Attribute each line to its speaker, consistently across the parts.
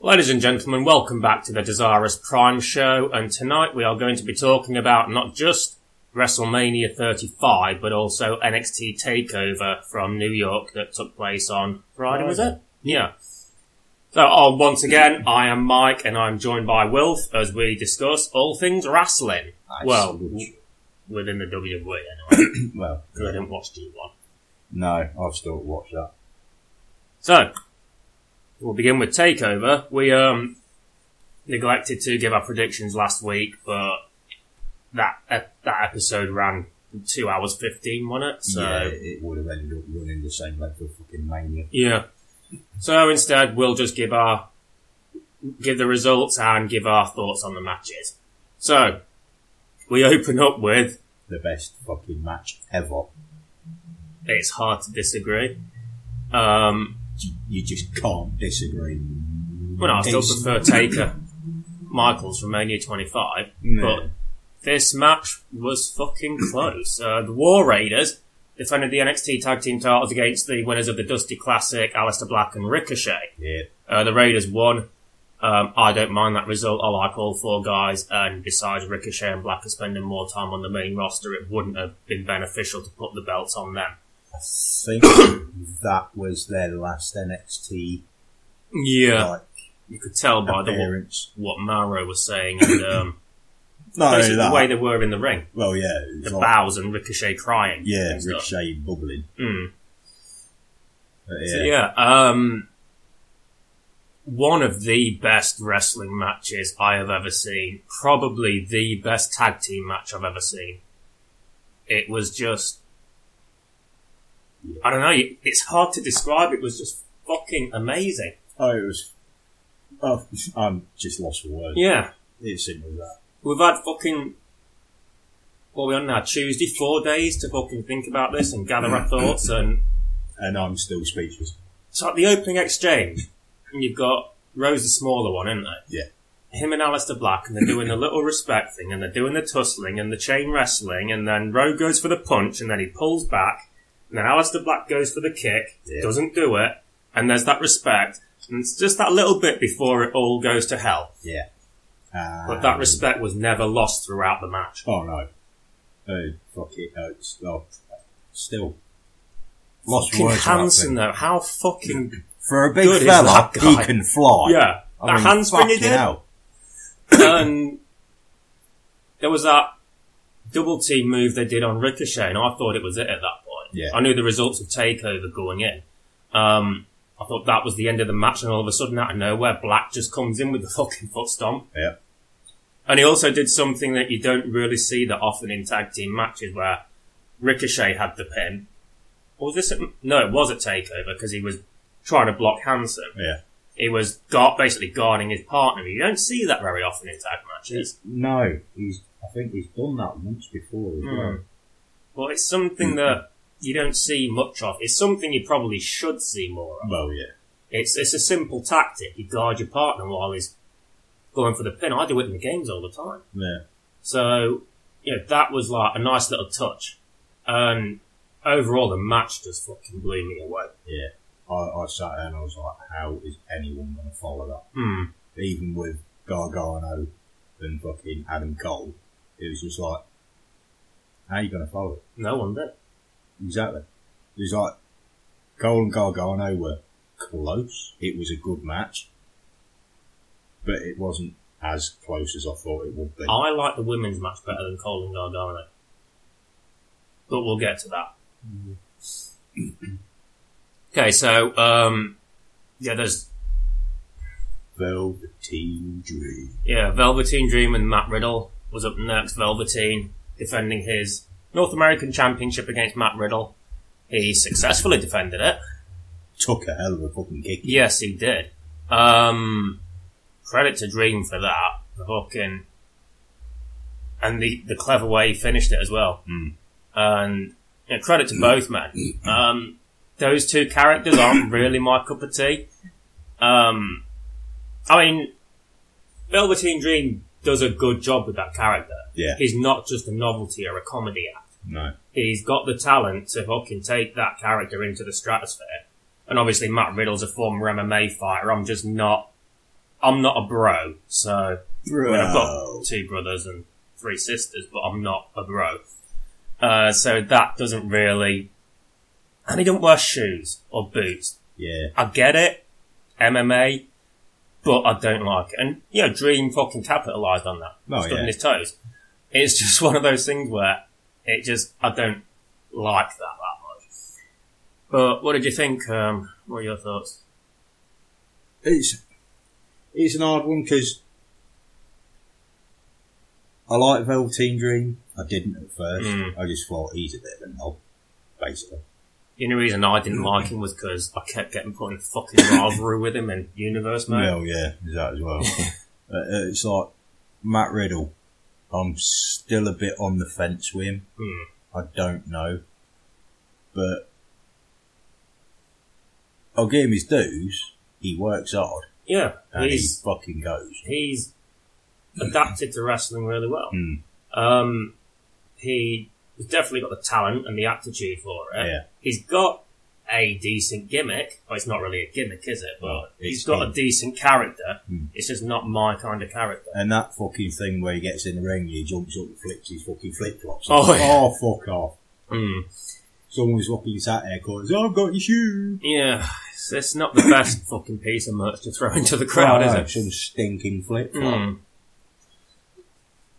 Speaker 1: Ladies and gentlemen, welcome back to the Desirous Prime Show, and tonight we are going to be talking about not just WrestleMania 35, but also NXT Takeover from New York that took place on Friday, was it? Yeah. So, oh, once again, I am Mike, and I'm joined by Wilf as we discuss all things wrestling.
Speaker 2: Nice.
Speaker 1: Well, w- within the WWE, anyway,
Speaker 2: Well,
Speaker 1: because I didn't watch G1.
Speaker 2: no, I've still watched that.
Speaker 1: So, we'll begin with Takeover. We um, neglected to give our predictions last week, but that ep- that episode ran two hours fifteen, wasn't it? So
Speaker 2: yeah, it would have ended up running the same length of fucking Mania.
Speaker 1: yeah. So instead, we'll just give our give the results and give our thoughts on the matches. So we open up with
Speaker 2: The best fucking match ever.
Speaker 1: it's hard to disagree. Um,
Speaker 2: You just can't disagree.
Speaker 1: well, no, I still
Speaker 2: Ace.
Speaker 1: prefer Taker Michaels from Mania twenty five, but this match was fucking close. Uh, the War Raiders defended the NXT Tag Team titles against the winners of the Dusty Classic, Alistair Black and Ricochet.
Speaker 2: yeah,
Speaker 1: Uh, the Raiders won. Um, I don't mind that result. I like all four guys, and besides Ricochet and Black are spending more time on the main roster, it wouldn't have been beneficial to put the belts on them.
Speaker 2: I think that was their last NXT
Speaker 1: Yeah,
Speaker 2: like
Speaker 1: you could tell by the what,
Speaker 2: appearance.
Speaker 1: what Maro was saying and um,
Speaker 2: No,
Speaker 1: basically
Speaker 2: that.
Speaker 1: the way they were in the ring,
Speaker 2: well, yeah, it was
Speaker 1: the
Speaker 2: like-
Speaker 1: bows and Ricochet crying.
Speaker 2: yeah,
Speaker 1: and stuff.
Speaker 2: Ricochet bubbling.
Speaker 1: Mm.
Speaker 2: But
Speaker 1: So,
Speaker 2: yeah,
Speaker 1: yeah, um, one of the best wrestling matches I have ever seen. Probably the best tag team match I've ever seen. It was just, I don't know. It's hard to describe. It was just fucking amazing.
Speaker 2: oh, it was. Oh, I'm just lost for words.
Speaker 1: Yeah,
Speaker 2: It's simple as that.
Speaker 1: we've had fucking. What are we on now? Tuesday, four days to fucking think about this and gather our thoughts and
Speaker 2: And I'm still speechless.
Speaker 1: It's like the opening exchange, and you've got Rose, the smaller one, isn't they?
Speaker 2: Yeah.
Speaker 1: Him and Alistair Black, and they're doing the little respect thing, and they're doing the tussling and the chain wrestling, and then Rowe goes for the punch, and then he pulls back, and then Alistair Black goes for the kick,
Speaker 2: Yeah.
Speaker 1: doesn't do it, and there's that respect, and it's just that little bit before it all goes to hell.
Speaker 2: Yeah.
Speaker 1: But
Speaker 2: And-
Speaker 1: that respect was never lost throughout the match.
Speaker 2: Oh no. Oh fuck it. Oh, it's, oh, still. Lost
Speaker 1: Fucking
Speaker 2: words on that
Speaker 1: Hanson,
Speaker 2: thing.
Speaker 1: though, how fucking
Speaker 2: For a big
Speaker 1: Good is
Speaker 2: fella,
Speaker 1: that
Speaker 2: he
Speaker 1: guy.
Speaker 2: can fly.
Speaker 1: yeah,
Speaker 2: I
Speaker 1: that
Speaker 2: mean,
Speaker 1: handspring he
Speaker 2: fucking
Speaker 1: did.
Speaker 2: hell.
Speaker 1: and there was that double team move they did on Ricochet, and I thought it was it at that point.
Speaker 2: Yeah.
Speaker 1: I knew the results of Takeover going in. Um, I thought that was the end of the match, and all of a sudden, out of nowhere, Black just comes in with the fucking foot stomp.
Speaker 2: Yeah.
Speaker 1: And he also did something that you don't really see that often in tag team matches, where Ricochet had the pin. Or was this? At, no, it was at Takeover because he was trying to block Hanson.
Speaker 2: Yeah.
Speaker 1: He was guard, basically guarding his partner. You don't see that very often in tag matches.
Speaker 2: No, he's. I think he's done that once before. as well.
Speaker 1: Hmm. Well, it's something that you don't see much of. It's something you probably should see more of.
Speaker 2: Well, yeah.
Speaker 1: It's it's a simple tactic. You guard your partner while he's going for the pin. I do it in the games all the time.
Speaker 2: Yeah.
Speaker 1: So, you know, that was like a nice little touch. And overall, the match just fucking blew me away.
Speaker 2: Yeah. I, I sat there and I was like, how is anyone going to follow that?
Speaker 1: Hmm.
Speaker 2: Even with Gargano and fucking Adam Cole, it was just like, how you going to follow it?
Speaker 1: No one did.
Speaker 2: Exactly. It was like Cole and Gargano were close. It was a good match, but it wasn't as close as I thought it would be.
Speaker 1: I like the women's match better than Cole and Gargano. But we'll get to that. Okay, so, um, yeah, there's
Speaker 2: Velveteen Dream.
Speaker 1: Yeah, Velveteen Dream and Matt Riddle was up next. Velveteen defending his North American Championship against Matt Riddle. He successfully defended it.
Speaker 2: Took a hell of a fucking kick.
Speaker 1: Yes, he did. Um, credit to Dream for that. The fucking and the the clever way he finished it as well.
Speaker 2: Mm.
Speaker 1: And you know, credit to both men. Um, those two characters aren't really my cup of tea. Um, I mean, Velveteen Dream does a good job with that character.
Speaker 2: Yeah.
Speaker 1: He's not just a novelty or a comedy act
Speaker 2: No.
Speaker 1: he's got the talent to fucking take that character into the stratosphere. And obviously, Matt Riddle's a former MMA fighter. I'm just not. I'm not a bro, so I mean, I've
Speaker 2: Bro.
Speaker 1: got two brothers and three sisters, but I'm not a bro. Uh, so that doesn't really. And he doesn't wear shoes or boots.
Speaker 2: Yeah.
Speaker 1: I get it, MMA, but I don't like it. And you know, Dream fucking capitalised on that.
Speaker 2: Oh,
Speaker 1: stood
Speaker 2: yeah.
Speaker 1: on his toes. It's just one of those things where it just I don't like that that much. But what did you think? Um, what are your thoughts?
Speaker 2: It's it's an hard one because I like Velveteen Dream. I didn't at first.
Speaker 1: Mm.
Speaker 2: I just thought he's a bit of a knob, basically.
Speaker 1: The only reason I didn't like him was because I kept getting put in fucking rivalry with him in Universe mode.
Speaker 2: Well, yeah, there's that as well. Uh, uh, it's like Matt Riddle. I'm still a bit on the fence with him.
Speaker 1: Mm.
Speaker 2: I don't know, but I'll give him his dues. He works hard
Speaker 1: Yeah,
Speaker 2: and
Speaker 1: he's
Speaker 2: he fucking goes.
Speaker 1: he's adapted to wrestling really well.
Speaker 2: Mm.
Speaker 1: Um, he he's definitely got the talent and the aptitude for it.
Speaker 2: Yeah.
Speaker 1: He's got a decent gimmick. Well, it's not really a gimmick, is it?
Speaker 2: No,
Speaker 1: But he's
Speaker 2: it's
Speaker 1: got
Speaker 2: not.
Speaker 1: a decent character.
Speaker 2: Mm.
Speaker 1: It's just not my kind of character.
Speaker 2: And that fucking thing where he gets in the ring, he jumps up and flips his fucking flip flops.
Speaker 1: Oh, yeah.
Speaker 2: oh, fuck off. Hmm.
Speaker 1: Mm.
Speaker 2: Someone's fucking sat there going, oh, I've got your shoe.
Speaker 1: Yeah, it's, it's not the best fucking piece of merch to throw into the crowd,
Speaker 2: Oh,
Speaker 1: is
Speaker 2: no,
Speaker 1: it?
Speaker 2: Some stinking flip flop.
Speaker 1: Mm.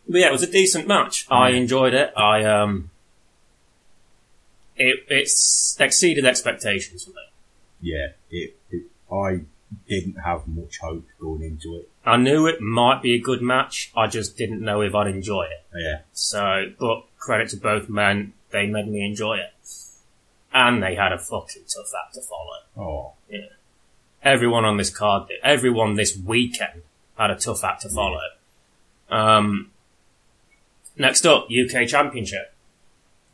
Speaker 1: But yeah, it was a decent match. I enjoyed it. I um, it it's exceeded expectations for me.
Speaker 2: Yeah, it, it, I didn't have much hope going into it.
Speaker 1: I knew it might be a good match. I just didn't know if I'd enjoy it.
Speaker 2: Yeah,
Speaker 1: So, but credit to both men, they made me enjoy it, and they had a fucking tough act to follow.
Speaker 2: oh,
Speaker 1: everyone on this card, everyone this weekend had a tough act to follow. Um, next up, UK Championship,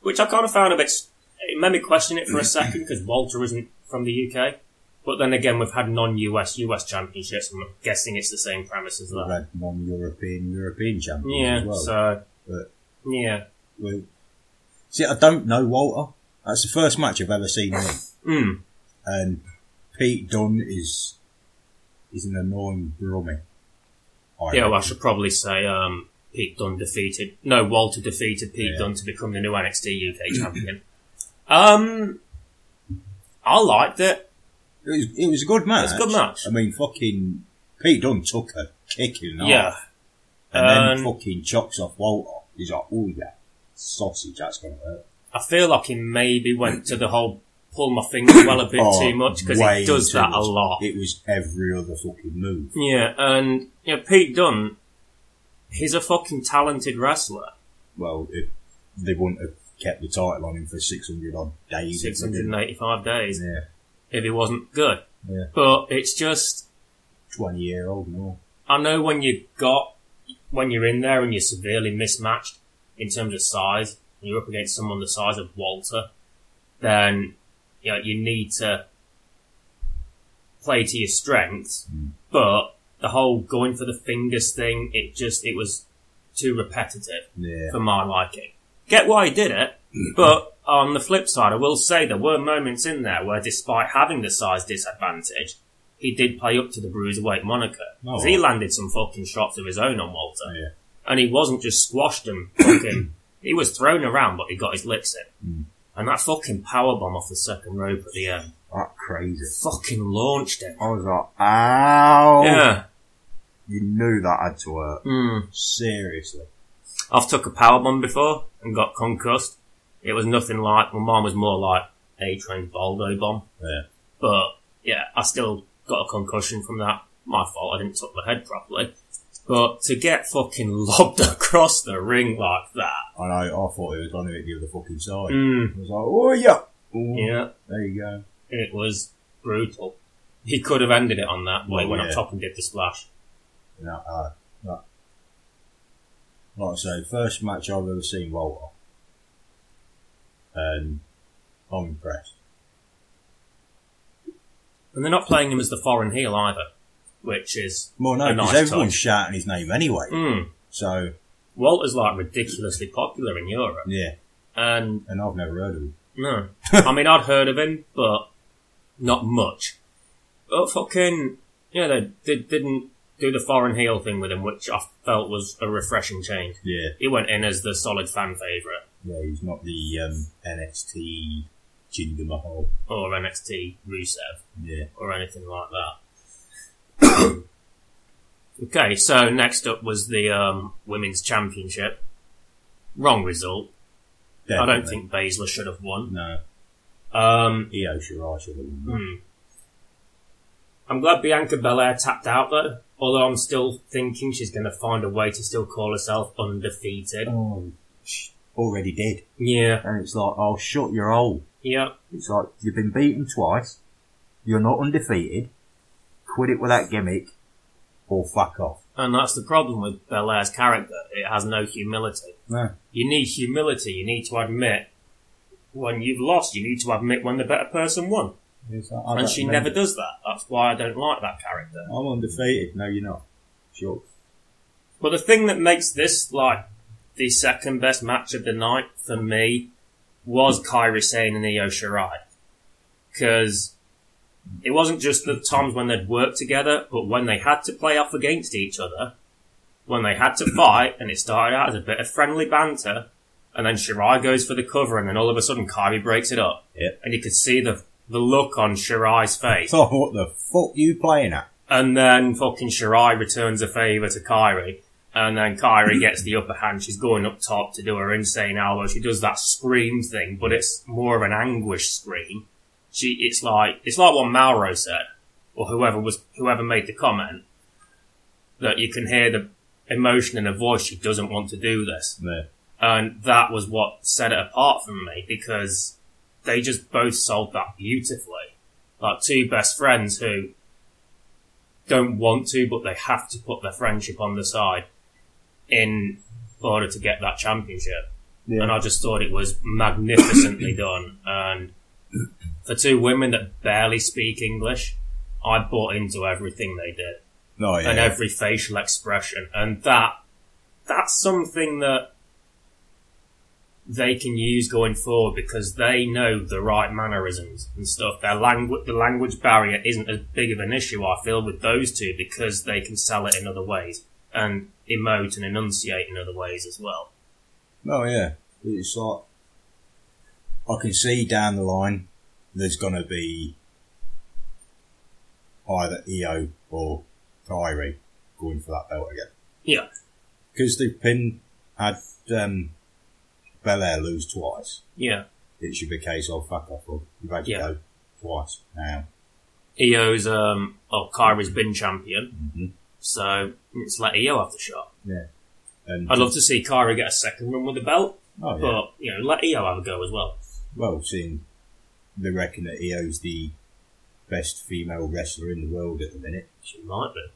Speaker 1: which I kind of found a bit. s- It made me question it for a second because Walter isn't from the UK. But then again, we've had non-US US championships, and I'm guessing it's the same premise as
Speaker 2: we've
Speaker 1: that.
Speaker 2: had non-European European champions
Speaker 1: Yeah,
Speaker 2: as well.
Speaker 1: so
Speaker 2: But-
Speaker 1: yeah,
Speaker 2: Well, see, I don't know Walter. That's the first match I've ever seen him. in.
Speaker 1: mm,
Speaker 2: And Pete Dunne is is an annoying brummy. I
Speaker 1: yeah. Well, I
Speaker 2: reckon.
Speaker 1: should probably say um, Pete Dunne defeated. No, Walter defeated Pete
Speaker 2: Yeah.
Speaker 1: Dunne to become the new NXT UK champion. Um, I liked it.
Speaker 2: It was, it was a good match.
Speaker 1: was a good match.
Speaker 2: I mean, fucking Pete Dunne took a kick in the
Speaker 1: Yeah.
Speaker 2: arse and
Speaker 1: Um,
Speaker 2: then fucking chops off Walter. He's like, oh yeah, sausage, that's going to hurt.
Speaker 1: I feel like he maybe went to the whole pull my finger well a bit
Speaker 2: Oh,
Speaker 1: too much because
Speaker 2: way
Speaker 1: he does
Speaker 2: too
Speaker 1: that a
Speaker 2: much.
Speaker 1: lot.
Speaker 2: It was every other fucking move.
Speaker 1: Yeah, and you know, Pete Dunne, he's a fucking talented wrestler.
Speaker 2: Well, if they wouldn't have kept the title on him for 600 odd days. if they didn't.
Speaker 1: 685 days
Speaker 2: Yeah,
Speaker 1: if he wasn't good.
Speaker 2: Yeah.
Speaker 1: But it's just,
Speaker 2: 20 year old and all.
Speaker 1: I know when you got, when you're in there and you're severely mismatched in terms of size, and you're up against someone the size of Walter, then you know, you need to play to your strengths. But the whole going for the fingers thing, it just it was too repetitive
Speaker 2: Yeah.
Speaker 1: for my liking. Get why he did it,
Speaker 2: Mm.
Speaker 1: but on the flip side, I will say there were moments in there where, despite having the size disadvantage, he did play up to the bruiserweight moniker.
Speaker 2: Oh,
Speaker 1: 'Cause he
Speaker 2: wow.
Speaker 1: landed some fucking shots of his own on Walter,
Speaker 2: Yeah.
Speaker 1: and he wasn't just squashed and fucking. he was thrown around, but he got his licks in.
Speaker 2: Mm.
Speaker 1: And that fucking power bomb off the second rope at the end
Speaker 2: That crazy.
Speaker 1: fucking launched him.
Speaker 2: I was like, ow!
Speaker 1: Yeah.
Speaker 2: You knew that had to work.
Speaker 1: Mm.
Speaker 2: Seriously.
Speaker 1: I've took a power bomb before and got concussed. It was nothing like well, mine was more like A Train's Baldo bomb.
Speaker 2: Yeah.
Speaker 1: But yeah, I still got a concussion from that. My fault, I didn't tuck my head properly. But to get fucking lobbed across the ring like that,
Speaker 2: I know, I thought it was going to hit the other fucking side.
Speaker 1: mm,
Speaker 2: I was like, oh yeah! Ooh,
Speaker 1: yeah,
Speaker 2: There you go.
Speaker 1: it was brutal. He could have ended it on that way
Speaker 2: Oh,
Speaker 1: when
Speaker 2: yeah.
Speaker 1: I top and did the splash.
Speaker 2: And that, uh, that. Like I say, first match I've ever seen Walter. And I'm impressed.
Speaker 1: And they're not playing him as the foreign heel either, which is
Speaker 2: Well, no,
Speaker 1: A
Speaker 2: because
Speaker 1: nice
Speaker 2: everyone's shouting his name anyway.
Speaker 1: mm,
Speaker 2: So,
Speaker 1: Walter's like ridiculously popular in Europe,
Speaker 2: yeah,
Speaker 1: and
Speaker 2: and I've never heard of him.
Speaker 1: No. I mean, I'd heard of him, but not much. But fucking, yeah, they, they didn't do the foreign heel thing with him, which I felt was a refreshing change.
Speaker 2: Yeah,
Speaker 1: He went in as the solid fan favourite,
Speaker 2: yeah, he's not the um, NXT Jinder Mahal.
Speaker 1: or NXT Rusev,
Speaker 2: Yeah,
Speaker 1: or anything like that. okay, so next up was the um, Women's Championship. Wrong result. I don't
Speaker 2: definitely.
Speaker 1: think Baszler should have won.
Speaker 2: No,
Speaker 1: Um,
Speaker 2: Io Shirai should have Mm. won.
Speaker 1: Hmm. I'm glad Bianca Belair tapped out though, although I'm still thinking she's going to find a way to still call herself undefeated.
Speaker 2: Oh, she already did.
Speaker 1: Yeah,
Speaker 2: And it's like, oh, shut your hole.
Speaker 1: yeah,
Speaker 2: It's like, you've been beaten twice, you're not undefeated, quit it with that gimmick, or fuck off.
Speaker 1: and that's the problem with Belair's character. It has no humility.
Speaker 2: No.
Speaker 1: You need humility. You need to admit when you've lost. You need to admit when the better person won,
Speaker 2: It's like, I
Speaker 1: and
Speaker 2: don't
Speaker 1: she
Speaker 2: remember.
Speaker 1: never does that. That's why I don't like that character.
Speaker 2: I'm undefeated. No, you're not. Sure.
Speaker 1: But the thing that makes this like the second best match of the night for me was Kairi Sane and Io Shirai. Because it wasn't just the times when they'd worked together, but when they had to play off against each other, when they had to fight, and it started out as a bit of friendly banter, and then Shirai goes for the cover, and then all of a sudden Kairi breaks it up.
Speaker 2: Yep.
Speaker 1: And you could see the, the look on Shirai's face.
Speaker 2: So what the fuck you playing at?
Speaker 1: And then fucking Shirai returns a favour to Kyrie. And then Kyrie gets the upper hand. She's going up top to do her insane elbow. She does that scream thing, but it's more of an anguish scream. She, it's like, it's like what Malro said, or whoever was, whoever made the comment, that you can hear the emotion in her voice. She doesn't want to do this.
Speaker 2: No.
Speaker 1: And that was what set it apart from me because they just both sold that beautifully. Like two best friends who don't want to, but they have to put their friendship on the side in order to get that championship.
Speaker 2: Yeah.
Speaker 1: And I just thought it was magnificently done. And for two women that barely speak English, I bought into everything they did
Speaker 2: No, yeah.
Speaker 1: and every facial expression. And that that's something that they can use going forward because they know the right mannerisms and stuff. Their language, the language barrier isn't as big of an issue, I feel, with those two because they can sell it in other ways and emote and enunciate in other ways as well.
Speaker 2: No, Oh, yeah. It's like, I can see down the line, there's gonna be either EO or Kyrie going for that belt again.
Speaker 1: Yeah.
Speaker 2: Because they've been, had, um, Belair lose twice.
Speaker 1: Yeah.
Speaker 2: It should be a case of, fuck off, well, you've had your
Speaker 1: Yeah.
Speaker 2: go twice now.
Speaker 1: Io's, um, oh, Kyrie's been champion,
Speaker 2: Mm-hmm.
Speaker 1: so let's let Io have the shot.
Speaker 2: And,
Speaker 1: I'd love to see Kyrie get a second run with the belt,
Speaker 2: oh, yeah.
Speaker 1: but, you know, let Io have a go as well.
Speaker 2: Well, seeing they reckon that EO's the best female wrestler in the world at the minute,
Speaker 1: She might be.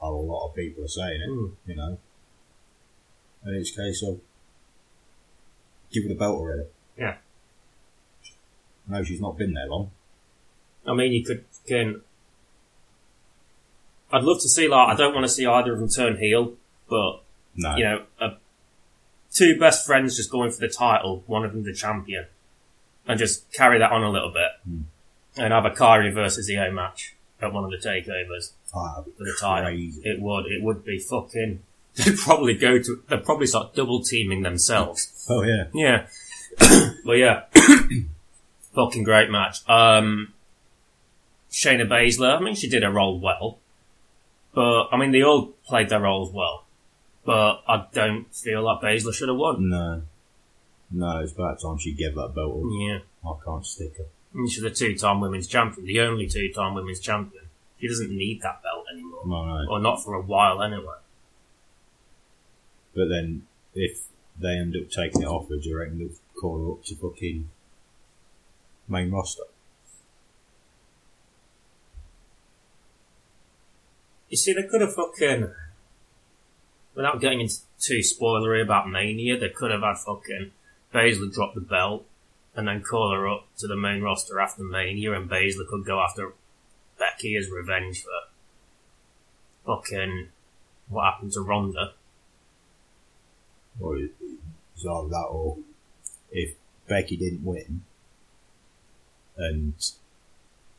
Speaker 2: a lot of people are saying it,
Speaker 1: Mm.
Speaker 2: you know. And it's a case of give it a belt already.
Speaker 1: Yeah.
Speaker 2: No, she's not been there long.
Speaker 1: I mean, you could can. I'd love to see like I don't want to see either of them turn heel, but
Speaker 2: No.
Speaker 1: you know, a, two best friends just going for the title, one of them the champion, and just carry that on a little bit,
Speaker 2: Hmm.
Speaker 1: and have a Kyrie versus EO match at one of the takeovers
Speaker 2: Ah,
Speaker 1: for the title.
Speaker 2: Crazy.
Speaker 1: It would, it would be fucking. They'd probably go to. They'd probably start double teaming themselves.
Speaker 2: oh yeah.
Speaker 1: Yeah. but yeah. Fucking great match. Um Shayna Baszler, I mean she did her role well. But I mean they all played their roles well. But I don't feel like Baszler should have won.
Speaker 2: No. No, it's about time she gave that belt up.
Speaker 1: Yeah.
Speaker 2: I can't stick her.
Speaker 1: And She's a two time women's champion, the only two time women's champion. She doesn't need that belt anymore.
Speaker 2: No, no.
Speaker 1: Or not for a while anyway.
Speaker 2: But then, if they end up taking it off her, do you reckon they'll call her up to fucking main roster?
Speaker 1: You see, they could have fucking, without getting into too spoilery about Mania, they could have had fucking Baszler drop the belt and then call her up to the main roster after Mania, and Baszler could go after Becky as revenge for fucking what happened to Ronda.
Speaker 2: Or it- it's either that or if Becky didn't win and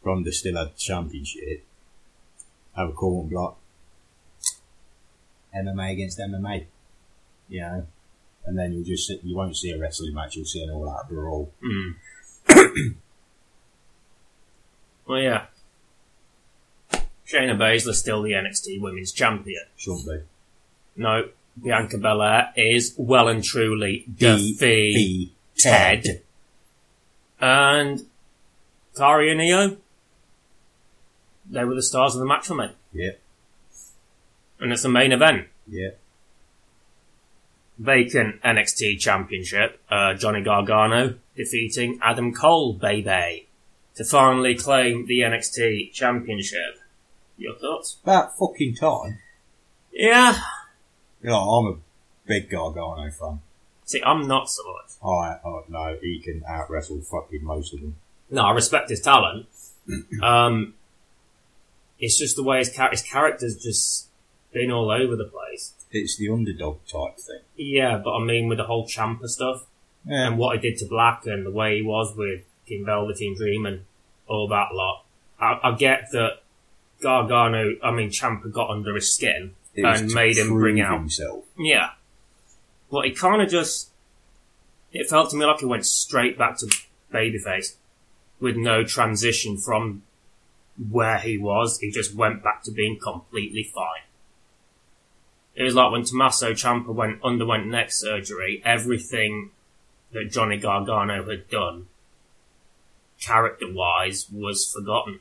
Speaker 2: Ronda still had the championship, have a call and block. MMA against MMA. You know, and then you'll just sit, you won't see a wrestling match. You'll see an all-out brawl.
Speaker 1: Hmm. well, yeah. Shayna Baszler's still the NXT Women's Champion.
Speaker 2: Shouldn't be
Speaker 1: No, Bianca Belair is well and truly defeated.
Speaker 2: be
Speaker 1: Ted. And Kari and Io, they were the stars of the match for me.
Speaker 2: Yeah,
Speaker 1: And it's the main event.
Speaker 2: yeah.
Speaker 1: Vacant NXT Championship, uh, Johnny Gargano defeating Adam Cole, baby, to finally claim the NXT Championship. Your thoughts?
Speaker 2: About fucking time.
Speaker 1: Yeah.
Speaker 2: You know, I'm a big Gargano fan.
Speaker 1: See, I'm not so much.
Speaker 2: I, oh no, he can out wrestle fucking most of them.
Speaker 1: No, I respect his talent. um, it's just the way his, char- his character's just been all over the place.
Speaker 2: It's the underdog type thing.
Speaker 1: Yeah, but I mean with the whole Champa stuff
Speaker 2: Yeah,
Speaker 1: and what he did to Black and the way he was with King Velveteen Dream and all that lot. I, I get that Gargano, I mean Champa got under his skin
Speaker 2: it was
Speaker 1: and
Speaker 2: to
Speaker 1: made him bring
Speaker 2: prove
Speaker 1: out.
Speaker 2: himself.
Speaker 1: Yeah, but he kind of just. It felt to me like he went straight back to babyface with no transition from where he was. He just went back to being completely fine. It was like when Tommaso Ciampa went underwent neck surgery. Everything that Johnny Gargano had done, character wise, was forgotten.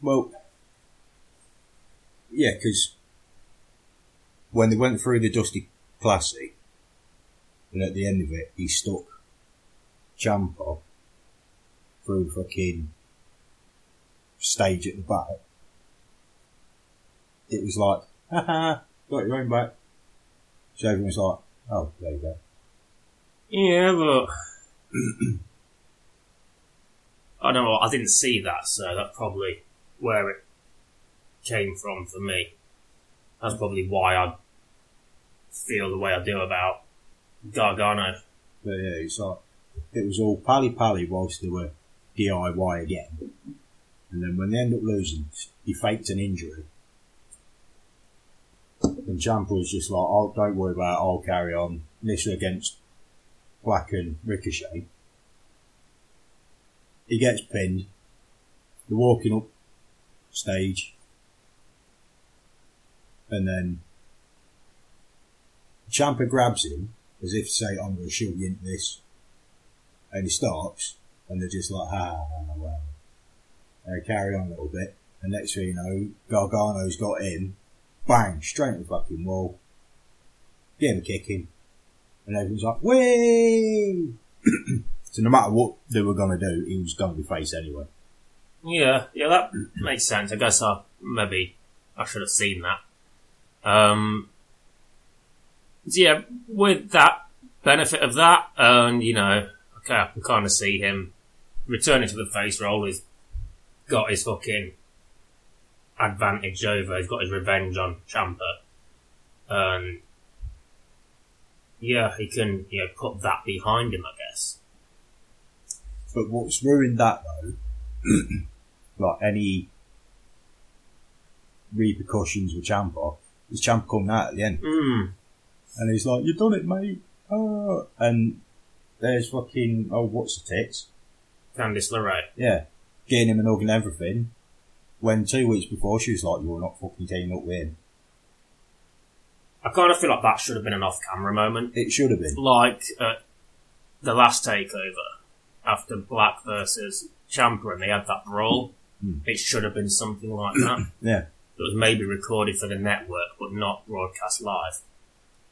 Speaker 2: Well, yeah, because when they went through the Dusty Classic, and at the end of it, he stuck Champa through fucking stage at the back. It was like, haha, got your own back. So everyone's like, oh, there you go.
Speaker 1: Yeah, but I don't know. I didn't see that, so that's probably where it came from for me. That's probably why I feel the way I do about Gargano.
Speaker 2: But yeah, it's like it was all pally pally whilst they were DIY again. And then when they end up losing, he faked an injury. And Champa was just like, oh, don't worry about it, I'll carry on. And This was against Black and Ricochet. He gets pinned. They're walking up stage. And then Champa grabs him as if to say, I'm going to shoot you into this. And he stops, and they're just like, ah, well. They carry on a little bit, and next thing you know, Gargano's got him, bang, straight in the fucking wall. Give him a kick in. And everyone's like, way! so no matter what they were going to do, he was going to be face anyway.
Speaker 1: Yeah, yeah, that makes sense. I guess I maybe I should have seen that. Um, so yeah, with that benefit of that, and you know, okay, I can kind of see him returning to the face role. He's got his fucking advantage over. He's got his revenge on Champa, and yeah, he can you know put that behind him. I guess.
Speaker 2: But what's ruined that though, like any repercussions with Champa, is Champa coming out at the end.
Speaker 1: Mm,
Speaker 2: And he's like, "You've done it, mate." Ah. And there's fucking oh, what's the tits?
Speaker 1: Candice LeRae.
Speaker 2: Yeah, getting him a hug and everything. When two weeks before, she was like, "You're not fucking teaming up with him."
Speaker 1: I kind of feel like that should have been an off-camera moment.
Speaker 2: It should have been.
Speaker 1: like uh, the last takeover after Black versus Champa and they had that brawl. It should have been something like that.
Speaker 2: Hmm. Yeah,
Speaker 1: It was maybe recorded for the network, but not broadcast live.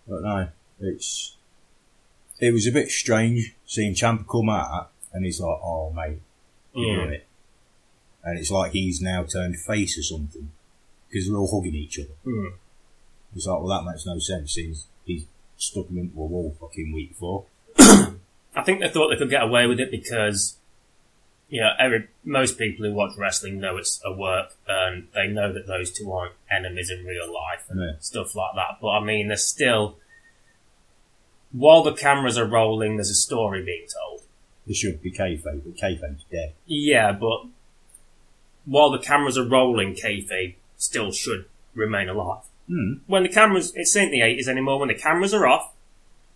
Speaker 2: but no, it's it was a bit strange seeing Champa come out, and he's like, "Oh, mate, you've done it." And it's like he's now turned face or something because they're all hugging each other.
Speaker 1: Hmm.
Speaker 2: It's like, well, that makes no sense. He's he's stuck him into a wall fucking week before.
Speaker 1: I think they thought they could get away with it because, you know, every, most people who watch wrestling know it's a work and they know that those two aren't enemies in real life and
Speaker 2: Yeah.
Speaker 1: stuff like that. But I mean, there's still, while the cameras are rolling, there's a story being told.
Speaker 2: It should be kayfabe, but kayfabe's dead.
Speaker 1: Yeah, but while the cameras are rolling, kayfabe still should remain alive.
Speaker 2: Hmm.
Speaker 1: When the cameras, it's ain't the 80s anymore, when the cameras are off,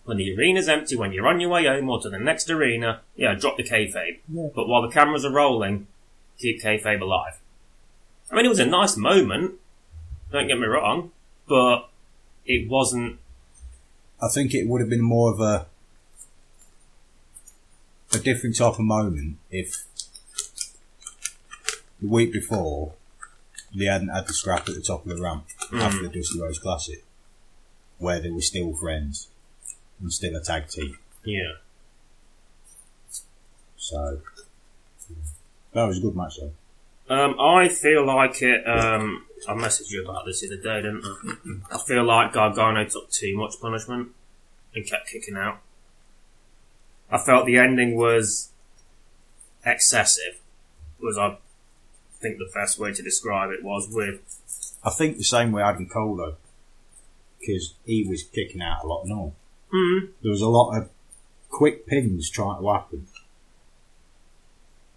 Speaker 1: when the arena's empty, when you're on your way home or to the next arena, yeah, drop the kayfabe.
Speaker 2: Yeah.
Speaker 1: But while the cameras are rolling, keep kayfabe alive. I mean, it was a nice moment, don't get me wrong, but it wasn't,
Speaker 2: I think it would have been more of a a different type of moment if the week before they hadn't had the scrap at the top of the ramp
Speaker 1: Hmm.
Speaker 2: after the Dusty Rose Classic, where they were still friends and still a tag team.
Speaker 1: yeah.
Speaker 2: So that was a good match, though.
Speaker 1: Um, I feel like it. Um, I messaged you about this the other day, didn't I? I feel like Gargano took too much punishment and kept kicking out. I felt the ending was excessive. Was I think the best way to describe it was with
Speaker 2: I think the same way Adam Cole though, because he was kicking out a lot and all.
Speaker 1: mm,
Speaker 2: there was a lot of quick pins trying to happen.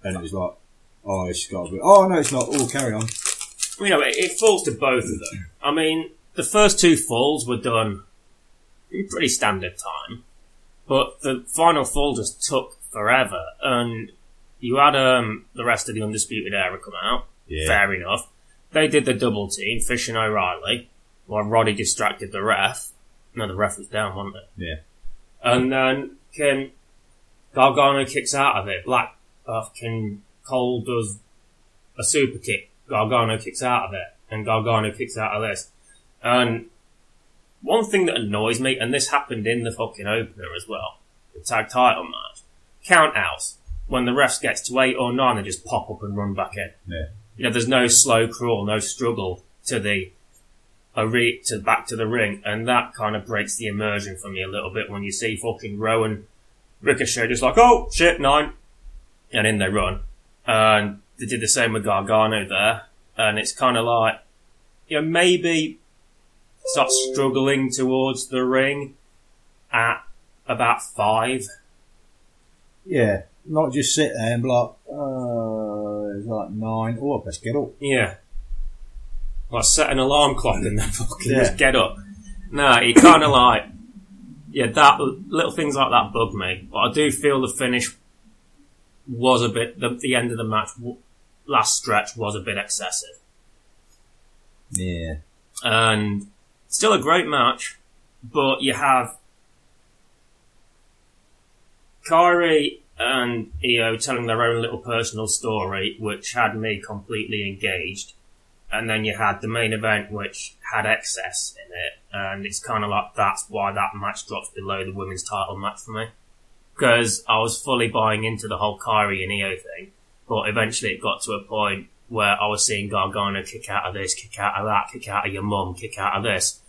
Speaker 2: And it was like, oh, it's got to be, oh, no, it's not. Oh, carry on.
Speaker 1: you know it, it falls to both of them. I mean, the first two falls were done in pretty standard time, but the final fall just took forever. And you had um, the rest of the undisputed era come out. Fair enough. They did the double team, Fish and O'Reilly, while Roddy distracted the ref. No, the ref was down, wasn't it?
Speaker 2: Yeah.
Speaker 1: And then Kim Gargano kicks out of it. Black uh, Kim Cole does a super kick. Gargano kicks out of it, and Gargano kicks out of this. And one thing that annoys me, and this happened in the fucking opener as well, the tag title match, count outs. When the refs gets to eight or nine, they just pop up and run back in.
Speaker 2: Yeah.
Speaker 1: You know, there's no slow crawl, no struggle to the arena, to back to the ring, and that kind of breaks the immersion for me a little bit when you see fucking Rowan Ricochet just like, oh shit, nine, and in they run. And they did the same with Gargano there, and it's kind of like, you know, maybe start struggling towards the ring at about five.
Speaker 2: Yeah. Not just sit there and be like, uh, it's like nine. Oh, I best get up.
Speaker 1: Yeah. Like set an alarm clock and then fucking
Speaker 2: Yeah.
Speaker 1: just get up. No, you kind of like, yeah, that little things like that bug me. But I do feel the finish was a bit the, the end of the match w- last stretch was a bit excessive,
Speaker 2: Yeah.
Speaker 1: and still a great match, but you have Kyrie and Io telling their own little personal story, which had me completely engaged. And then you had the main event, which had excess in it. And it's kind of like that's why that match drops below the women's title match for me. Because I was fully buying into the whole Kyrie and Io thing. But eventually it got to a point where I was seeing Gargano kick out of this, kick out of that, kick out of your mum, kick out of this.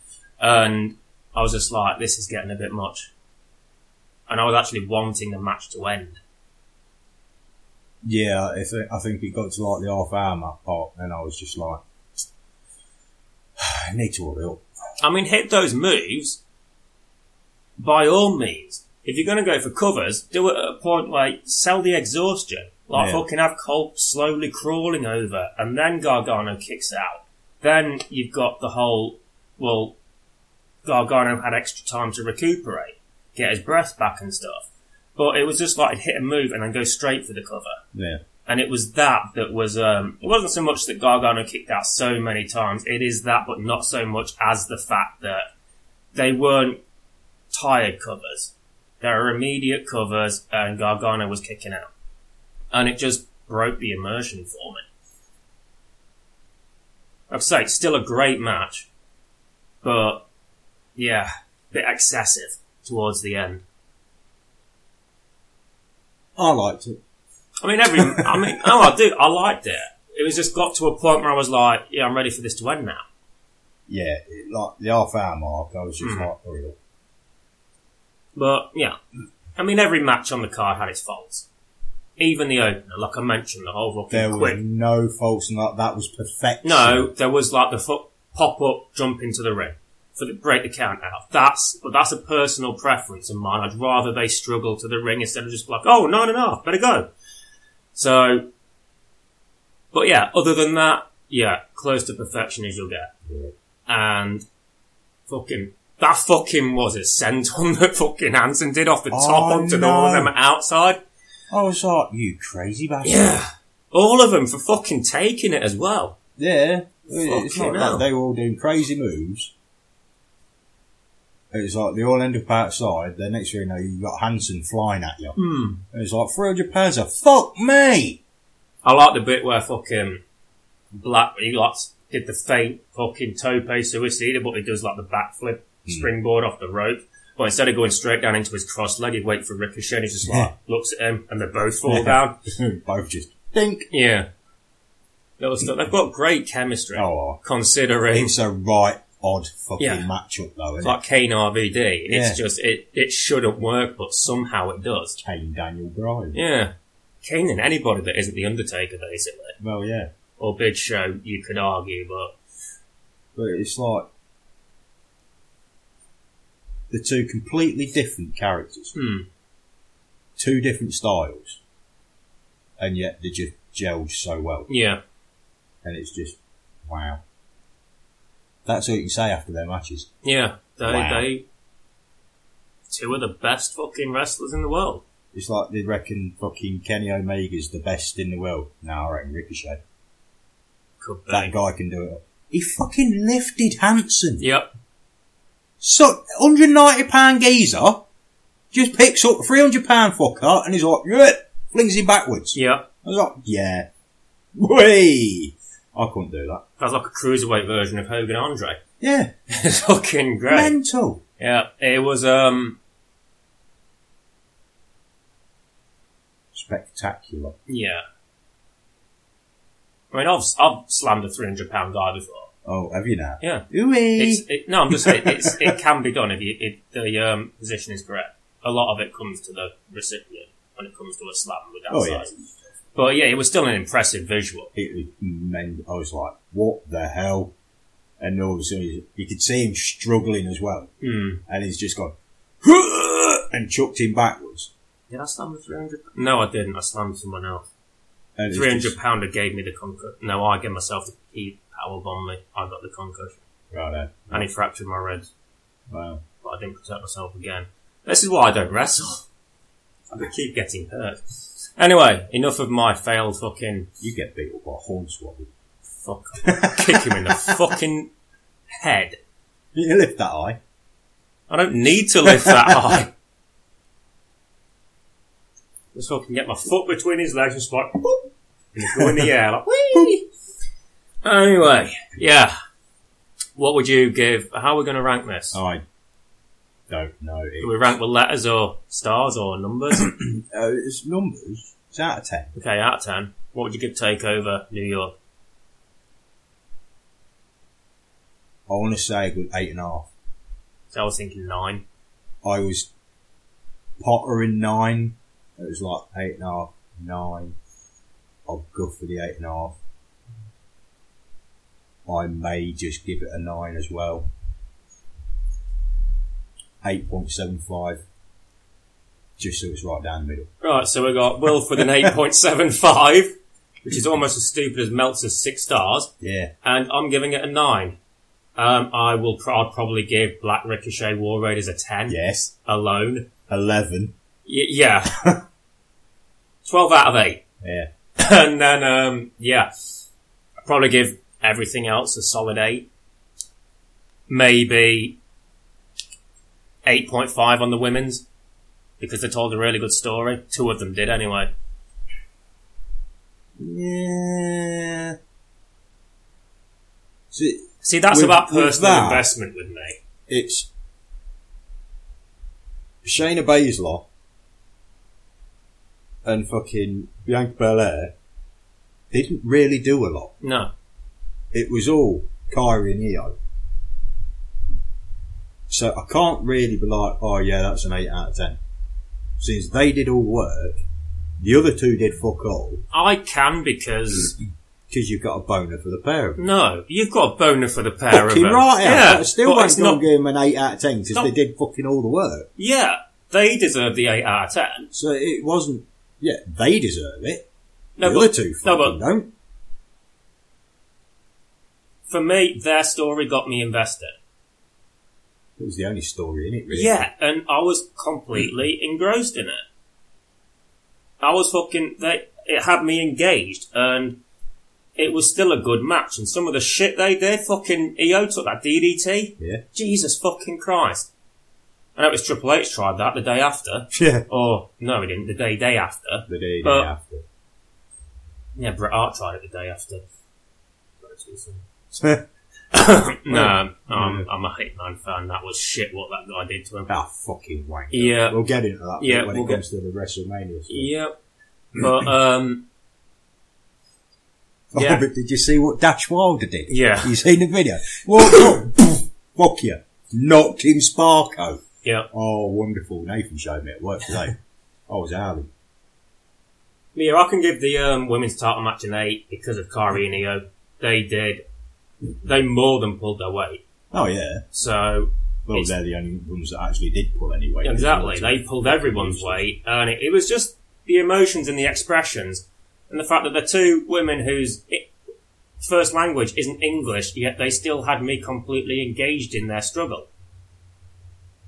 Speaker 1: And I was just like, this is getting a bit much and I was actually wanting the match to end.
Speaker 2: Yeah. I think, I think it got to like the half hour mark part and I was just like, I need to order up.
Speaker 1: I mean, hit those moves by all means. If you're going to go for covers, do it at a point like sell the exhaustion, like
Speaker 2: Yeah.
Speaker 1: fucking have Colt slowly crawling over, and then Gargano kicks out. Then you've got the whole well, Gargano had extra time to recuperate, get his breath back and stuff. But it was just like hit a move and then go straight for the cover.
Speaker 2: Yeah.
Speaker 1: And it was that that was, um, it wasn't so much that Gargano kicked out so many times. It is that, but not so much as the fact that they weren't tired covers. They were immediate covers and Gargano was kicking out. And it just broke the immersion for me. Like I say, it's still a great match, but yeah, a bit excessive towards the end.
Speaker 2: I liked it.
Speaker 1: I mean, every. I mean, oh, I do. I liked it. It was just got to a point where I was like, yeah, I'm ready for this to end now.
Speaker 2: Yeah. It, like the half hour mark, I was just
Speaker 1: Hmm.
Speaker 2: like, hurry up.
Speaker 1: But yeah, I mean, every match on the card had its faults. Even the opener, like I mentioned, the whole fucking
Speaker 2: There
Speaker 1: quick.
Speaker 2: was no faults in that. That was perfection.
Speaker 1: No, there was like the foot pop up, jump into the ring for the break the count out. That's but that's a personal preference of mine. I'd rather they struggle to the ring instead of just like, oh nine and a half, better go. So, but yeah, other than that, yeah, close to perfection as you'll get.
Speaker 2: Yeah.
Speaker 1: And fucking that fucking was a send on that fucking Hansen did off the top
Speaker 2: Oh,
Speaker 1: onto the- all of
Speaker 2: no.
Speaker 1: them outside.
Speaker 2: I was like, you crazy bastard.
Speaker 1: Yeah. All of them for fucking taking it as well.
Speaker 2: Yeah, it's
Speaker 1: Fucking
Speaker 2: not
Speaker 1: hell.
Speaker 2: like they were all doing crazy moves. It's like they all end up outside. The next thing you know, you've got Hanson flying at you.
Speaker 1: Hmm.
Speaker 2: And it's like three hundred pounds. Of, Fuck me.
Speaker 1: I like the bit where fucking Black he like did the faint fucking tope suicida, but he does like the backflip
Speaker 2: Hmm.
Speaker 1: springboard off the rope. But instead of going straight down into his cross leg, he'd wait for Ricochet and he just like looks at him and they both fall
Speaker 2: Yeah.
Speaker 1: down.
Speaker 2: Both just think.
Speaker 1: Yeah. Little stuff. They've got great chemistry.
Speaker 2: Oh,
Speaker 1: Considering
Speaker 2: it's a right odd fucking
Speaker 1: Yeah.
Speaker 2: matchup though.
Speaker 1: it's
Speaker 2: Isn't
Speaker 1: like Kane RVD,
Speaker 2: Yeah.
Speaker 1: it's just it it shouldn't work, but somehow it does.
Speaker 2: it? Kane Daniel Bryan.
Speaker 1: Yeah. Kane and anybody that isn't the Undertaker, basically.
Speaker 2: Well, yeah,
Speaker 1: Or Big Show, you could argue, but
Speaker 2: but it's like the two completely different characters,
Speaker 1: hmm.
Speaker 2: two different styles, and yet they just gelled so well.
Speaker 1: Yeah.
Speaker 2: and it's just wow. That's all you can say after their matches.
Speaker 1: Yeah. They
Speaker 2: Wow.
Speaker 1: they two of the best fucking wrestlers in the world.
Speaker 2: It's like they reckon fucking Kenny Omega's the best in the world. Now I reckon Ricochet.
Speaker 1: Could be.
Speaker 2: That guy can do it. He fucking lifted Hanson.
Speaker 1: Yep.
Speaker 2: So hundred ninety pound geezer just picks up three hundred pound fucker and he's like, yeah, flings him backwards.
Speaker 1: Yep.
Speaker 2: I was like, yeah, wee. I couldn't do that.
Speaker 1: That's like a cruiserweight version of Hogan Andre.
Speaker 2: Yeah,
Speaker 1: It's fucking great.
Speaker 2: mental.
Speaker 1: Yeah. It was um
Speaker 2: Spectacular.
Speaker 1: Yeah. I mean, I've, I've slammed a £300 guy before.
Speaker 2: Oh, have you now?
Speaker 1: Yeah. It's,
Speaker 2: Ooh-wee.
Speaker 1: it, no, I'm just saying, it's, it can be done if, you, if the um, position is correct. A lot of it comes to the recipient when it comes to a slam with that
Speaker 2: Oh, yeah.
Speaker 1: size. But yeah, it was still an impressive visual.
Speaker 2: it was men- I was like, what the hell? And all of a sudden, you could see him struggling as well.
Speaker 1: Hmm.
Speaker 2: And he's just gone, "Huh!" and chucked him backwards.
Speaker 1: Did I slam a 300 No, I didn't. I slammed someone else.
Speaker 2: And it's
Speaker 1: 300
Speaker 2: just-
Speaker 1: pounder gave me the concussion. No, I gave myself the he power bomb me. I got the concussion.
Speaker 2: Righto.
Speaker 1: And he fractured my ribs,
Speaker 2: Wow.
Speaker 1: but I didn't protect myself again. This is why I don't wrestle. I keep getting hurt. Anyway, enough of my failed fucking
Speaker 2: You get beat up by a hornswoggle.
Speaker 1: fuck. Kick him in the fucking head.
Speaker 2: You lift that eye.
Speaker 1: I don't need to lift that high. Just fucking get my foot between his legs and just like, boop, and go in the air like, whee! Anyway, yeah. What would you give? How are we going to rank this?
Speaker 2: I don't know.
Speaker 1: Do
Speaker 2: It,
Speaker 1: we rank with letters or stars or numbers?
Speaker 2: uh, it's numbers. It's out of 10.
Speaker 1: okay, out of 10. What would you give Takeover New York?
Speaker 2: I want to say a good eight and a half.
Speaker 1: So I was thinking 9.
Speaker 2: I was pottering nine. It was like eight and a half, nine. I'll go for the eight and a half. I may just give it a nine as well. 8.75. Just so it's right down the middle.
Speaker 1: Right, so we got Wilf with an 8.75, which is almost as stupid as Meltzer's 6 stars.
Speaker 2: Yeah.
Speaker 1: and I'm giving it a nine. Um, I will. Pr- I'd probably give Black Ricochet War Raiders a ten
Speaker 2: Yes.
Speaker 1: alone.
Speaker 2: 11.
Speaker 1: Y- yeah, twelve out of eight,
Speaker 2: Yeah.
Speaker 1: and then um, yeah, I'd probably give everything else a solid eight, maybe eight point five on the women's because they told a really good story. Two of them did anyway.
Speaker 2: Yeah. So it-
Speaker 1: See, that's
Speaker 2: With-
Speaker 1: about
Speaker 2: with
Speaker 1: personal
Speaker 2: that-
Speaker 1: investment with me.
Speaker 2: it's Shayna Baszler and fucking Bianca Belair didn't really do a lot.
Speaker 1: No,
Speaker 2: It was all Kyrie and Io. So I can't really be like, oh yeah, that's an 8 out of 10. Since they did all the work, the other two did fuck all,
Speaker 1: I can because.
Speaker 2: because you've got a boner for the pair of them.
Speaker 1: No, you've got a boner for the pair of
Speaker 2: Fucking
Speaker 1: them.
Speaker 2: right, yeah.
Speaker 1: yeah,
Speaker 2: I still
Speaker 1: but
Speaker 2: won't
Speaker 1: it's
Speaker 2: go and
Speaker 1: not.
Speaker 2: give them an 8 out of 10 because
Speaker 1: No.
Speaker 2: they did fucking all the work.
Speaker 1: Yeah, they deserve the eight out of ten.
Speaker 2: So it wasn't. Yeah, they deserve it.
Speaker 1: No,
Speaker 2: the
Speaker 1: but,
Speaker 2: other two
Speaker 1: no,
Speaker 2: fucking
Speaker 1: but
Speaker 2: don't.
Speaker 1: for me, their story got me invested.
Speaker 2: It was the only story in it, really.
Speaker 1: Yeah, and I was completely engrossed in it. I was fucking. They, it had me engaged, and it was still a good match. And some of the shit they did, fucking EO took that DDT.
Speaker 2: Yeah.
Speaker 1: Jesus fucking Christ! I know it was Triple H tried that the day after.
Speaker 2: Yeah.
Speaker 1: Or no, he didn't. The day day after.
Speaker 2: The day, day
Speaker 1: But-
Speaker 2: after.
Speaker 1: Yeah, Bret Hart tried it the day after.
Speaker 2: Yeah.
Speaker 1: No, I'm, I'm a Hitman fan. That was shit. What that guy did to him.
Speaker 2: ah, fucking wank.
Speaker 1: Yeah,
Speaker 2: We'll get into that
Speaker 1: Yeah,
Speaker 2: when
Speaker 1: we'll
Speaker 2: it comes to the WrestleMania. stuff.
Speaker 1: yeah. But um,
Speaker 2: Oh,
Speaker 1: Yeah.
Speaker 2: but did you see what Dash Wilder did?
Speaker 1: Yeah.
Speaker 2: You seen the video? Walked up, poof, fuck you. Knocked him Sparko.
Speaker 1: yeah,
Speaker 2: Oh, wonderful. Nathan showed me at work today. I was howling.
Speaker 1: But yeah. I can give the um, women's title match an eight because of Kyrie and Io. They did. They more than pulled their weight.
Speaker 2: Oh, yeah.
Speaker 1: So
Speaker 2: Well,
Speaker 1: It's-
Speaker 2: they're the only ones that actually did pull any weight.
Speaker 1: Exactly. They pulled everyone's weight, and it, it was just the emotions and the expressions, and the fact that the two women whose i- first language isn't English, yet they still had me completely engaged in their struggle.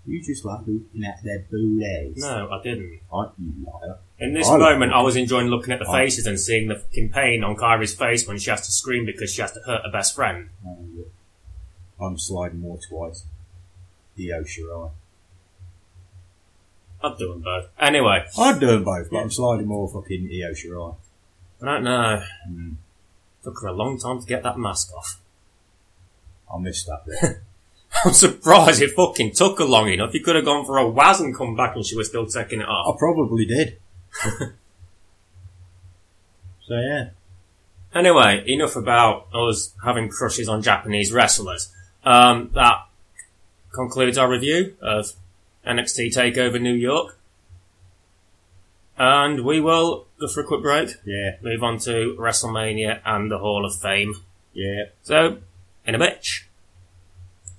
Speaker 2: You just like looking at their booties.
Speaker 1: No, I didn't.
Speaker 2: Aren't you liar?
Speaker 1: In this
Speaker 2: I like
Speaker 1: moment,
Speaker 2: it.
Speaker 1: I was enjoying looking at the
Speaker 2: I-
Speaker 1: faces and seeing the fucking pain on Kyrie's face when she has to scream because she has to hurt her best friend.
Speaker 2: No, you- I'm sliding more twice. The Oshirai.
Speaker 1: I'd do them both. Anyway,
Speaker 2: I'd do them both, but I'm sliding more fucking Io Shirai.
Speaker 1: I don't know.
Speaker 2: Mm.
Speaker 1: Took her a long time to get that mask off.
Speaker 2: I missed that bit.
Speaker 1: I'm surprised it fucking took her long enough. You could have gone for a waz and come back and she was still taking it off.
Speaker 2: I probably did. so yeah.
Speaker 1: Anyway, enough about us having crushes on Japanese wrestlers. Um, that concludes our review of NXT Takeover New York, and we will go for a quick break.
Speaker 2: Yeah.
Speaker 1: Move on to WrestleMania and the Hall of Fame.
Speaker 2: Yeah.
Speaker 1: So, in a bitch.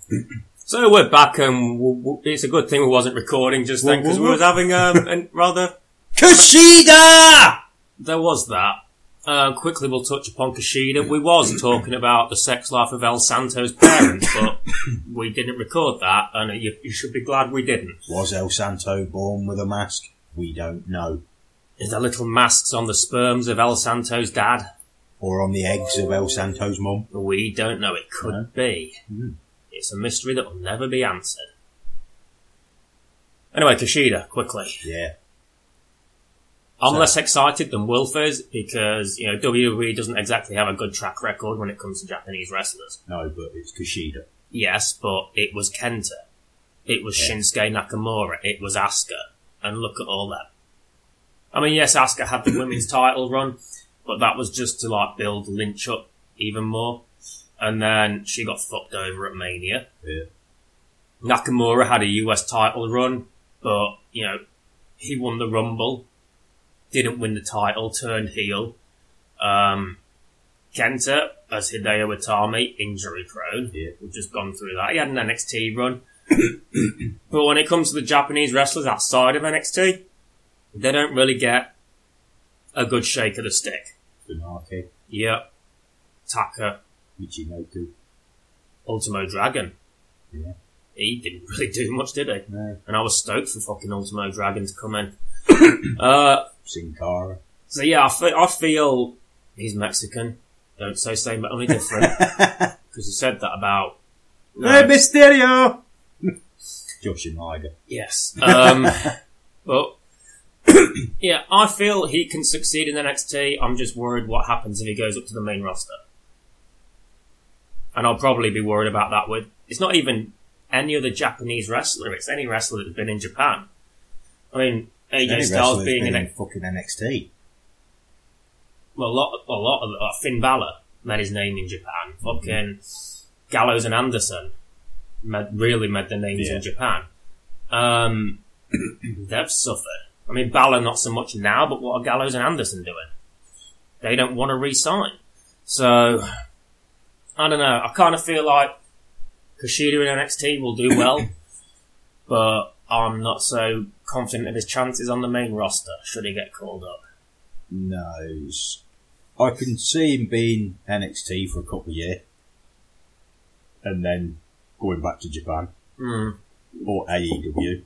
Speaker 1: so we're back, and w- w- it's a good thing we wasn't recording just then because we was having um, a rather
Speaker 2: Kushida!
Speaker 1: There was that. Uh, quickly, we'll touch upon Kushida. We was talking about the sex life of El Santo's parents, but we didn't record that, and you, you should be glad we didn't.
Speaker 2: Was El Santo born with a mask? We don't know.
Speaker 1: The little masks on the sperms of El Santo's dad.
Speaker 2: Or on the eggs of El Santo's mum?
Speaker 1: We don't know. It could
Speaker 2: No.
Speaker 1: be.
Speaker 2: Hmm.
Speaker 1: It's a mystery that will never be answered. Anyway, Kushida, quickly.
Speaker 2: Yeah.
Speaker 1: I'm
Speaker 2: So-
Speaker 1: less excited than Wolf is because, you know, WWE doesn't exactly have a good track record when it comes to Japanese wrestlers.
Speaker 2: No, but it's Kushida.
Speaker 1: Yes, but it was Kenta. It was
Speaker 2: Yeah.
Speaker 1: Shinsuke Nakamura. It was Asuka. And look at all them. I mean, yes, Asuka had the women's title run, but that was just to like build Lynch up even more. And then she got fucked over at Mania.
Speaker 2: Yeah.
Speaker 1: Nakamura had a US title run, but you know, he won the Rumble, didn't win the title, turned heel. Um, Kenta, as Hideo Itami, injury prone.
Speaker 2: Yeah.
Speaker 1: We've just gone through that. He had an NXT run. but when it comes to the Japanese wrestlers outside of NXT, they don't really get a good shake of the stick.
Speaker 2: Funaki.
Speaker 1: Yep. Taka,
Speaker 2: Michinoku.
Speaker 1: Ultimo Dragon.
Speaker 2: Yeah.
Speaker 1: He didn't really do much, did he?
Speaker 2: No.
Speaker 1: And I was stoked for fucking Ultimo Dragon to come in. uh,
Speaker 2: Sin Cara.
Speaker 1: so yeah, I fe- I feel he's Mexican. Don't say same, but only different. Because you said that about.
Speaker 2: Hey, Mysterio! Josh and Liger.
Speaker 1: Yes. Um, but yeah, I feel he can succeed in NXT. I'm just worried what happens if he goes up to the main roster. And I'll probably be worried about that with it's not even any other Japanese wrestler, it's any wrestler that's been in Japan. I mean, AJ
Speaker 2: Any
Speaker 1: Styles
Speaker 2: wrestler's
Speaker 1: being
Speaker 2: been
Speaker 1: in
Speaker 2: in
Speaker 1: it,
Speaker 2: fucking NXT.
Speaker 1: well, a lot, a lot of uh, Finn Balor made his name in Japan. Fucking Gallows and Anderson made, really made their names
Speaker 2: Yeah.
Speaker 1: in Japan. Um, they've suffered. I mean, Balor not so much now, but what are Gallows and Anderson doing? They don't want to re-sign. So, I don't know. I kind of feel like Kushida in NXT will do well, but I'm not so confident of his chances on the main roster should he get called up.
Speaker 2: No. it's- I can see him being NXT for a couple of years.
Speaker 3: and then going back to Japan
Speaker 1: Mm.
Speaker 3: or
Speaker 2: E
Speaker 3: AEW.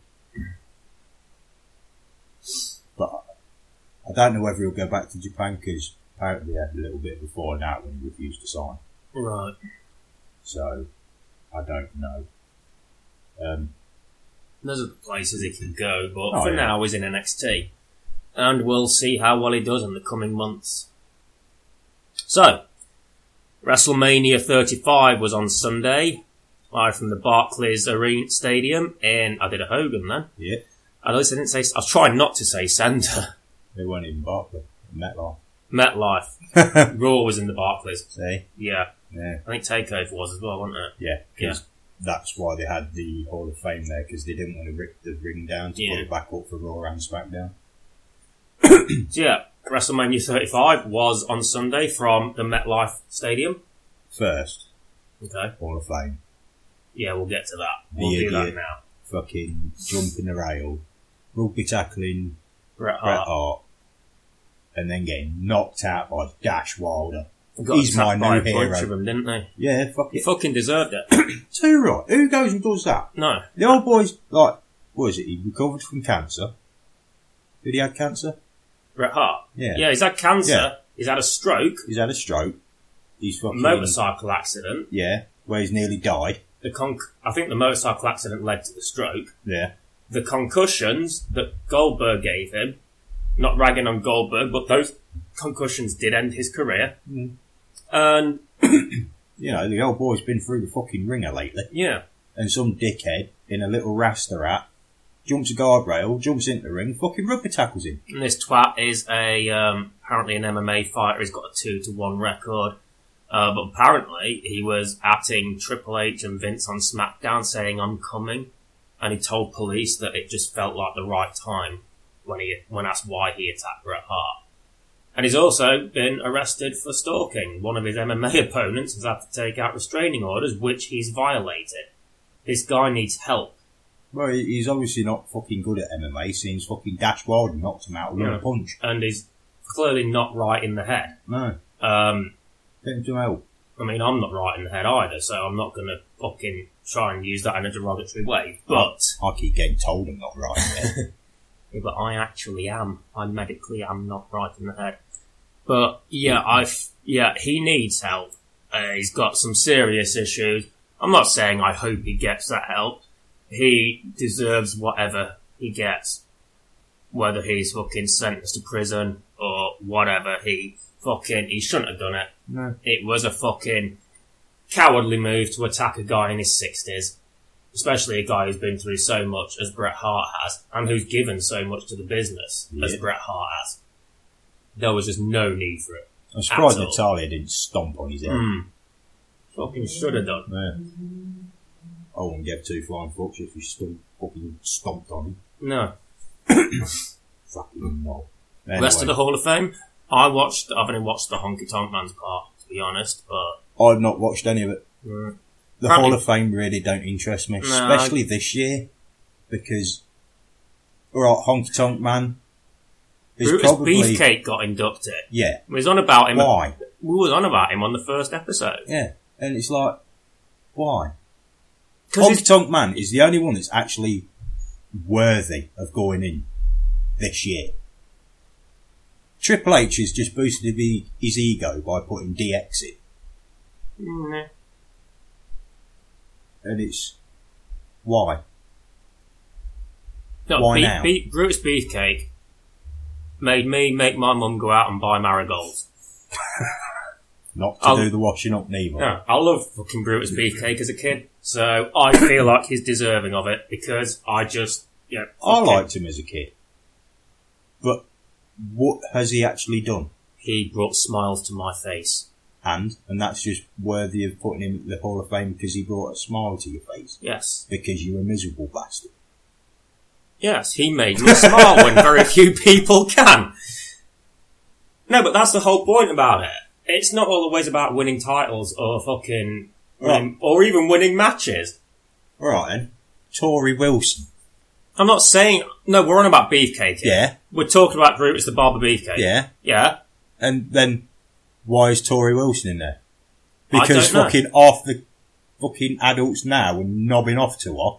Speaker 2: But I don't know whether he'll go back to Japan because apparently he had a little bit before now when he refused to sign.
Speaker 1: Right.
Speaker 2: So I don't know. Um,
Speaker 1: There's other places he can go, but
Speaker 3: Oh,
Speaker 1: for
Speaker 3: yeah.
Speaker 1: now he's in NXT. And we'll see how well he does in the coming months. So, WrestleMania 35 was on Sunday, live from the Barclays Arena Stadium in, I did a Hogan then.
Speaker 2: yeah,
Speaker 1: At least I didn't say, I was trying not to say centre.
Speaker 2: they weren't even Barclay, MetLife.
Speaker 1: MetLife. Raw was in the Barclays.
Speaker 2: See,
Speaker 1: Yeah.
Speaker 2: yeah,
Speaker 1: I think TakeOver was as well, wasn't it?
Speaker 2: yeah, 'cause
Speaker 1: Yeah.
Speaker 2: that's why they had the Hall of Fame there because they didn't want to rip the ring down to
Speaker 1: Yeah.
Speaker 2: put it back up for Raw and SmackDown.
Speaker 1: So yeah, WrestleMania 35 was on Sunday from the MetLife Stadium.
Speaker 2: First
Speaker 1: Okay.
Speaker 2: Hall of Fame,
Speaker 1: Yeah, we'll get to that. We'll
Speaker 2: The
Speaker 1: do that
Speaker 2: idiot.
Speaker 1: now.
Speaker 2: fucking jumping the rail, rugby tackling
Speaker 1: Bret
Speaker 2: Bret
Speaker 1: Hart.
Speaker 2: Hart, and then getting knocked out by Dash Wilder.
Speaker 1: got
Speaker 2: He's
Speaker 1: attacked
Speaker 2: my new
Speaker 1: by a bunch
Speaker 2: hero.
Speaker 1: of them, didn't they?
Speaker 2: Yeah, fuck
Speaker 1: He
Speaker 2: it.
Speaker 1: fucking deserved it.
Speaker 2: Too right. Who goes and does that?
Speaker 1: no.
Speaker 2: The old boy's like, what is it? He recovered from cancer. Did he have cancer?
Speaker 1: Bret Hart.
Speaker 2: Yeah.
Speaker 1: Yeah, he's had cancer.
Speaker 2: Yeah.
Speaker 1: He's had a stroke.
Speaker 2: He's had a stroke. He's
Speaker 1: A
Speaker 2: fucking
Speaker 1: motorcycle accident.
Speaker 2: Yeah, where he's nearly died.
Speaker 1: The con- I think the motorcycle accident led to the stroke.
Speaker 2: Yeah,
Speaker 1: The concussions that Goldberg gave him, not ragging on Goldberg, but those concussions did end his career.
Speaker 2: Mm.
Speaker 1: And
Speaker 2: you know the old boy's been through the fucking ringer lately,
Speaker 1: yeah,
Speaker 2: and some dickhead in a little rasta hat jumps a guardrail, jumps into the ring, fucking rubber tackles him.
Speaker 1: And this twat is a um, apparently an MMA fighter. He's got a two to one record, uh, but apparently he was atting Triple H and Vince on SmackDown, saying "I'm coming," and he told police that it just felt like the right time when he when asked why he attacked Bret Hart. And he's also been arrested for stalking. One of his MMA opponents has had to take out restraining orders, which he's violated. This guy needs help.
Speaker 2: Well, he- he's obviously not fucking good at MMA. Since fucking Dash Wilder knocked him out with
Speaker 1: Yeah.
Speaker 2: one punch.
Speaker 1: and is clearly not right in the head.
Speaker 2: No,
Speaker 1: Um,
Speaker 2: get him to help.
Speaker 1: I mean, I'm not right in the head either, so I'm not going to fucking try and use that in a derogatory way. But
Speaker 2: I keep getting told I'm not right. there.
Speaker 1: Yeah, but I actually am. I medically am not right in the head. But yeah, I f- yeah he needs help. Uh, he's got some serious issues. I'm not saying I hope he gets that help. He deserves whatever he gets, whether he's fucking sentenced to prison or whatever. He fucking he shouldn't have done it.
Speaker 2: no,
Speaker 1: It was a fucking cowardly move to attack a guy in his 60s, especially a guy who's been through so much as Bret Hart has, and who's given so much to the business as
Speaker 2: Yeah.
Speaker 1: Bret Hart has. There was just no need for it.
Speaker 2: I'm surprised
Speaker 1: At all.
Speaker 2: Natalia didn't stomp on his head.
Speaker 1: Hmm. Fucking should have done.
Speaker 2: Yeah. I wouldn't give two flying fucks if you stomp, fucking stomped on him.
Speaker 1: No.
Speaker 2: Fucking no.
Speaker 1: Rest of the
Speaker 2: Anyway,
Speaker 1: Hall of Fame. I watched. I've only watched the Honky Tonk Man's part, to be honest. But
Speaker 2: I've not watched any of it.
Speaker 1: mm,
Speaker 2: The
Speaker 1: Apparently-
Speaker 2: Hall of Fame really don't interest me,
Speaker 1: No,
Speaker 2: especially this year, because alright, Honky Tonk Man is
Speaker 1: Brutus
Speaker 2: probably
Speaker 1: Beefcake got inducted.
Speaker 2: yeah.
Speaker 1: We was on about him.
Speaker 2: Why?
Speaker 1: We was on about him on the first episode
Speaker 2: Yeah, and it's like why?
Speaker 1: because
Speaker 2: Honky Tonk Man is the only one that's actually worthy of going in this year. Triple H has just boosted the- his ego by putting DX in,
Speaker 1: Mm,
Speaker 2: and it's why?
Speaker 1: No,
Speaker 2: Why
Speaker 1: beef,
Speaker 2: now?
Speaker 1: beef- Brutus Beefcake made me make my mum go out and buy marigolds.
Speaker 2: Not to
Speaker 1: I'll-
Speaker 2: do the washing up, neither.
Speaker 1: No, I love fucking Brutus Beefcake as a kid, so I feel like he's deserving of it because I just yeah.
Speaker 2: I
Speaker 1: fucking-
Speaker 2: liked him as a kid, but what has he actually done?
Speaker 1: He brought smiles to my face.
Speaker 2: And and that's just worthy of putting him in the Hall of Fame because he brought a smile to your face
Speaker 1: Yes,
Speaker 2: because you're a miserable bastard.
Speaker 1: yes, he made me smile when very few people can. No, but that's the whole point about it. It's not always about winning titles or fucking, winning- or even winning matches.
Speaker 2: All right, then. Tory Wilson.
Speaker 1: I'm not saying no. We're on about beefcake. Here.
Speaker 2: Yeah.
Speaker 1: we're talking about Brutus the Barber Beefcake.
Speaker 2: Yeah.
Speaker 1: yeah.
Speaker 2: And then why is Tory Wilson in there? Because
Speaker 1: I don't know.
Speaker 2: fucking half the fucking adults now were nobbing off to her.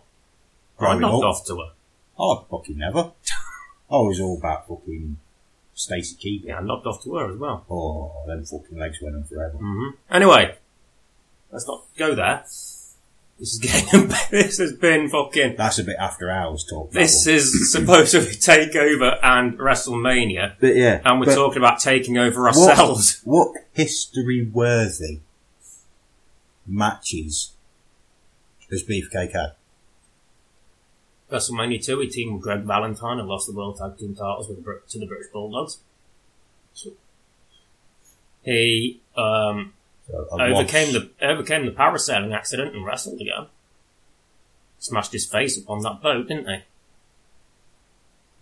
Speaker 1: I
Speaker 2: Growing
Speaker 1: knocked
Speaker 2: up.
Speaker 1: off to her.
Speaker 2: Oh, fucking never. I was all about fucking Stacey Keegan.
Speaker 1: Yeah, I knocked off to her as well.
Speaker 2: Oh, them fucking legs went on forever.
Speaker 1: hmm Anyway, let's not go there. This is getting this has been fucking
Speaker 2: That's a bit after hours talk. that
Speaker 1: This
Speaker 2: one.
Speaker 1: is supposed to be Takeover and WrestleMania,
Speaker 2: but yeah,
Speaker 1: and we're
Speaker 2: but
Speaker 1: talking about taking over
Speaker 2: what-
Speaker 1: ourselves.
Speaker 2: What, history worthy matches has Beefcake had?
Speaker 1: WrestleMania 2, he teamed with Greg Valentine and lost the World Tag Team titles with the, Brit- to the British Bulldogs. He um,
Speaker 2: So, I've
Speaker 1: overcame
Speaker 2: watched-
Speaker 1: the overcame the parasailing accident and wrestled again. Smashed his face upon that boat, didn't he?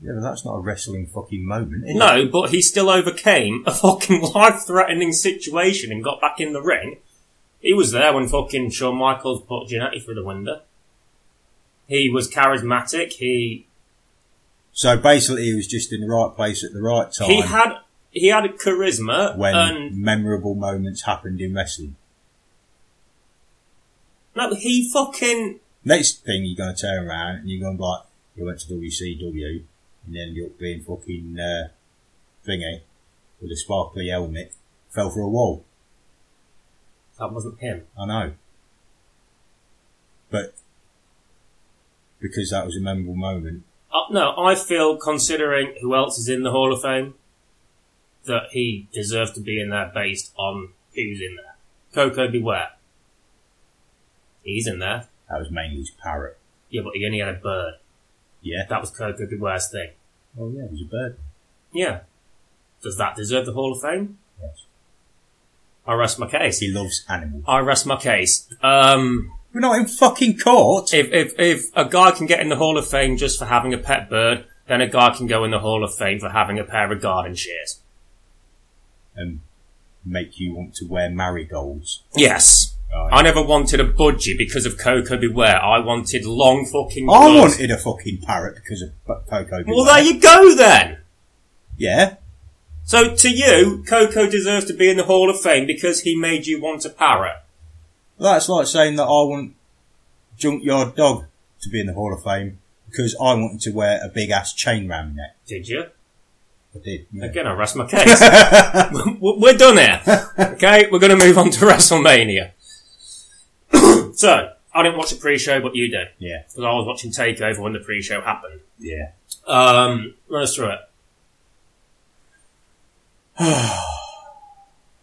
Speaker 2: Yeah, but that's not a wrestling fucking moment, is it?
Speaker 1: No, but he still overcame a fucking life-threatening situation and got back in the ring. He was there when fucking Shawn Michaels put Giannetti through the window. He was charismatic. He
Speaker 2: So basically, he was just in the right place at the right time
Speaker 1: He had he had charisma
Speaker 2: when
Speaker 1: and
Speaker 2: memorable moments happened in wrestling.
Speaker 1: no, he fucking
Speaker 2: Next thing you're going to turn around and you're going to be like, you went to WCW and then ended up being fucking uh, thingy with a sparkly helmet, fell for a wall.
Speaker 1: that wasn't him.
Speaker 2: I know. But because that was a memorable moment,
Speaker 1: Uh, no, I feel considering who else is in the Hall of Fame that he deserved to be in there based on who's in there. Coco Beware. He's in there.
Speaker 2: that was mainly his parrot.
Speaker 1: Yeah, but he only had a bird.
Speaker 2: Yeah.
Speaker 1: That was Coco Beware's thing.
Speaker 2: Oh yeah, it was a bird.
Speaker 1: Yeah. Does that deserve the Hall of Fame?
Speaker 2: Yes.
Speaker 1: I rest my case.
Speaker 2: He loves animals.
Speaker 1: I rest my case. Um
Speaker 2: We're not in fucking court.
Speaker 1: If, if, if a guy can get in the Hall of Fame just for having a pet bird, then a guy can go in the Hall of Fame for having a pair of garden shears.
Speaker 2: And make you want to wear marigolds.
Speaker 1: Yes.
Speaker 2: Right.
Speaker 1: I never wanted a budgie because of Coco Beware. I wanted long fucking
Speaker 2: I
Speaker 1: gloves.
Speaker 2: wanted a fucking parrot because of P- Coco.
Speaker 1: Well, there you go then.
Speaker 2: Yeah.
Speaker 1: So to you, Coco deserves to be in the Hall of Fame because he made you want a parrot.
Speaker 2: That's like saying that I want Junkyard Dog to be in the Hall of Fame because I wanted to wear a big ass chain round my neck.
Speaker 1: Did you?
Speaker 2: I did. yeah.
Speaker 1: Again, I rest my case. W- We're done here. Okay, we're going to move on to WrestleMania. so, I didn't watch the pre-show, but you did.
Speaker 2: Yeah.
Speaker 1: because I was watching Takeover when the pre-show happened.
Speaker 2: Yeah.
Speaker 1: Um, run us through it.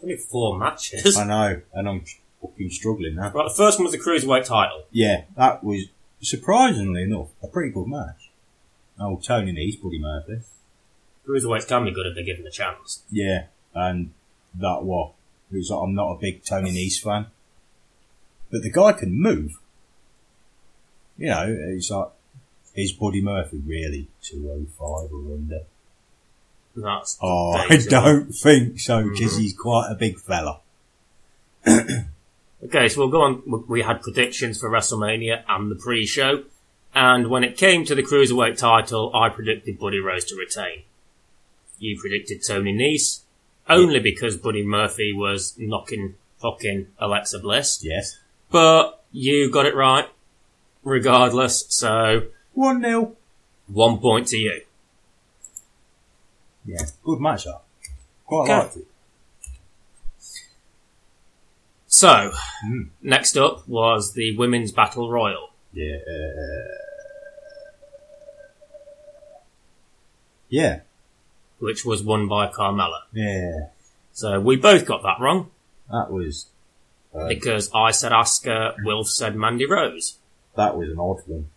Speaker 1: Only four matches.
Speaker 2: I know. And I'm fucking struggling now.
Speaker 1: Right, the first one was the cruiserweight title.
Speaker 2: Yeah. That was, surprisingly enough, a pretty good match. Oh, Tony Nees, Buddy Murphy.
Speaker 1: Cruiserweights can be good if they're given a chance.
Speaker 2: Yeah, and that what? It was like, I'm not a big Tony Nese fan. But the guy can move. You know, it's like, is Buddy Murphy really 205 or under?
Speaker 1: And that's
Speaker 2: Oh, I
Speaker 1: Days, isn't
Speaker 2: don't think so, because he's quite a big fella.
Speaker 1: Okay, so we'll go on. We- We had predictions for WrestleMania and the pre-show, and when it came to the cruiserweight title, I predicted Buddy Rose to retain. You predicted Tony Nese, only because Buddy Murphy was knocking fucking Alexa Bliss.
Speaker 2: Yes.
Speaker 1: But you got it right, regardless. So
Speaker 2: 1 0.
Speaker 1: one point to you.
Speaker 2: Yeah, good match up. Quite
Speaker 1: Okay.
Speaker 2: liked it.
Speaker 1: So next up was the women's battle royal.
Speaker 2: Yeah. Yeah,
Speaker 1: Which was won by Carmella.
Speaker 2: yeah.
Speaker 1: So we both got that wrong
Speaker 2: That was, uh,
Speaker 1: because I said Asuka, Wilf said Mandy Rose.
Speaker 2: That was an odd one.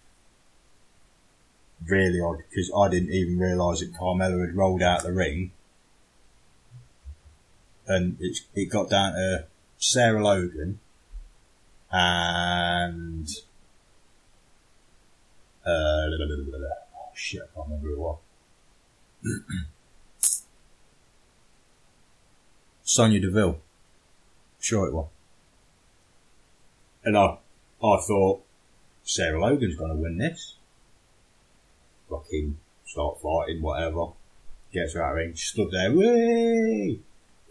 Speaker 2: Really odd, because I didn't even realise that Carmelo had rolled out the ring. And it, it got down to Sarah Logan and. Uh, oh shit, I can't remember who it was. Sonia Deville. Sure it was. And I, I thought, Sarah Logan's going to win this. Fucking start fighting, whatever. Gets her out of the ring, stood there, wee!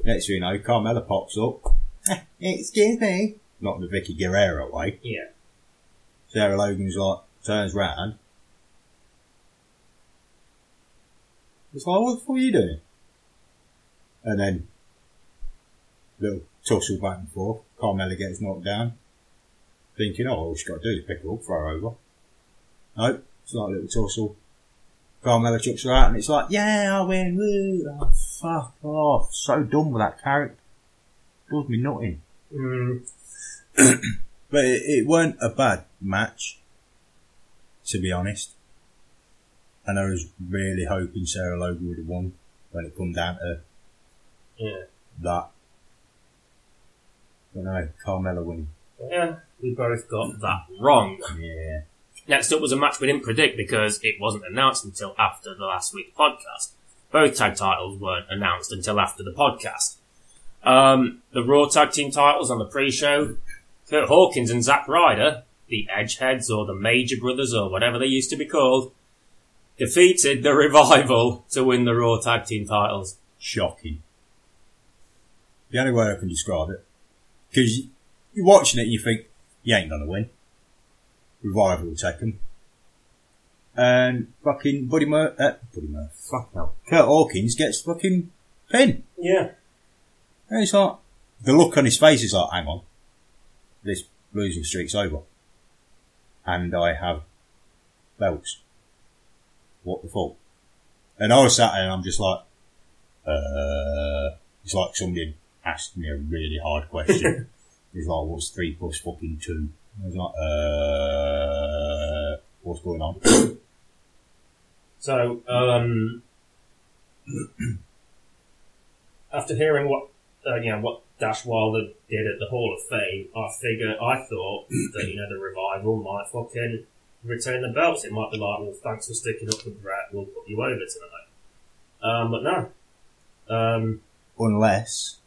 Speaker 2: Next thing you know, Carmella pops up. Excuse me. not the Vicky Guerrero way.
Speaker 1: Yeah.
Speaker 2: Sarah Logan's like, turns round. It's like, what the fuck are you doing? And then, little tussle back and forth. Carmella gets knocked down. Thinking, oh, all she's got to do is pick her up, throw her over. Nope, it's like a little tussle. Carmella chucks her out and it's like, yeah, I win, woo! Oh, fuck off. So done with that character. Does me nothing.
Speaker 1: Mm,
Speaker 2: But it, it weren't a bad match, to be honest. And I was really hoping Sarah Logan would have won when it come down to
Speaker 1: yeah.
Speaker 2: that. But no, Carmella winning.
Speaker 1: Yeah. We both got that wrong.
Speaker 2: Yeah.
Speaker 1: Next up was a match we didn't predict because it wasn't announced until after the last week's podcast. Both tag titles weren't announced until after the podcast. Um, the Raw tag team titles on the pre-show, Kurt Hawkins and Zack Ryder, the Edgeheads or the Major Brothers or whatever they used to be called, defeated the Revival to win the Raw tag team titles.
Speaker 2: Shocking. The only way I can describe it. Because you're watching it and you think, you ain't gonna win. Revival will take 'em. And fucking Buddy Mur- uh, Buddy Mur- fuck no. Kurt Hawkins gets fucking pinned.
Speaker 1: Yeah.
Speaker 2: And it's like, the look on his face is like, hang on, this losing streak's over. And I have belts. What the fuck? And I was sat there and I'm just like, uh, it's like somebody asked me a really hard question. it's like, what's three plus fucking two? And I was like, uh, what's going on?
Speaker 1: So, um, after hearing what uh, you know what Dash Wilder did at the Hall of Fame, I figure I thought that you know the revival might fucking retain the belts. It might be like, well, thanks for sticking up with Brett. We'll put you over tonight. Um, but no. Um,
Speaker 2: Unless,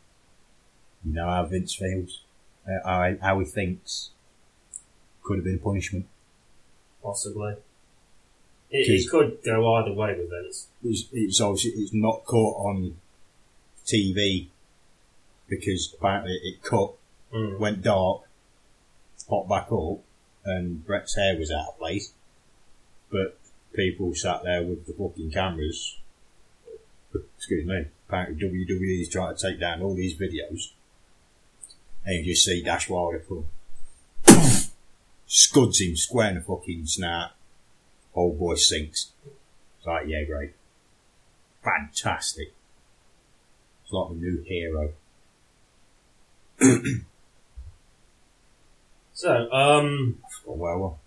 Speaker 2: you know how Vince feels, uh, how, how he thinks. Could have been a punishment.
Speaker 1: possibly. It, it could go either way with Vince.
Speaker 2: it's, it's obviously it's not caught on TV because apparently it cut,
Speaker 1: Mm.
Speaker 2: went dark, popped back up, and Brett's hair was out of place. But people sat there with the fucking cameras. Excuse me. Apparently WWE's trying to take down all these videos, and you just see Dash Wilder come, scuds him square in the fucking snout. Old boy sinks. It's like, yeah, great. Fantastic. It's like a new hero.
Speaker 1: So, um,
Speaker 2: Oh, well, well.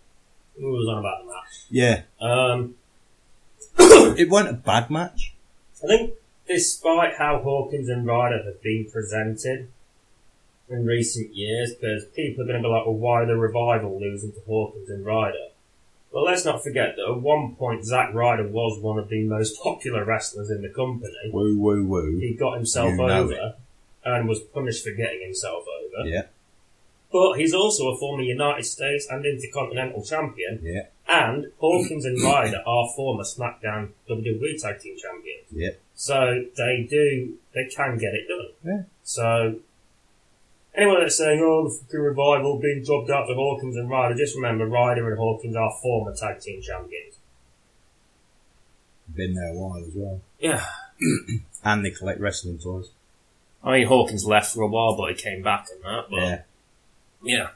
Speaker 1: what was on about the match?
Speaker 2: Yeah.
Speaker 1: Um,
Speaker 2: It weren't a bad match.
Speaker 1: I think despite how Hawkins and Ryder have been presented in recent years, because people are going to be like, well, why the revival losing to Hawkins and Ryder? Well, let's not forget that at one point, Zack Ryder was one of the most popular wrestlers in the company.
Speaker 2: Woo, woo, woo.
Speaker 1: He got himself
Speaker 2: You know
Speaker 1: over and was punished for getting himself over.
Speaker 2: Yeah.
Speaker 1: But he's also a former United States and Intercontinental Champion,
Speaker 2: Yeah.
Speaker 1: and Hawkins and Ryder are former SmackDown WWE Tag Team Champions.
Speaker 2: Yeah.
Speaker 1: So they do, they can get it done.
Speaker 2: Yeah.
Speaker 1: So anyone that's saying, oh, the fucking revival being dropped out to Hawkins and Ryder, just remember Ryder and Hawkins are former tag team champions.
Speaker 2: Been there a while as well.
Speaker 1: Yeah.
Speaker 2: And they collect wrestling toys.
Speaker 1: I mean, Hawkins left for a while, but he came back and that. But
Speaker 2: Yeah.
Speaker 1: Yeah.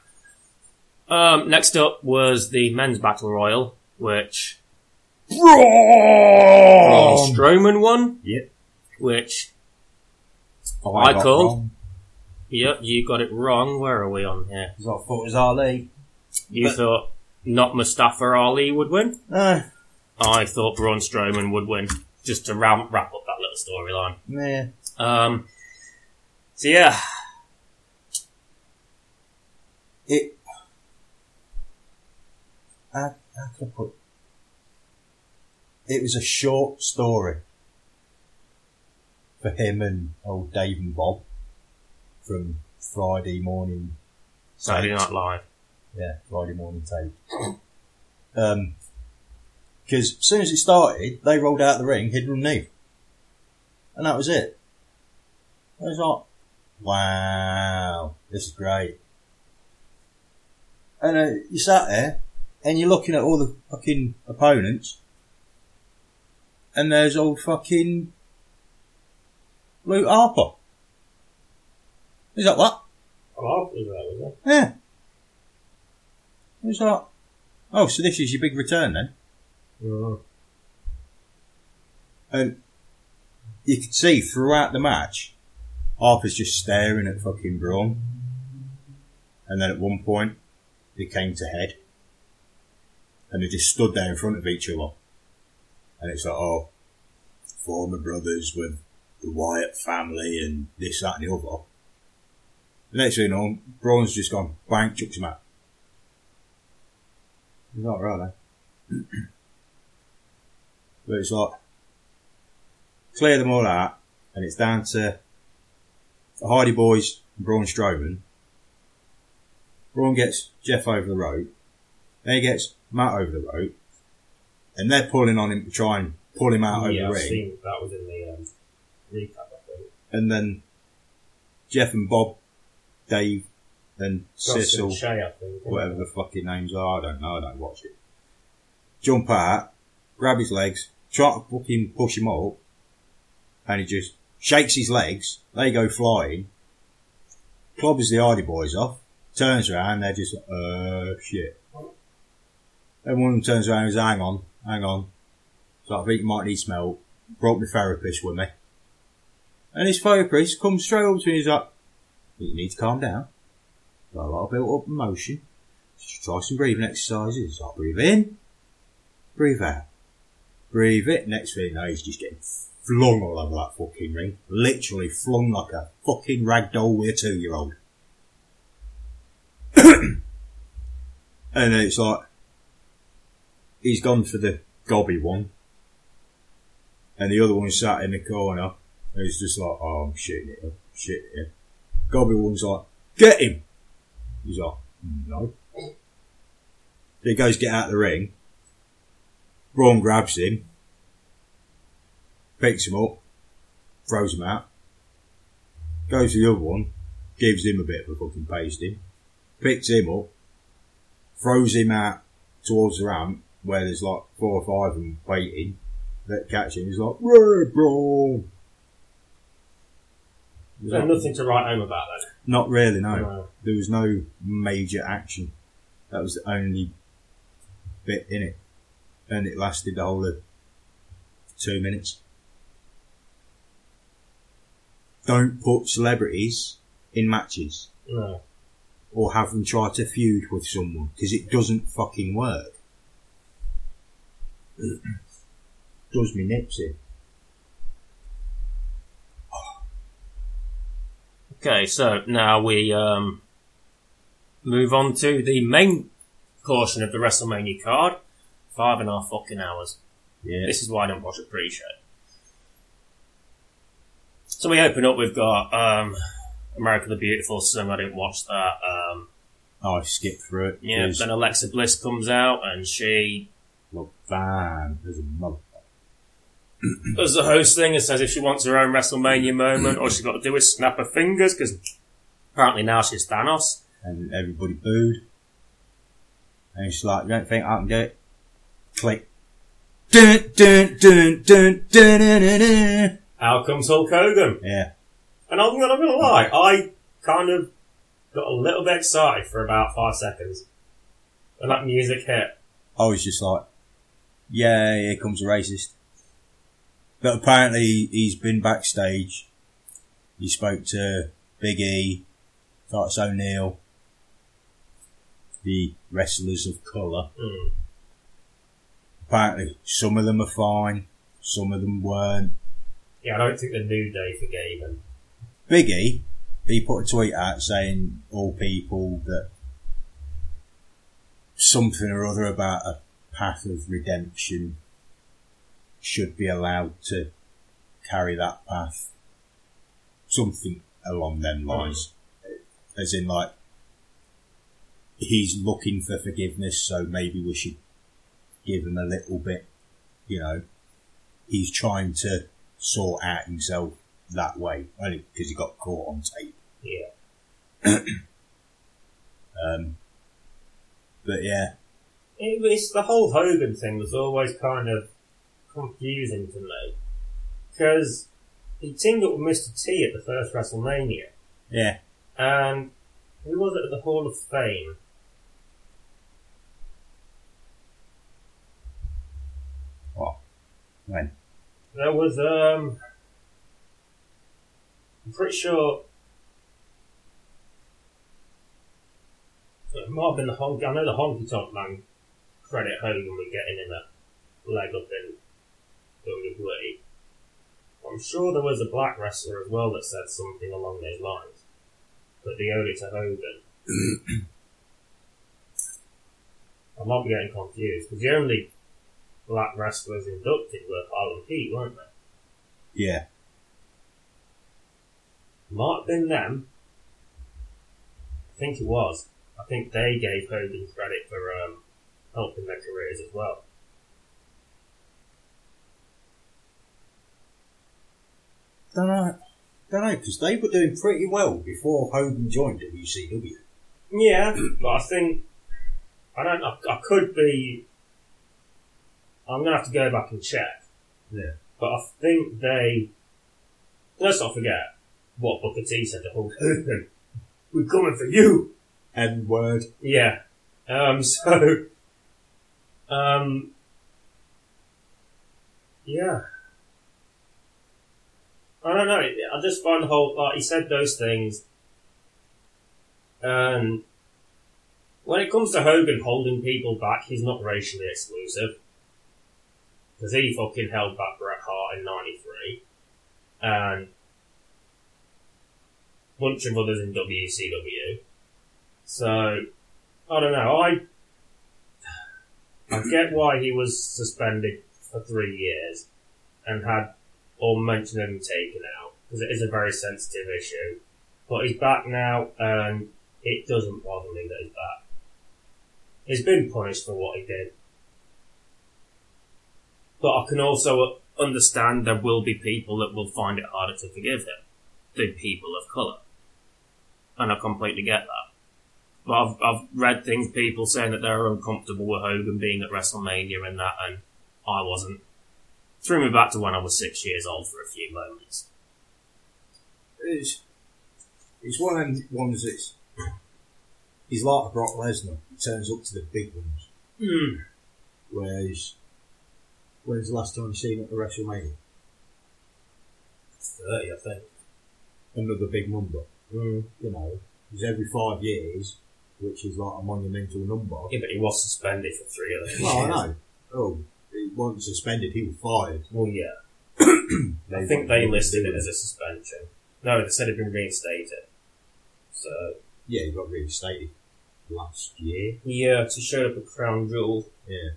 Speaker 1: Um, next up was the men's battle royal, which Braun Strowman won.
Speaker 2: Yep.
Speaker 1: Which,
Speaker 2: Oh,
Speaker 1: I
Speaker 2: got
Speaker 1: called.
Speaker 2: wrong.
Speaker 1: yep, you got it wrong. Where are we on here?
Speaker 2: Because I thought it was Ali.
Speaker 1: You
Speaker 2: But-
Speaker 1: thought not Mustafa Ali would win?
Speaker 2: Uh,
Speaker 1: I thought Braun Strowman would win, just to round, wrap up that little
Speaker 2: yeah.
Speaker 1: storyline. Um, so yeah,
Speaker 2: It. How, how can I put it? was a short story for him and old Dave and Bob from Friday morning
Speaker 1: Saturday Night Live.
Speaker 2: Yeah, Friday morning tape. Um 'cause because as soon as it started, they rolled out of the ring, hid underneath, and that was it. I was like, "Wow, this is great." And uh, you sat there, and you're looking at all the fucking opponents, and there's old fucking Luke Harper. Is that what?
Speaker 1: Oh, Harper's there, was it?
Speaker 2: Yeah. Eh. Who's that? Oh, so this is your big return then?
Speaker 1: Mm.
Speaker 2: Mm-hmm. And you could see throughout the match, Harper's just staring at fucking Braun. And then at one point, they came to head. And they just stood there in front of each other. And it's like, oh, former brothers with the Wyatt family and this, that and the other. The next thing you know, Braun's just gone, bang, chucks him out. He's not right, eh? but it's like, clear them all out, and it's down to the Hardy Boys and Braun Strowman. Braun gets Jeff over the rope, then he gets Matt over the rope, and they're pulling on him to try and pull him out
Speaker 1: yeah,
Speaker 2: over
Speaker 1: I've
Speaker 2: the ring.
Speaker 1: seen that was in the um, recap, I think.
Speaker 2: And then Jeff and Bob, Dave, and Cecil,
Speaker 1: Johnson Shea, I think.
Speaker 2: whatever the fucking names are, I don't know, I don't watch it. Jump out, grab his legs, try to fucking push him up, and he just shakes his legs, they go flying, clobbers the Hardy boys off, turns around, they're just, uh, shit. Then one of them turns around and goes, hang on, hang on. So I think you might need some help. Brought my therapist with me. And his therapist comes straight up to me and he's like, you need to calm down. Got a lot of built up emotion. Just try some breathing exercises. I'll breathe in, breathe out, breathe it. Next thing you know, he's just getting flung all over that fucking ring. Literally flung like a fucking ragdoll with a two year old. and it's like, he's gone for the gobby one. And the other one sat in the corner. And he's just like, oh, I'm shitting it up, shitting it up. Gobby one's like, get him! He's like, no. So he goes get out of the ring. Braun grabs him, picks him up, throws him out. Goes to the other one, gives him a bit of a fucking pasting, picks him up, throws him out towards the ramp where there's like four or five of them waiting. That catch him. He's like, "Whoa, Braun!" He's
Speaker 1: There's
Speaker 2: like,
Speaker 1: nothing to write home about then.
Speaker 2: Not really, no.
Speaker 1: No.
Speaker 2: There was no major action. That was the only bit in it. And it lasted the whole of two minutes. Don't put celebrities in matches
Speaker 1: No.
Speaker 2: or have them try to feud with someone because it doesn't fucking work. Does me nips in.
Speaker 1: Okay, so now we um, move on to the main portion of the WrestleMania card. Five and a half fucking hours.
Speaker 2: Yeah.
Speaker 1: This is why I don't watch a pre-show. So we open up. We've got um, America the Beautiful. So I didn't watch that. Um,
Speaker 2: Oh, I skipped through it.
Speaker 1: yeah.
Speaker 2: There's-
Speaker 1: Then Alexa Bliss comes out and she
Speaker 2: Look, bam. There's a mother.
Speaker 1: does the host thing and says if she wants her own WrestleMania moment, all she's got to do is snap her fingers because apparently now she's Thanos.
Speaker 2: and everybody booed. And she's like, don't think I can do it. Click. Dun, dun, dun, dun, dun, dun, dun, dun.
Speaker 1: How comes Hulk Hogan?
Speaker 2: Yeah.
Speaker 1: And I'm not going to lie, I kind of got a little bit excited for about five seconds. And that music hit.
Speaker 2: I was just like, yeah, here comes a racist. But apparently he's been backstage. He spoke to Big E, Titus O'Neill, the wrestlers of colour.
Speaker 1: Mm.
Speaker 2: Apparently some of them are fine, some of them weren't.
Speaker 1: Yeah, I don't think the New Day forgave him.
Speaker 2: Biggie, he put a tweet out saying all people that something or other about a path of redemption should be allowed to carry that path. Something along them lines. As in like, he's looking for forgiveness, so maybe we should give him a little bit, you know. He's trying to sort out himself that way, only because he got caught on tape.
Speaker 1: Yeah.
Speaker 2: Um, But yeah,
Speaker 1: It was the whole Hogan thing was always kind of confusing to me because he teamed up with Mr. T at the first WrestleMania,
Speaker 2: yeah.
Speaker 1: and who was it at the Hall of Fame?
Speaker 2: When
Speaker 1: There was um, I'm pretty sure it might have been the honky. I know the honky tonk man credit Hogan were getting in a leg up in WWE. I'm sure there was a black wrestler as well that said something along those lines, but the only to Hogan. I might be getting confused because the only black wrestlers inducted were Harlem Heat, weren't they?
Speaker 2: yeah,
Speaker 1: Might have been them. I think it was. I think they gave Hogan credit for um, helping their careers as well.
Speaker 2: don't know, don't know because they were doing pretty well before Hogan joined WCW.
Speaker 1: Yeah, but I think I don't. I, I could be. I'm gonna have to go back and check.
Speaker 2: Yeah.
Speaker 1: But I think they. Let's not forget what Booker T said to Hulk Hogan. We're coming for you.
Speaker 2: N word.
Speaker 1: Yeah. Um, so, um, yeah. I don't know. I just find the whole, like, he said those things. And when it comes to Hogan holding people back, he's not racially exclusive. Because he fucking held back Bret Hart in 93. And a bunch of others in WCW. So, I don't know. I I get why he was suspended for three years and had all mention of him taken out because it is a very sensitive issue. But he's back now, and it doesn't bother me that he's back. He's been punished for what he did,
Speaker 4: But I can also understand there will be people that will find it harder to forgive him than people of colour. And I completely get that. But I've, I've read things, people saying that they're uncomfortable with Hogan being at WrestleMania and that, and I wasn't. Threw me back to when I was six years old for a few moments.
Speaker 2: It's, it's one of them ones that's, he's like a Brock Lesnar. He turns up to the big ones.
Speaker 4: Hmm.
Speaker 2: Whereas, when's the last time you seen him at the WrestleMania?
Speaker 1: 30, I think.
Speaker 2: Another big number. You know, it's every five years, which is like a monumental number.
Speaker 1: Yeah, but he was suspended for three of those
Speaker 2: Well, I
Speaker 1: years.
Speaker 2: know. Oh, he wasn't suspended, he was fired.
Speaker 1: Well, yeah. I think they listed it as a suspension. No, they said it'd been reinstated. So,
Speaker 2: Yeah, he got reinstated last year.
Speaker 1: yeah, to show up a crown jewel.
Speaker 2: Yeah.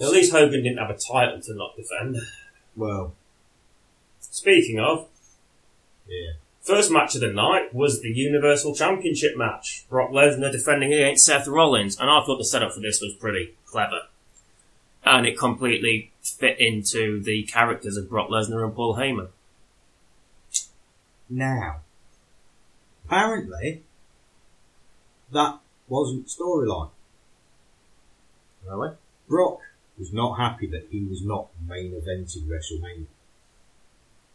Speaker 1: At least Hogan didn't have a title to not defend.
Speaker 2: Well,
Speaker 1: Speaking of,
Speaker 2: yeah.
Speaker 1: first match of the night was the Universal Championship match.
Speaker 4: Brock Lesnar defending against Seth Rollins, and I thought the setup for this was pretty clever. And it completely fit into the characters of Brock Lesnar and Paul Heyman.
Speaker 2: Now, apparently, that wasn't storyline.
Speaker 4: Really?
Speaker 2: Brock was not happy that he was not main eventing WrestleMania.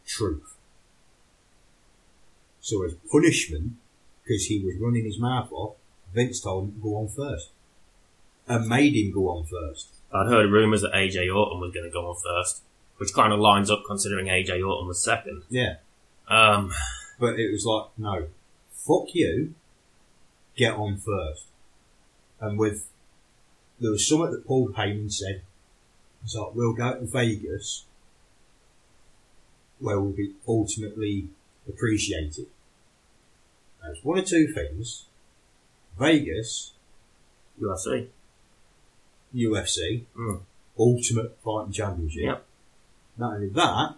Speaker 2: Truth. So as punishment, because he was running his mouth off, Vince told him to go on first. And made him go on first.
Speaker 4: I'd heard rumours that AJ Orton was going to go on first, which kind of lines up considering AJ Orton was second.
Speaker 2: Yeah.
Speaker 4: Um,
Speaker 2: But it was like, no, fuck you, get on first. And with, there was something that Paul Heyman said. It's like, we'll go to Vegas, where we'll be ultimately appreciated. And it's one of two things. Vegas,
Speaker 4: UFC.
Speaker 2: UFC,
Speaker 4: Mm.
Speaker 2: Ultimate Fighting Championship.
Speaker 4: Yep.
Speaker 2: Not only that,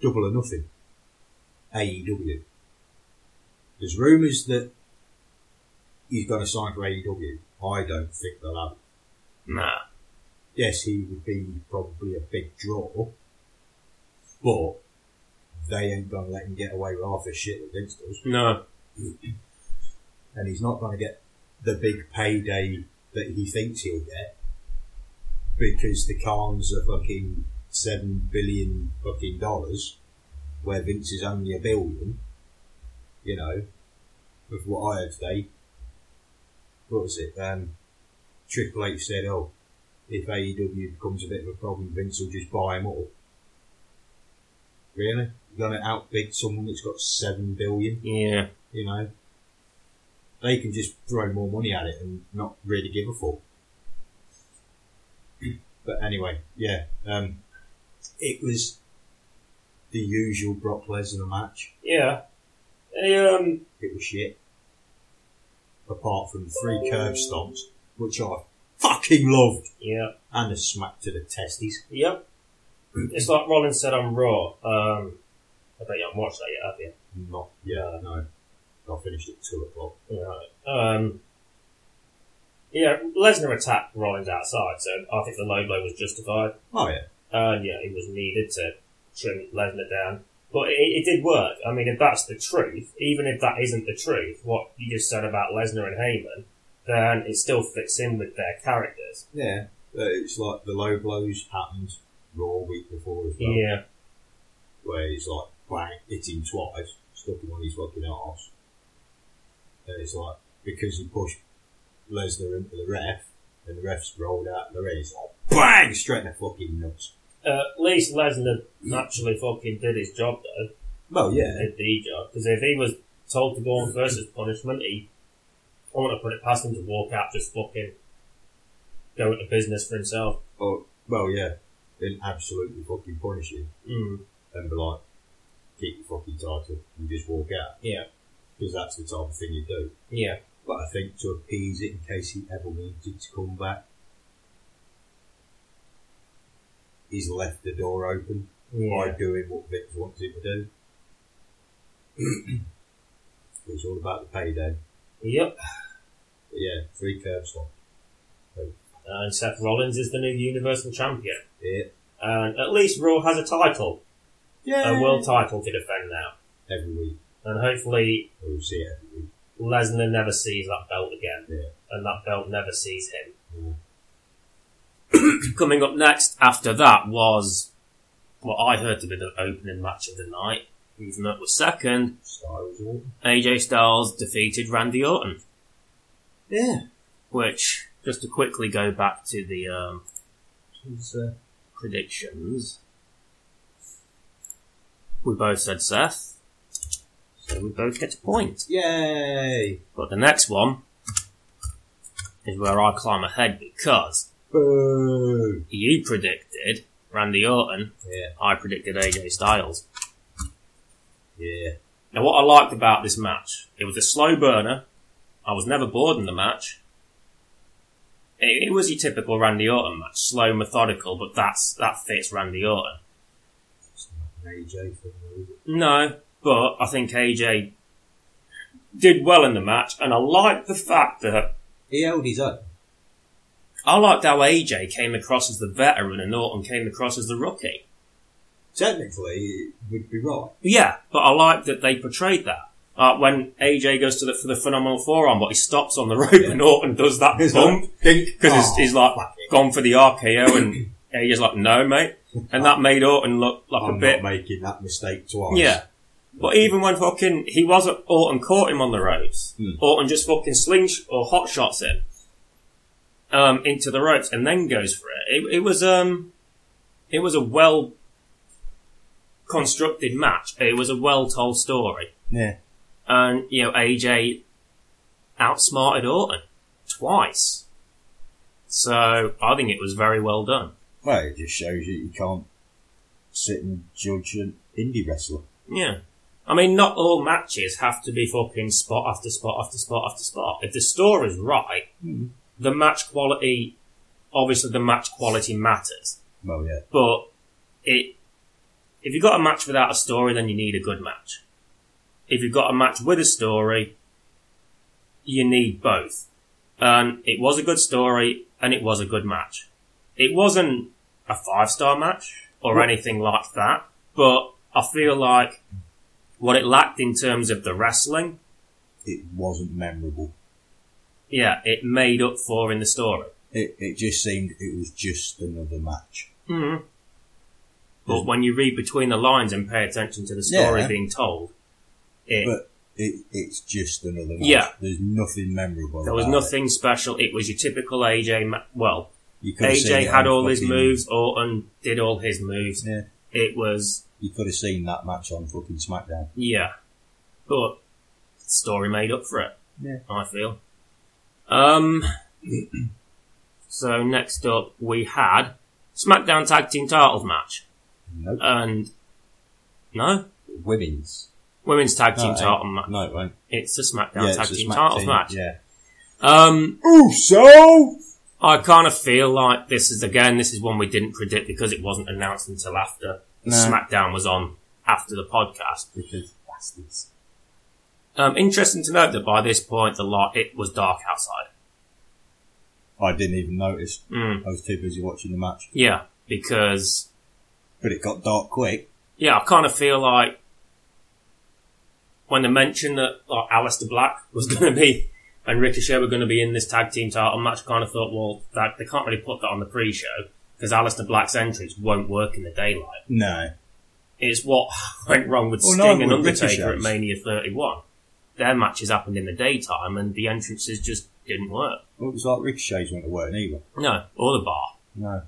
Speaker 2: Double or Nothing, AEW. There's rumours that he's going to sign for AEW. I don't think they'll have. it.
Speaker 4: Nah.
Speaker 2: Yes, he would be probably a big draw, but they ain't going to let him get away with half the shit that Vince does.
Speaker 4: No.
Speaker 2: and he's not going to get the big payday that he thinks he'll get because the cons are fucking seven billion fucking dollars, where Vince is only a billion. You know, of what I heard today. What was it? Um, Triple H said, "Oh, if AEW becomes a bit of a problem, Vince will just buy them all." Really? You're going to outbid someone that's got seven billion?
Speaker 1: Yeah.
Speaker 2: you know, they can just throw more money at it and not really give a fuck. But anyway, yeah, um, it was the usual Brock Lesnar match.
Speaker 5: Yeah. They, um,
Speaker 2: It was shit. Apart from three curb stomps, which I fucking loved,
Speaker 5: yeah.
Speaker 2: and a smack to the testes.
Speaker 5: Yep. It's like Rollins said on Raw. Um, I bet you haven't watched that yet, have you?
Speaker 2: Not, yeah, no. I finished at two o'clock.
Speaker 5: Right. Um, yeah, Lesnar attacked Rollins outside, so I think the low blow was justified.
Speaker 2: Oh yeah,
Speaker 5: Uh, yeah, it was needed to trim Lesnar down. But it, it did work. I mean, if that's the truth, even if that isn't the truth, what you just said about Lesnar and Heyman, then it still fits in with their characters.
Speaker 2: yeah. But it's like the low blows happened Raw week before as well.
Speaker 5: Yeah.
Speaker 2: where he's like bang, hit him twice, stuck him on his fucking arse. And it's like, because he pushed Lesnar into the ref, and the ref's rolled out, and the ref's like, bang, straight in the fucking nuts.
Speaker 5: Uh, at least Lesnar naturally fucking did his job, though. Oh,
Speaker 2: Well, yeah,
Speaker 5: Did the job. Because if he was told to go on first as punishment, he, I want to put it past him to walk out just fucking go into business for himself.
Speaker 2: or, well, yeah, then absolutely fucking punish him,
Speaker 5: Mm.
Speaker 2: and be like, keep your fucking title, and just walk out,
Speaker 5: Yeah.
Speaker 2: because that's the type of thing you do.
Speaker 5: Yeah.
Speaker 2: But I think to appease it in case he ever wanted to come back, he's left the door open. by
Speaker 5: Yeah.
Speaker 2: doing what Vince wants him to do. it's all about the payday.
Speaker 5: Yep.
Speaker 2: But yeah, three curb stop.
Speaker 5: and Seth Rollins is the new Universal Champion.
Speaker 2: Yeah.
Speaker 5: And at least Raw has a title, a world title to defend now.
Speaker 2: Oh, Every week.
Speaker 5: And hopefully
Speaker 2: We'll see it every week.
Speaker 5: Lesnar never sees that belt again.
Speaker 2: Yeah.
Speaker 5: And that belt never sees him.
Speaker 1: Mm. Coming up next after that was what I heard to be the opening match of the night, even though it was second.
Speaker 2: Styles Orton.
Speaker 1: AJ Styles defeated Randy Orton,
Speaker 2: Yeah.
Speaker 1: which, just to quickly go back to the um,
Speaker 2: It's, uh,
Speaker 1: predictions, we both said Seth, so we both get a point.
Speaker 2: yay!
Speaker 1: But the next one is where I climb ahead because
Speaker 2: Boo!
Speaker 1: you predicted Randy Orton,
Speaker 2: Yeah.
Speaker 1: I predicted AJ Styles.
Speaker 2: Yeah.
Speaker 1: Now, what I liked about this match, it was a slow burner. I was never bored in the match. It, it was your typical Randy Orton match, slow, methodical, but that's that fits Randy Orton.
Speaker 2: It's not an AJ thing, though, is it?
Speaker 1: No, but I think AJ did well in the match, and I liked the fact that
Speaker 2: He held his own.
Speaker 1: I liked how AJ came across as the veteran and Orton came across as the rookie.
Speaker 2: Technically, it would be right.
Speaker 1: Yeah, but I like that they portrayed that. Uh, when AJ goes to the, for the phenomenal forearm, but he stops on the rope and Orton does that bump.
Speaker 2: Oh,
Speaker 1: because he's, he's like gone for the RKO and AJ's like, no, mate. And that made Orton look like
Speaker 2: I'm
Speaker 1: a
Speaker 2: not
Speaker 1: bit.
Speaker 2: making that mistake twice.
Speaker 1: Yeah. But even when fucking he was at Orton caught him on the ropes, Orton just fucking slings or hot shots him um, into the ropes and then goes for it. It, it was um, it was a well constructed match. It was a well told story,
Speaker 2: Yeah.
Speaker 1: and you know AJ outsmarted Orton twice. So I think it was very well done.
Speaker 2: Well, it just shows you you can't sit and judge an indie wrestler.
Speaker 1: Yeah. I mean, not all matches have to be fucking spot after spot after spot after spot. If the story's right, the match quality, obviously the match quality matters.
Speaker 2: Well, yeah.
Speaker 1: But it, if you've got a match without a story, then you need a good match. If you've got a match with a story, you need both. And it was a good story and it was a good match. It wasn't a five star match or anything like that, but I feel like what it lacked in terms of the wrestling,
Speaker 2: it wasn't memorable.
Speaker 1: Yeah, it made up for in the story.
Speaker 2: It, it just seemed it was just another match.
Speaker 1: Mm. But when you read between the lines and pay attention to the story
Speaker 2: Yeah.
Speaker 1: being told, it,
Speaker 2: But It, it's just another match.
Speaker 1: Yeah.
Speaker 2: There's nothing memorable.
Speaker 1: there was
Speaker 2: about it.
Speaker 1: nothing special. It was your typical AJ. Ma- well,
Speaker 2: You could've seen
Speaker 1: AJ
Speaker 2: it
Speaker 1: had
Speaker 2: on
Speaker 1: all his
Speaker 2: fucking-
Speaker 1: moves or and did all his moves.
Speaker 2: Yeah.
Speaker 1: It was
Speaker 2: You could have seen that match on fucking SmackDown.
Speaker 1: yeah, but story made up for it.
Speaker 2: Yeah.
Speaker 1: I feel. Um. so next up we had SmackDown Tag Team Titles match
Speaker 2: Nope.
Speaker 1: and no
Speaker 2: Women's.
Speaker 1: women's tag team
Speaker 2: No, it
Speaker 1: title match.
Speaker 2: No, it won't.
Speaker 1: It's a SmackDown
Speaker 2: it's
Speaker 1: tag
Speaker 2: a
Speaker 1: team
Speaker 2: Smack
Speaker 1: titles
Speaker 2: team,
Speaker 1: match.
Speaker 2: Yeah.
Speaker 1: Um,
Speaker 2: Ooh, so
Speaker 1: I kind of feel like this is again. This is one we didn't predict because it wasn't announced until after
Speaker 2: No.
Speaker 1: SmackDown was on after the podcast.
Speaker 2: because bastards.
Speaker 1: Um, interesting to note that by this point, the light it was dark outside.
Speaker 2: I didn't even notice.
Speaker 1: Mm,
Speaker 2: I was too busy watching the match.
Speaker 1: yeah, because
Speaker 2: But it got dark quick.
Speaker 1: yeah, I kind of feel like when they mentioned that like Alistair Black was going to be and Ricochet were going to be in this tag team title match, I kind of thought, well, that they can't really put that on the pre-show because Alistair Black's entrance won't work in the daylight.
Speaker 2: No.
Speaker 1: It's what went wrong with
Speaker 2: Well, no,
Speaker 1: Sting and
Speaker 2: with
Speaker 1: Undertaker at
Speaker 2: Ricochet's.
Speaker 1: Mania 31. Their matches happened in the daytime and the entrances just didn't work.
Speaker 2: Well, it was like Ricochet's went to work either.
Speaker 1: No, or the bar.
Speaker 2: No.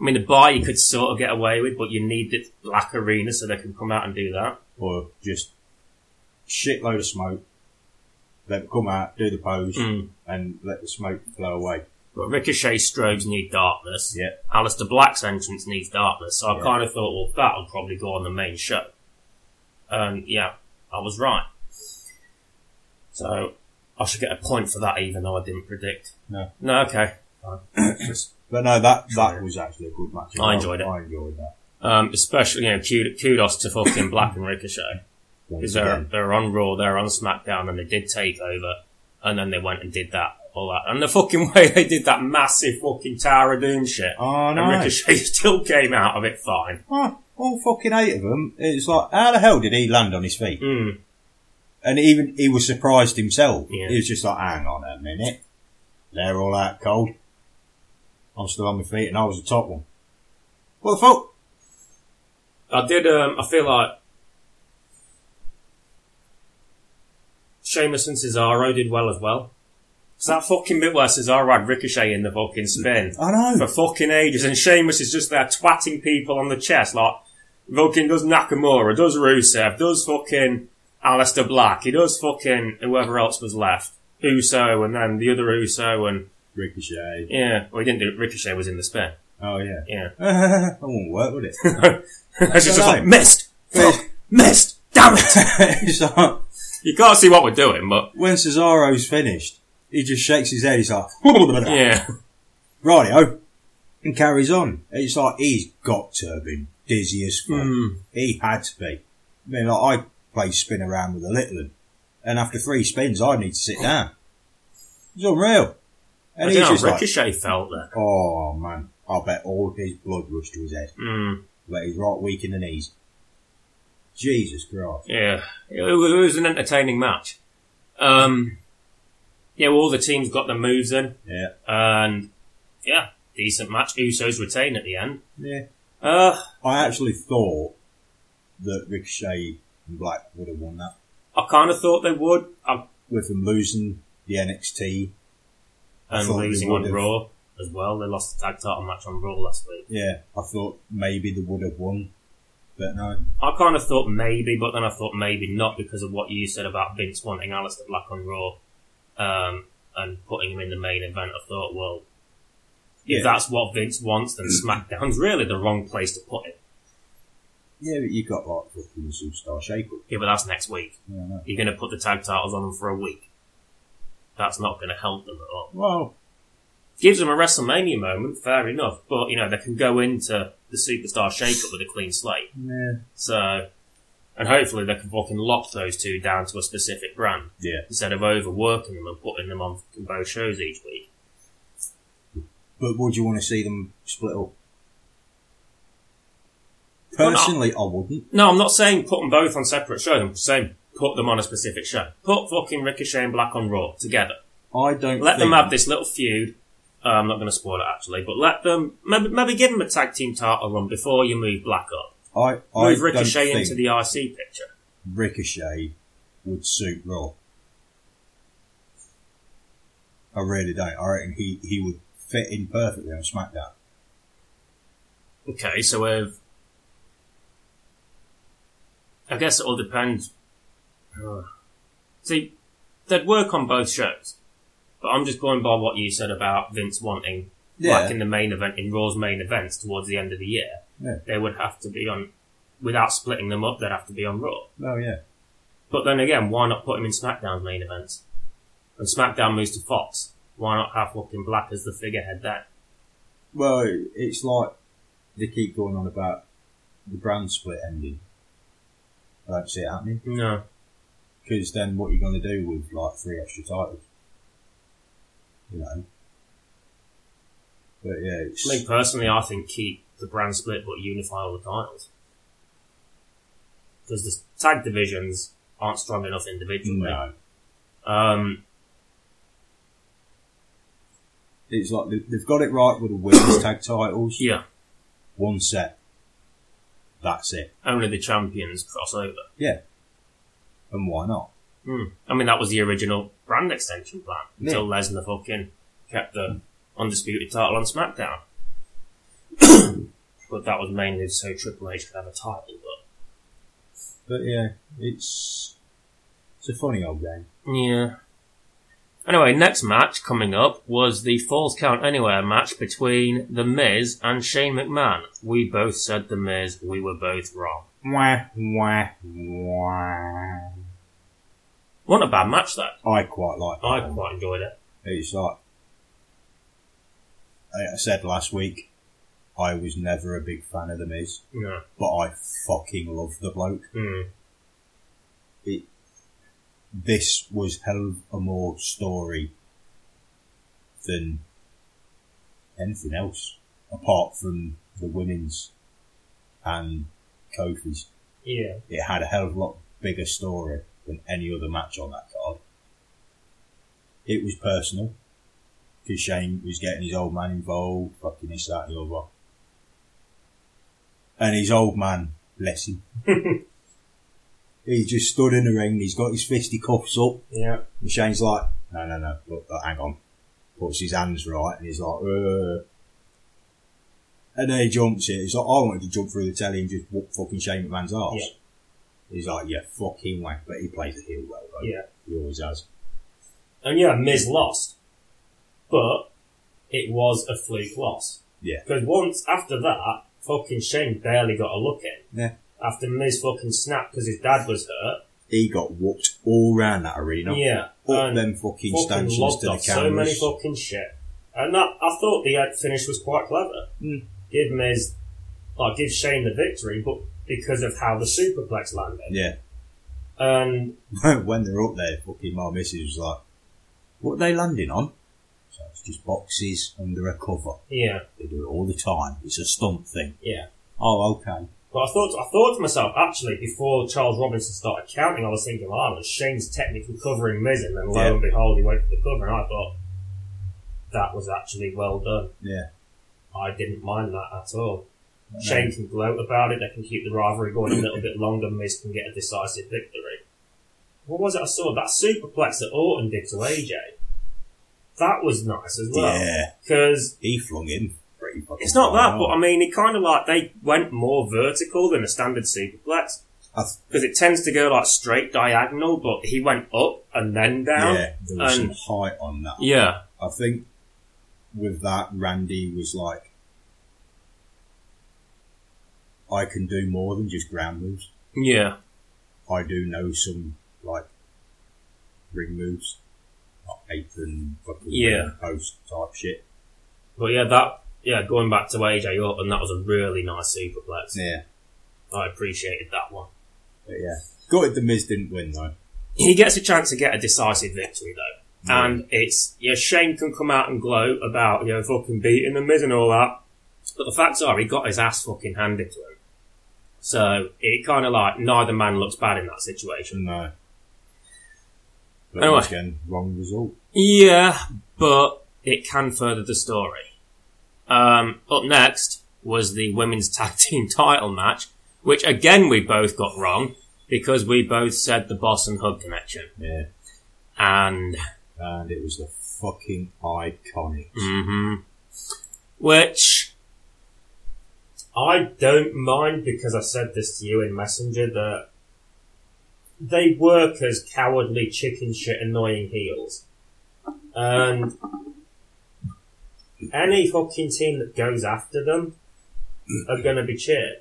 Speaker 1: I mean, the bar you could sort of get away with, but you need the black arena so they can come out and do that.
Speaker 2: Or just shitload of smoke. Let them come out, do the pose,
Speaker 1: Mm.
Speaker 2: and let the smoke flow away.
Speaker 1: But Ricochet strobes need darkness.
Speaker 2: Yeah.
Speaker 1: Alistair Black's entrance needs darkness. So I
Speaker 2: Yeah.
Speaker 1: kind of thought, well, that'll probably go on the main show. And yeah, I was right. So I should get a point for that, even though I didn't predict.
Speaker 2: No.
Speaker 1: No, okay.
Speaker 2: But no, that that was actually a good match.
Speaker 1: I enjoyed it.
Speaker 2: I enjoyed that.
Speaker 1: Um, especially, you know, kud- kudos to fucking Black and Ricochet.
Speaker 2: Once
Speaker 1: Because they're,
Speaker 2: again.
Speaker 1: they're on Raw, they're on SmackDown, and they did take over, and then they went and did that, all that. And the fucking way they did that massive fucking Tower of Doom shit.
Speaker 2: Oh
Speaker 1: and
Speaker 2: no!
Speaker 1: Ricochet still came out of it fine.
Speaker 2: Oh, all fucking eight of them. It's like, how the hell did he land on his feet?
Speaker 1: Mm.
Speaker 2: And even he was surprised himself.
Speaker 1: Yeah.
Speaker 2: He was just like, hang on a minute. They're all out cold. I'm still on my feet and I was the top one. What the fuck?
Speaker 1: I did, um, I feel like Sheamus and Cesaro did well as well. It's that fucking bit where Cesaro had Ricochet in the fucking spin.
Speaker 2: I know.
Speaker 1: for fucking ages, and Sheamus is just there twatting people on the chest, like fucking does Nakamura, does Rusev, does fucking Alistair Black, he does fucking whoever else was left, Uso, and then the other Uso, and
Speaker 2: Ricochet.
Speaker 1: yeah, well, he didn't do it. Ricochet was in the spin,
Speaker 2: Oh yeah.
Speaker 1: yeah.
Speaker 2: that won't work, would it?
Speaker 1: it's just
Speaker 2: No, no.
Speaker 1: like missed, fuck, missed, damn it.
Speaker 2: it's like,
Speaker 1: You can't see what we're doing, but
Speaker 2: when Cesaro's finished, he just shakes his head. He's like, uh,
Speaker 1: yeah,
Speaker 2: rightio, and carries on. It's like, he's got to have been dizzy as fuck.
Speaker 1: Mm.
Speaker 2: He had to be. I mean, like, I play spin around with a little one, and after three spins, I need to sit down. It's unreal.
Speaker 1: I don't
Speaker 2: And he's
Speaker 1: know,
Speaker 2: just like,
Speaker 1: Ricochet felt that.
Speaker 2: oh man, I bet all of his blood rushed to his head.
Speaker 1: Mm,
Speaker 2: But he's right weak in the knees. Jesus Christ.
Speaker 1: yeah, it was, it was an entertaining match. Um, yeah, all the teams got their moves in.
Speaker 2: Yeah.
Speaker 1: And yeah, decent match. Usos retain at the end.
Speaker 2: Yeah.
Speaker 1: Uh,
Speaker 2: I actually thought that Ricochet and Black would have won that.
Speaker 1: I kind of thought they would, uh,
Speaker 2: With them losing the NXT. I
Speaker 1: and
Speaker 2: thought they
Speaker 1: losing on
Speaker 2: would've.
Speaker 1: Raw as well. They lost the tag title match on Raw last week.
Speaker 2: Yeah. I thought maybe they would have won. But no.
Speaker 1: I kind of thought maybe, but then I thought maybe not because of what you said about Vince wanting Alistair Black on Raw um, and putting him in the main event. I thought, well,
Speaker 2: Yeah.
Speaker 1: if that's what Vince wants, then SmackDown's really the wrong place to put it.
Speaker 2: Yeah, but you got like fucking superstar shape up.
Speaker 1: Yeah, but that's next week.
Speaker 2: Yeah, I know.
Speaker 1: You're going to put the tag titles on them for a week. That's not going to help them at all.
Speaker 2: Well,
Speaker 1: gives them a WrestleMania moment, fair enough. But you know they can go into the superstar shakeup with a clean slate.
Speaker 2: yeah.
Speaker 1: So, and hopefully they can fucking lock those two down to a specific brand
Speaker 2: Yeah.
Speaker 1: instead of overworking them and putting them on fucking both shows each week.
Speaker 2: But would you want to see them split up?
Speaker 1: Well, no.
Speaker 2: Personally, I wouldn't.
Speaker 1: No, I'm not saying put them both on separate shows. I'm saying put them on a specific show. Put fucking Ricochet and Black on Raw together.
Speaker 3: I don't
Speaker 1: Let them
Speaker 3: think-
Speaker 1: have this little feud. Uh, I'm not going to spoil it actually, but let them maybe, maybe give them a tag team title run before you move Black up.
Speaker 2: I, I
Speaker 1: Move
Speaker 2: don't
Speaker 1: Ricochet
Speaker 2: think
Speaker 1: into the IC picture.
Speaker 2: Ricochet would suit Raw. I really don't. I reckon he, he would fit in perfectly on SmackDown.
Speaker 1: Okay, so uh, I guess it all depends. Ugh. See, they'd work on both shows, but I'm just going by what you said about Vince wanting,
Speaker 2: Yeah.
Speaker 1: like in the main event, in Raw's main events towards the end of the year,
Speaker 2: Yeah.
Speaker 1: they would have to be on, without splitting them up, they'd have to be on Raw.
Speaker 2: Oh yeah.
Speaker 1: But then again, why not put him in SmackDown's main events? And SmackDown moves to Fox. Why not have fucking Black as the figurehead then?
Speaker 2: Well, it's like they keep going on about the brand split ending. I don't see it happening
Speaker 1: No.
Speaker 2: because then what you're going to do with like three extra titles, you know? But yeah, it's
Speaker 1: I mean, personally, I think keep the brand split but unify all the titles. Because the tag divisions aren't strong enough individually.
Speaker 2: no,
Speaker 1: Um,
Speaker 2: it's like they- they've got it right with the women's tag titles.
Speaker 1: yeah,
Speaker 2: One set. That's it.
Speaker 1: only the champions cross over.
Speaker 2: And why not?
Speaker 1: Hmm. I mean, that was the original brand extension plan until Lesnar fucking kept the undisputed title on SmackDown. but that was mainly so Triple H could have a title. But
Speaker 2: But yeah, it's it's a funny old game.
Speaker 1: yeah. Anyway, next match coming up was the Falls Count Anywhere match between The Miz and Shane McMahon. We both said The Miz. We were both wrong.
Speaker 3: Wah, wah, wah.
Speaker 1: What a bad match though.
Speaker 2: I quite like. that
Speaker 1: I
Speaker 2: one.
Speaker 1: quite enjoyed it.
Speaker 2: It's like like I said last week, I was never a big fan of the Miz,
Speaker 1: No.
Speaker 2: but I fucking love the bloke.
Speaker 1: Hmm.
Speaker 2: This was hell of a more story than anything else, apart from the women's and Kofi's.
Speaker 1: Yeah.
Speaker 2: It had a hell of a lot bigger story than any other match on that card. It was personal because Shane was getting his old man involved, fucking this, that, and the other. And his old man, bless him, he just stood in the ring. He's got his fisty cuffs up,
Speaker 1: Yeah.
Speaker 2: and Shane's like, "No, no, no, look, look, hang on." Puts his hands right, and he's like, Ugh. and then he jumps it. He's like, "I wanted to jump through the telly and just whoop fucking Shane McMahon's arse."
Speaker 1: Yeah.
Speaker 2: He's like, "Yeah, fucking whack," but he plays the heel well, though.
Speaker 1: Yeah.
Speaker 2: he always has.
Speaker 1: And yeah, Miz lost. But it was a fluke loss.
Speaker 2: Yeah.
Speaker 1: Because once after that, fucking Shane barely got a look in.
Speaker 2: Yeah.
Speaker 1: After Miz fucking snapped because his dad was hurt.
Speaker 2: He got whooped all round that arena.
Speaker 1: Yeah.
Speaker 2: Up
Speaker 1: and
Speaker 2: them fucking,
Speaker 1: fucking
Speaker 2: stanchions
Speaker 1: lobbed
Speaker 2: to the
Speaker 1: off so many
Speaker 2: cameras.
Speaker 1: fucking shit. And that, I thought the uh, finish was quite clever.
Speaker 2: Mm.
Speaker 1: Give Miz, like, give Shane the victory, but because of how the superplex landed.
Speaker 2: yeah.
Speaker 1: And
Speaker 2: when they're up there, fucking my missus was like, what are they landing on? So it's just boxes under a cover.
Speaker 1: yeah,
Speaker 2: They do it all the time. It's a stunt thing.
Speaker 1: yeah.
Speaker 2: Oh, okay.
Speaker 1: But I thought, I thought to myself, actually, before Charles Robinson started counting, I was thinking, well, oh, Shane's technically covering Miz, and then lo
Speaker 2: Yeah.
Speaker 1: and behold, he went for the cover, and I thought, that was actually well done.
Speaker 2: Yeah.
Speaker 1: I didn't mind that at all. Shane can gloat about it, they can keep the rivalry going a little bit longer, Miz can get a decisive victory. What was it I saw? That superplex that Orton did to AJ. That was nice as well.
Speaker 2: Yeah.
Speaker 1: Because
Speaker 2: He flung him pretty fucking
Speaker 1: it's not
Speaker 2: far
Speaker 1: that, but I
Speaker 2: out.
Speaker 1: mean, it kind of like they went more vertical than a standard superplex
Speaker 2: I th-
Speaker 1: because it tends to go like straight diagonal, but he went up and then down.
Speaker 2: yeah, there was
Speaker 1: and-
Speaker 2: some height on that.
Speaker 1: Yeah,
Speaker 2: I think with that, Randy was like, I can do more than just ground moves.
Speaker 1: yeah,
Speaker 2: I do know some like ring moves, like apron, fucking
Speaker 1: Yeah.
Speaker 2: post type shit.
Speaker 1: but yeah, that yeah, going back to AJ Orton, that was a really nice superplex.
Speaker 2: Yeah,
Speaker 1: I appreciated that one.
Speaker 2: but yeah. Gutted the Miz didn't win though.
Speaker 1: He gets a chance to get a decisive victory though, and it's yeah, Shane can come out and gloat about you know fucking beating the Miz and all that, but the facts are he got his ass fucking handed to him. So it kind of like neither man looks bad in that situation.
Speaker 2: No, But
Speaker 1: Anyway.
Speaker 2: once again, wrong result.
Speaker 1: Yeah, but it can further the story. Um, up next was the women's tag team title match, which again we both got wrong because we both said the boss and hug connection.
Speaker 2: Yeah.
Speaker 1: And,
Speaker 2: And it was the fucking iconic.
Speaker 5: Mm-hmm.
Speaker 1: hmm which,
Speaker 5: I don't mind because I said this to you in Messenger that they work as cowardly chicken shit annoying heels. And any fucking team that goes after them are gonna be cheered.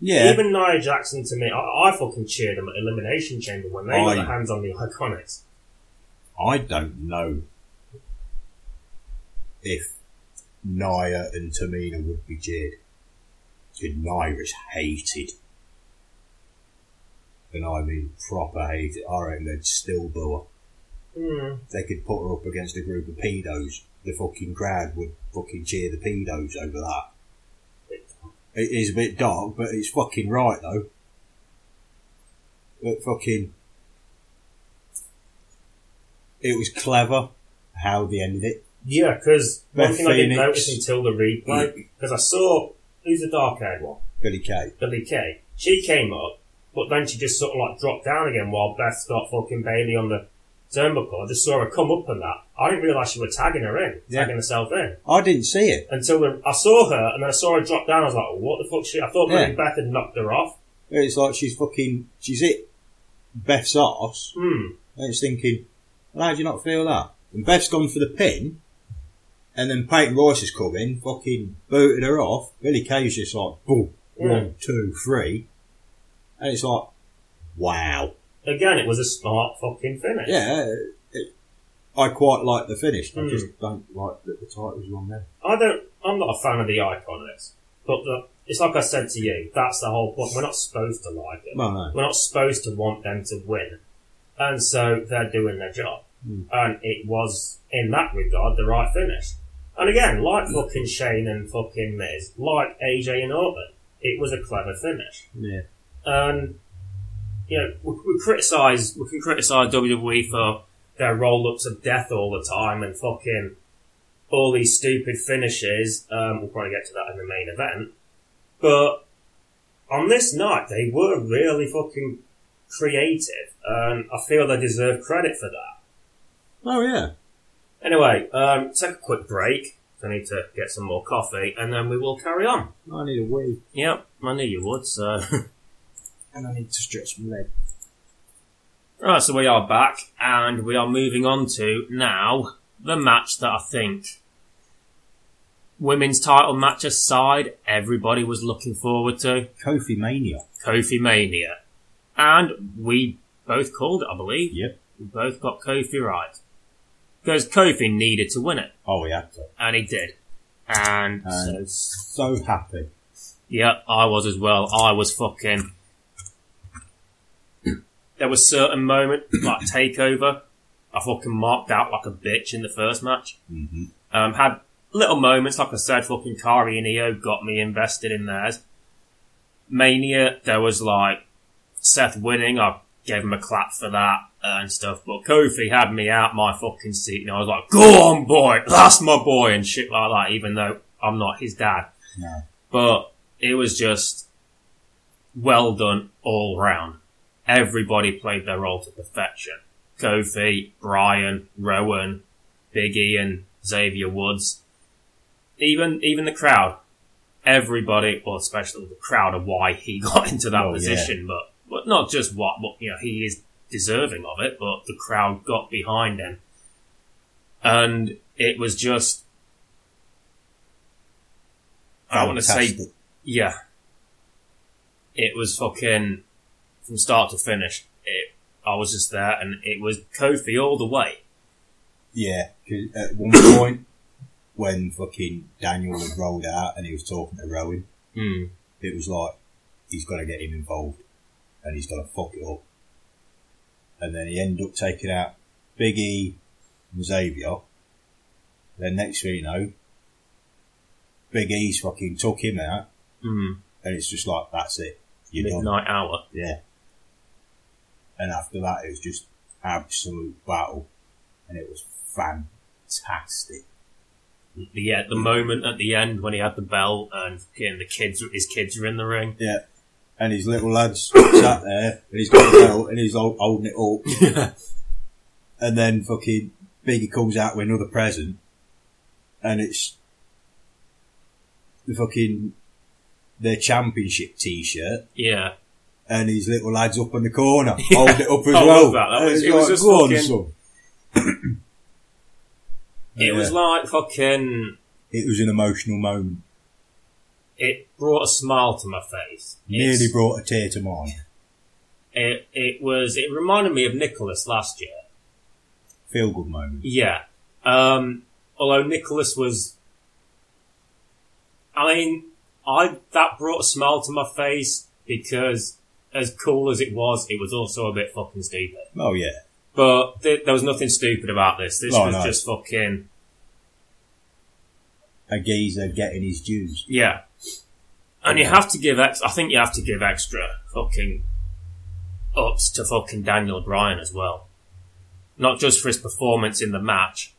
Speaker 2: Yeah.
Speaker 5: Even Nia Jackson to me, I, I fucking cheered them at Elimination Chamber when they got
Speaker 2: I-
Speaker 5: their hands on the iconics.
Speaker 2: I don't know if Nia and Tamina would be cheered. 'Cause Nia is hated. And I mean proper hated. I reckon they'd still boo her.
Speaker 5: Hmm.
Speaker 2: They could put her up against a group of pedos. The fucking crowd would fucking cheer the pedos over that. It is a bit dark, but it's fucking right though. But fucking, it was clever how they ended it.
Speaker 5: Yeah, because one
Speaker 2: Beth
Speaker 5: thing I didn't
Speaker 2: Phoenix.
Speaker 5: notice until the replay, because I saw who's the dark haired one,
Speaker 2: Billy Kay.
Speaker 5: Billy Kay. She came up, but then she just sort of like dropped down again while Beth got fucking Bailey on the turnbuckle. I just saw her come up and that. I didn't realise she was tagging her in,
Speaker 2: Yeah.
Speaker 5: tagging herself in
Speaker 2: I didn't see it.
Speaker 5: until the, I saw her and then I saw her drop down. I was like, what the fuck? She? I thought
Speaker 2: Yeah.
Speaker 5: maybe Beth had knocked her off.
Speaker 2: It's like she's fucking, she's it. Beth's arse.
Speaker 5: Hmm.
Speaker 2: And it's thinking, well, how do you not feel that? And Beth's gone for the pin, and then Peyton Royce has come in, fucking booted her off. Billy Kay's just like, boom, one, two, three. And it's like, wow.
Speaker 5: Again, it was a smart fucking finish.
Speaker 2: Yeah, it, I quite like the finish. I
Speaker 5: Hmm.
Speaker 2: just don't like that the title's on there.
Speaker 5: I don't. I'm not a fan of the iconics, but the, it's like I said to you. That's the whole point. We're not supposed to like it.
Speaker 2: Well, no.
Speaker 5: We're not supposed to want them to win. And so they're doing their job.
Speaker 2: Hmm.
Speaker 5: And it was, in that regard, the right finish. And again,
Speaker 2: Hmm.
Speaker 5: like fucking Shane and fucking Miz, like AJ and Orton, it was a clever finish.
Speaker 2: Yeah.
Speaker 5: And, Um, you know, we, we criticize, we can criticize WWE for their roll ups of death all the time and fucking all these stupid finishes. Um, we'll probably get to that in the main event. But on this night, they were really fucking creative, and I feel they deserve credit for that.
Speaker 2: Oh, yeah.
Speaker 5: Anyway, um, take a quick break. I need to get some more coffee, and then we will carry on.
Speaker 2: I need a wee.
Speaker 1: yep, I knew you would, so.
Speaker 2: And I need to stretch my leg.
Speaker 1: Right, so we are back, and we are moving on to now the match that I think women's title match aside, everybody was looking forward to
Speaker 2: Kofi Mania.
Speaker 1: Kofi Mania, and we both called it, I believe.
Speaker 2: Yep.
Speaker 1: We both got Kofi right because Kofi needed to win it,
Speaker 2: Oh, he had to.
Speaker 1: and he did. And
Speaker 2: And so happy.
Speaker 1: yeah, I was as well. I was fucking. There was certain moment like takeover. I fucking marked out like a bitch in the first match.
Speaker 2: Mm-hmm.
Speaker 1: Um, had little moments, like I said, fucking Kari and Io got me invested in theirs. Mania, there was like Seth winning. I gave him a clap for that uh, and stuff. But Kofi had me out my fucking seat, and I was like, "Go on, boy, that's my boy," and shit like that. Even though I'm not his dad
Speaker 2: No.
Speaker 1: but it was just well done all round. Everybody played their role to perfection. Kofi, Brian, Rowan, Big Ian, Xavier Woods, even even the crowd. Everybody, well, especially the crowd, of why he got into that
Speaker 2: Oh, yeah.
Speaker 1: position, but but not just what, but you know, he is deserving of it. But the crowd got behind him, and it was just. I want to say
Speaker 2: Fantastic.
Speaker 1: yeah. It was fucking from start to finish. It, I was just there, and it was Kofi all the way.
Speaker 2: Yeah, 'cause at one point, when fucking Daniel had rolled out and he was talking to Rowan,
Speaker 1: Mm.
Speaker 2: it was like, he's got to get him involved and he's got to fuck it up. And then he ended up taking out Biggie and Xavier. Then next thing you know, Big E's fucking took him out
Speaker 1: Mm.
Speaker 2: and it's just like, that's it. You're done.
Speaker 1: Midnight hour.
Speaker 2: Yeah. And after that, it was just absolute battle, and it was fantastic.
Speaker 1: The, uh, the moment at the end when he had the belt and fucking the kids, his kids were in the ring.
Speaker 2: Yeah. And his little lads sat there, and he's got a belt, and he's hol- holding it up. And then fucking Biggie comes out with another present, and it's the fucking their championship T-shirt,
Speaker 1: yeah.
Speaker 2: and his little lads up in the corner, holding it up as
Speaker 1: I
Speaker 2: well.
Speaker 1: love that. That
Speaker 2: And
Speaker 1: was-
Speaker 2: it's
Speaker 1: it was
Speaker 2: like,
Speaker 1: just
Speaker 2: "Go on,
Speaker 1: fucking-
Speaker 2: son."
Speaker 1: It was
Speaker 2: Yeah.
Speaker 1: like fucking.
Speaker 2: it was an emotional moment.
Speaker 1: It brought a smile to my face. It's-
Speaker 2: Nearly brought a tear to mine.
Speaker 1: It, it was. It reminded me of Nicholas last year.
Speaker 2: Feel good moment.
Speaker 1: Yeah. Um, although Nicholas was, I mean, I that brought a smile to my face because as cool as it was, it was also a bit fucking stupid.
Speaker 2: Oh yeah,
Speaker 1: But th- there was nothing stupid about this. This
Speaker 2: Oh,
Speaker 1: was
Speaker 2: no.
Speaker 1: just fucking
Speaker 2: a geezer getting his dues.
Speaker 1: yeah. And you have to give ex. I think you have to give extra fucking ups to fucking Daniel Bryan as well. Not just for his performance in the match,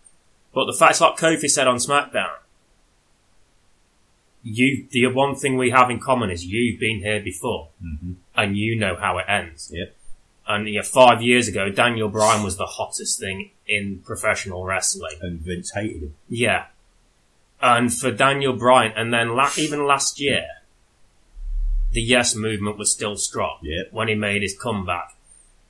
Speaker 1: but the fact, like Kofi said on SmackDown, you the one thing we have in common is you've been here before
Speaker 2: Mm-hmm.
Speaker 1: and you know how it ends.
Speaker 2: Yep.
Speaker 1: And yeah, five years ago, Daniel Bryan was the hottest thing in professional wrestling.
Speaker 2: And Vince hated him.
Speaker 1: Yeah. And for Daniel Bryan, and then la- even last year, the Yes movement was still strong
Speaker 2: Yeah.
Speaker 1: when he made his comeback.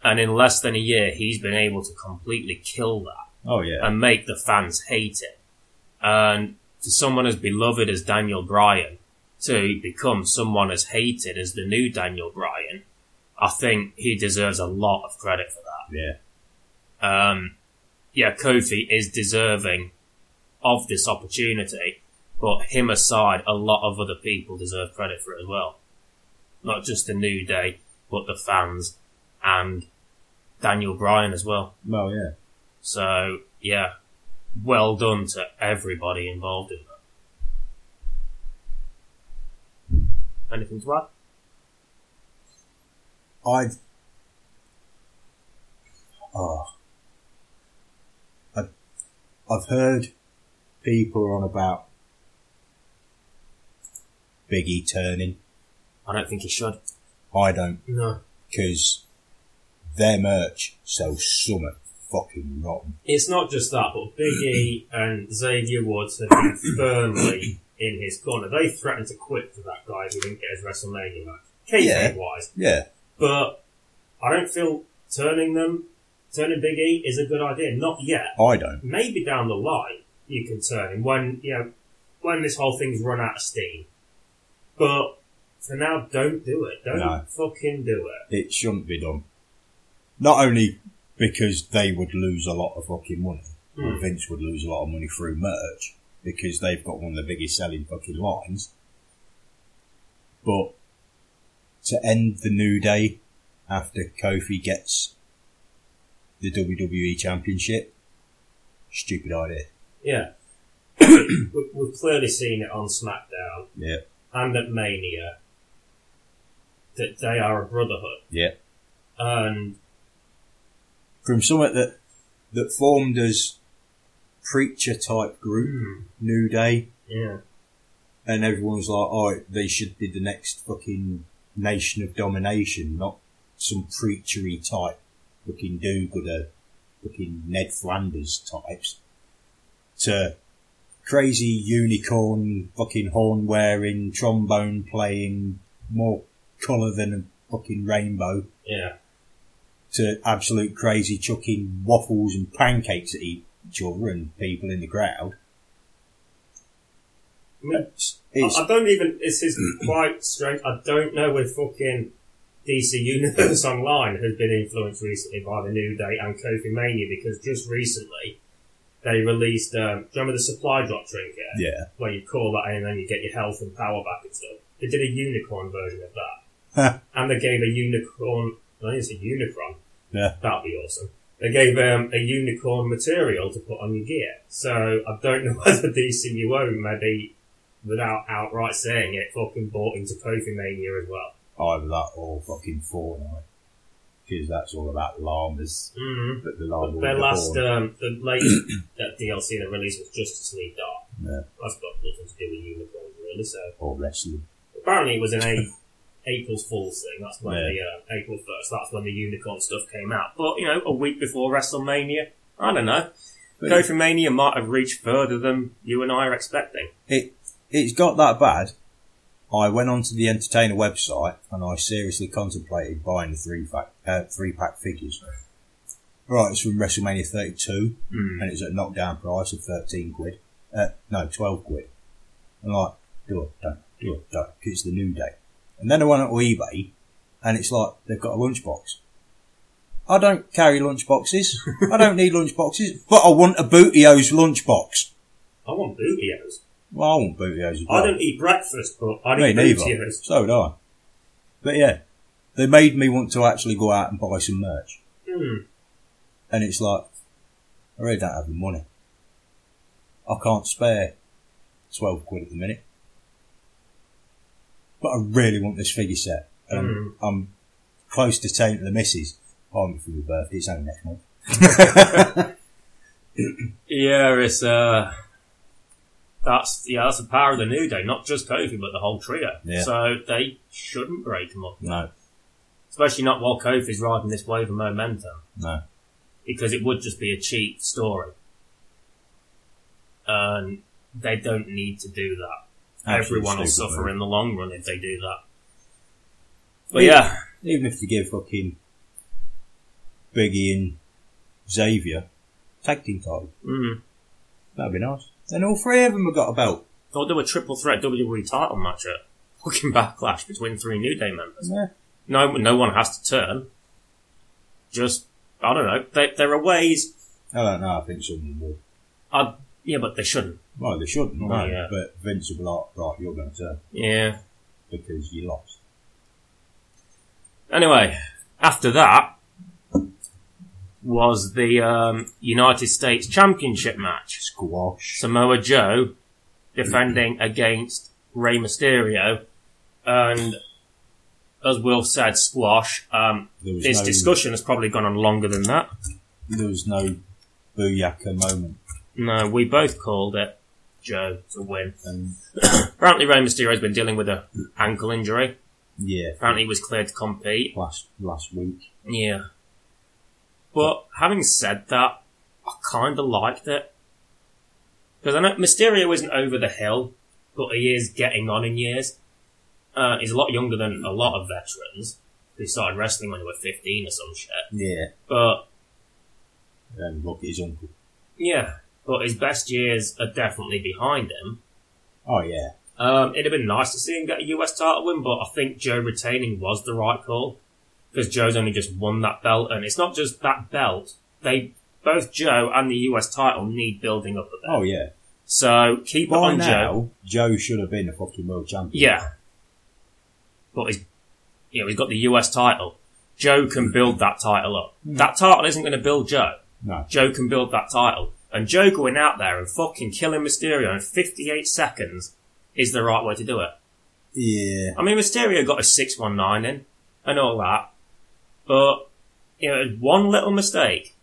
Speaker 1: And in less than a year, he's been able to completely kill that
Speaker 2: Oh yeah.
Speaker 1: and make the fans hate it. And for someone as beloved as Daniel Bryan to become someone as hated as the new Daniel Bryan, I think he deserves a lot of credit for that
Speaker 2: yeah.
Speaker 1: um, yeah, Kofi is deserving of this opportunity, but him aside, a lot of other people deserve credit for it as well. Not just the New Day, but the fans and Daniel Bryan as well.
Speaker 2: Well yeah.
Speaker 1: So, yeah, well done to everybody involved in that. Anything to add?
Speaker 2: I. Oh. I, I've heard people on about Biggie turning.
Speaker 1: I don't think he should.
Speaker 2: I don't,
Speaker 1: No.
Speaker 2: because their merch sells summer fucking rotten.
Speaker 5: It's not just that, but Big E and Xavier Woods have been firmly in his corner. They threatened to quit for that guy if he didn't get his WrestleMania match.
Speaker 2: Yeah.
Speaker 5: Kayfabe wise.
Speaker 2: Yeah.
Speaker 5: But I don't feel turning them, turning Big E is a good idea. Not yet.
Speaker 2: I don't.
Speaker 5: Maybe down the line you can turn him when, you know, when this whole thing's run out of steam. But for now, don't do it. Don't
Speaker 2: No.
Speaker 5: fucking do it.
Speaker 2: It shouldn't be done. Not only because they would lose a lot of fucking money, and Vince would lose a lot of money through merch, because they've got one of the biggest selling fucking lines, but to end the New Day after Kofi gets the WWE Championship, stupid idea.
Speaker 5: Yeah. We- We've clearly seen it on SmackDown.
Speaker 2: Yeah,
Speaker 5: and at Mania that they are a brotherhood.
Speaker 2: yeah.
Speaker 5: And
Speaker 2: From somewhere that, that formed as preacher type group, New Day,
Speaker 5: mm, yeah,
Speaker 2: and everyone's like, oh, they should be the next fucking nation of domination, not some preachery type fucking do-gooder, fucking Ned Flanders types, to crazy unicorn fucking horn wearing, trombone playing, more colour than a fucking rainbow,
Speaker 5: yeah,
Speaker 2: to absolute crazy chucking waffles and pancakes at each other and people in the crowd.
Speaker 5: I, mean,
Speaker 2: It's,
Speaker 5: I, I don't even. This is quite strange. I don't know whether fucking DC Universe Online has been influenced recently by the New Day and Kofi Mania because just recently they released. Um, do you remember the supply drop trinket?
Speaker 2: yeah.
Speaker 5: where you call that in and then you get your health and power back and stuff. They did a unicorn version of
Speaker 2: Huh.
Speaker 5: that. and they gave a unicorn, I think it's a unicorn.
Speaker 2: Yeah.
Speaker 5: That'd be awesome. They gave um, a unicorn material to put on your gear. So I don't know whether DCUO maybe, without outright saying it, fucking bought into Kofi Mania as well.
Speaker 2: either that or fucking Fortnite. because that's all about llamas.
Speaker 5: Mm.
Speaker 2: But the llama
Speaker 5: Their
Speaker 2: with the
Speaker 5: last,
Speaker 2: horn.
Speaker 5: um, the latest that DLC they released was Justice League Dark.
Speaker 2: Yeah.
Speaker 5: That's got nothing to do with unicorns, really. So
Speaker 1: uh,
Speaker 2: or wrestling.
Speaker 5: apparently it was an a- April Fool's thing. That's when
Speaker 2: Yeah.
Speaker 5: the uh, April first. That's when the unicorn stuff came out. But you know, a week before WrestleMania, I don't know.
Speaker 2: But
Speaker 5: Kofi Mania might have reached further than you and I are expecting.
Speaker 2: it's got that bad. I went onto the Entertainer website and I seriously contemplated buying the three pack, uh, three pack figures. Right, it's from WrestleMania 32
Speaker 5: Mm.
Speaker 2: and it's at knockdown price of 13 quid. Uh, no, 12 quid. And like, do it, don't, do it, don't, 'cause it's the new day. And then I went on eBay and it's like, they've got a lunchbox. I don't carry lunchboxes. I don't need lunchboxes, but I want a Bootio's lunchbox.
Speaker 5: I want bootios.
Speaker 2: Well, I want Bootio's as well.
Speaker 5: I don't eat breakfast, but I
Speaker 2: Me
Speaker 5: need
Speaker 2: neither.
Speaker 5: bootios.
Speaker 2: So did I. But yeah, they made me want to actually go out and buy some merch.
Speaker 5: Mm.
Speaker 2: And it's like, I really don't have the money. I can't spare 12 quid at the minute. But I really want this figure set. And I'm-
Speaker 1: Hmm.
Speaker 5: Mm.
Speaker 2: I'm, close to saying to the missus, I'm for your birthday, it's only next month.
Speaker 1: Yeah, it's uh, that's yeah, that's the power of the new day. Not just Kofi, but the whole trio.
Speaker 2: Yeah.
Speaker 1: So they shouldn't break them up,
Speaker 2: no,
Speaker 1: especially not while Kofi's riding this wave of momentum,
Speaker 2: no.
Speaker 1: because it would just be a cheap story, and they don't need to do that. Everyone will
Speaker 2: Absolutely stupid
Speaker 1: suffer
Speaker 2: move.
Speaker 1: in the long run if they do that. But
Speaker 2: Yeah.
Speaker 1: yeah,
Speaker 2: Even if you give fucking Biggie and Xavier tag team title,
Speaker 1: mm,
Speaker 2: that'd be nice. Then all three of them have got a belt.
Speaker 1: they'll do a triple threat WWE title match at fucking Backlash between three New Day members.
Speaker 2: Yeah.
Speaker 1: No, no one has to turn. Just I don't know. They, there are ways.
Speaker 2: I don't know. I think someone will.
Speaker 1: I yeah, but they shouldn't.
Speaker 2: Well, they shouldn't. No,
Speaker 1: Oh, yeah.
Speaker 2: but Vince will be like, right, you're going to turn
Speaker 1: Yeah.
Speaker 2: because you lost.
Speaker 1: Anyway, after that was the um, United States Championship match.
Speaker 2: Squash.
Speaker 1: Samoa Joe defending against Rey Mysterio, and as Will said, squash. Um,
Speaker 2: There was
Speaker 1: this
Speaker 2: no,
Speaker 1: discussion has probably gone on longer than that.
Speaker 2: There was no booyaka moment.
Speaker 1: No, we both called it Joe to win.
Speaker 2: And
Speaker 1: Apparently, Rey Mysterio has been dealing with a ankle injury.
Speaker 2: yeah,
Speaker 1: Apparently, he was cleared to compete.
Speaker 2: last last week.
Speaker 1: Yeah. But having said that, I kind of liked it. Because I know Mysterio isn't over the hill, but he is getting on in years. Uh, he's a lot younger than a lot of veterans who started wrestling when they were 15 or some shit.
Speaker 2: Yeah.
Speaker 1: But,
Speaker 2: And look, his uncle.
Speaker 1: yeah. But his best years are definitely behind him.
Speaker 2: Oh yeah.
Speaker 1: Um, it'd have been nice to see him get a US title win, but I think Joe retaining was the right call because Joe's only just won that belt, and it's not just that belt. They both Joe and the US title need building up a bit.
Speaker 2: Oh yeah.
Speaker 1: So keep it
Speaker 2: By
Speaker 1: on
Speaker 2: now,
Speaker 1: Joe.
Speaker 2: Joe should have been a fucking world champion.
Speaker 1: Yeah, but he's you know he's got the US title. Joe can build that title up. That title isn't going to build Joe.
Speaker 2: No.
Speaker 1: Joe can build that title. And Joe going out there and fucking killing Mysterio in 58 seconds is the right way to do it.
Speaker 2: Yeah.
Speaker 1: I mean, Mysterio got a 619 in and all that, but, you know, one little mistake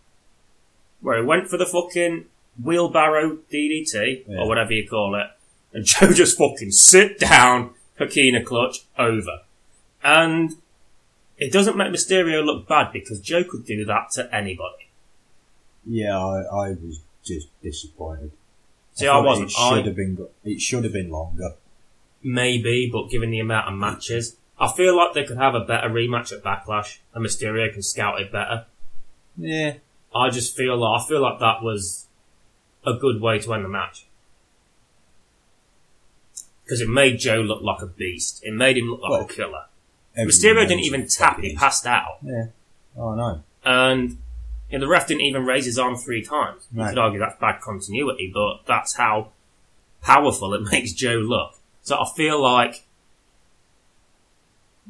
Speaker 1: where he went for the fucking wheelbarrow DDT
Speaker 2: Yeah.
Speaker 1: or whatever you call it, and Joe just fucking sit down, Hakina clutch over. And it doesn't make Mysterio look bad because Joe could do that to anybody.
Speaker 2: Yeah, I, I was just disappointed.
Speaker 1: See,
Speaker 2: thought
Speaker 1: I wasn't.
Speaker 2: It
Speaker 1: I-
Speaker 2: should have been. go- It should have been longer.
Speaker 1: Maybe, but given the amount of matches, I feel like they could have a better rematch at Backlash and Mysterio can scout it better.
Speaker 2: Yeah.
Speaker 1: I just feel I feel like that was a good way to end the match because it made Joe look like a beast. It made him look like
Speaker 2: Well,
Speaker 1: a killer.
Speaker 2: Everyone
Speaker 1: Mysterio
Speaker 2: knows
Speaker 1: didn't even
Speaker 2: what
Speaker 1: tap;
Speaker 2: it
Speaker 1: he
Speaker 2: is.
Speaker 1: passed out,
Speaker 2: Yeah. Oh no.
Speaker 1: and you know, the ref didn't even raise his arm three times. You
Speaker 2: Right.
Speaker 1: could argue that's bad continuity, but that's how powerful it makes Joe look. So I feel like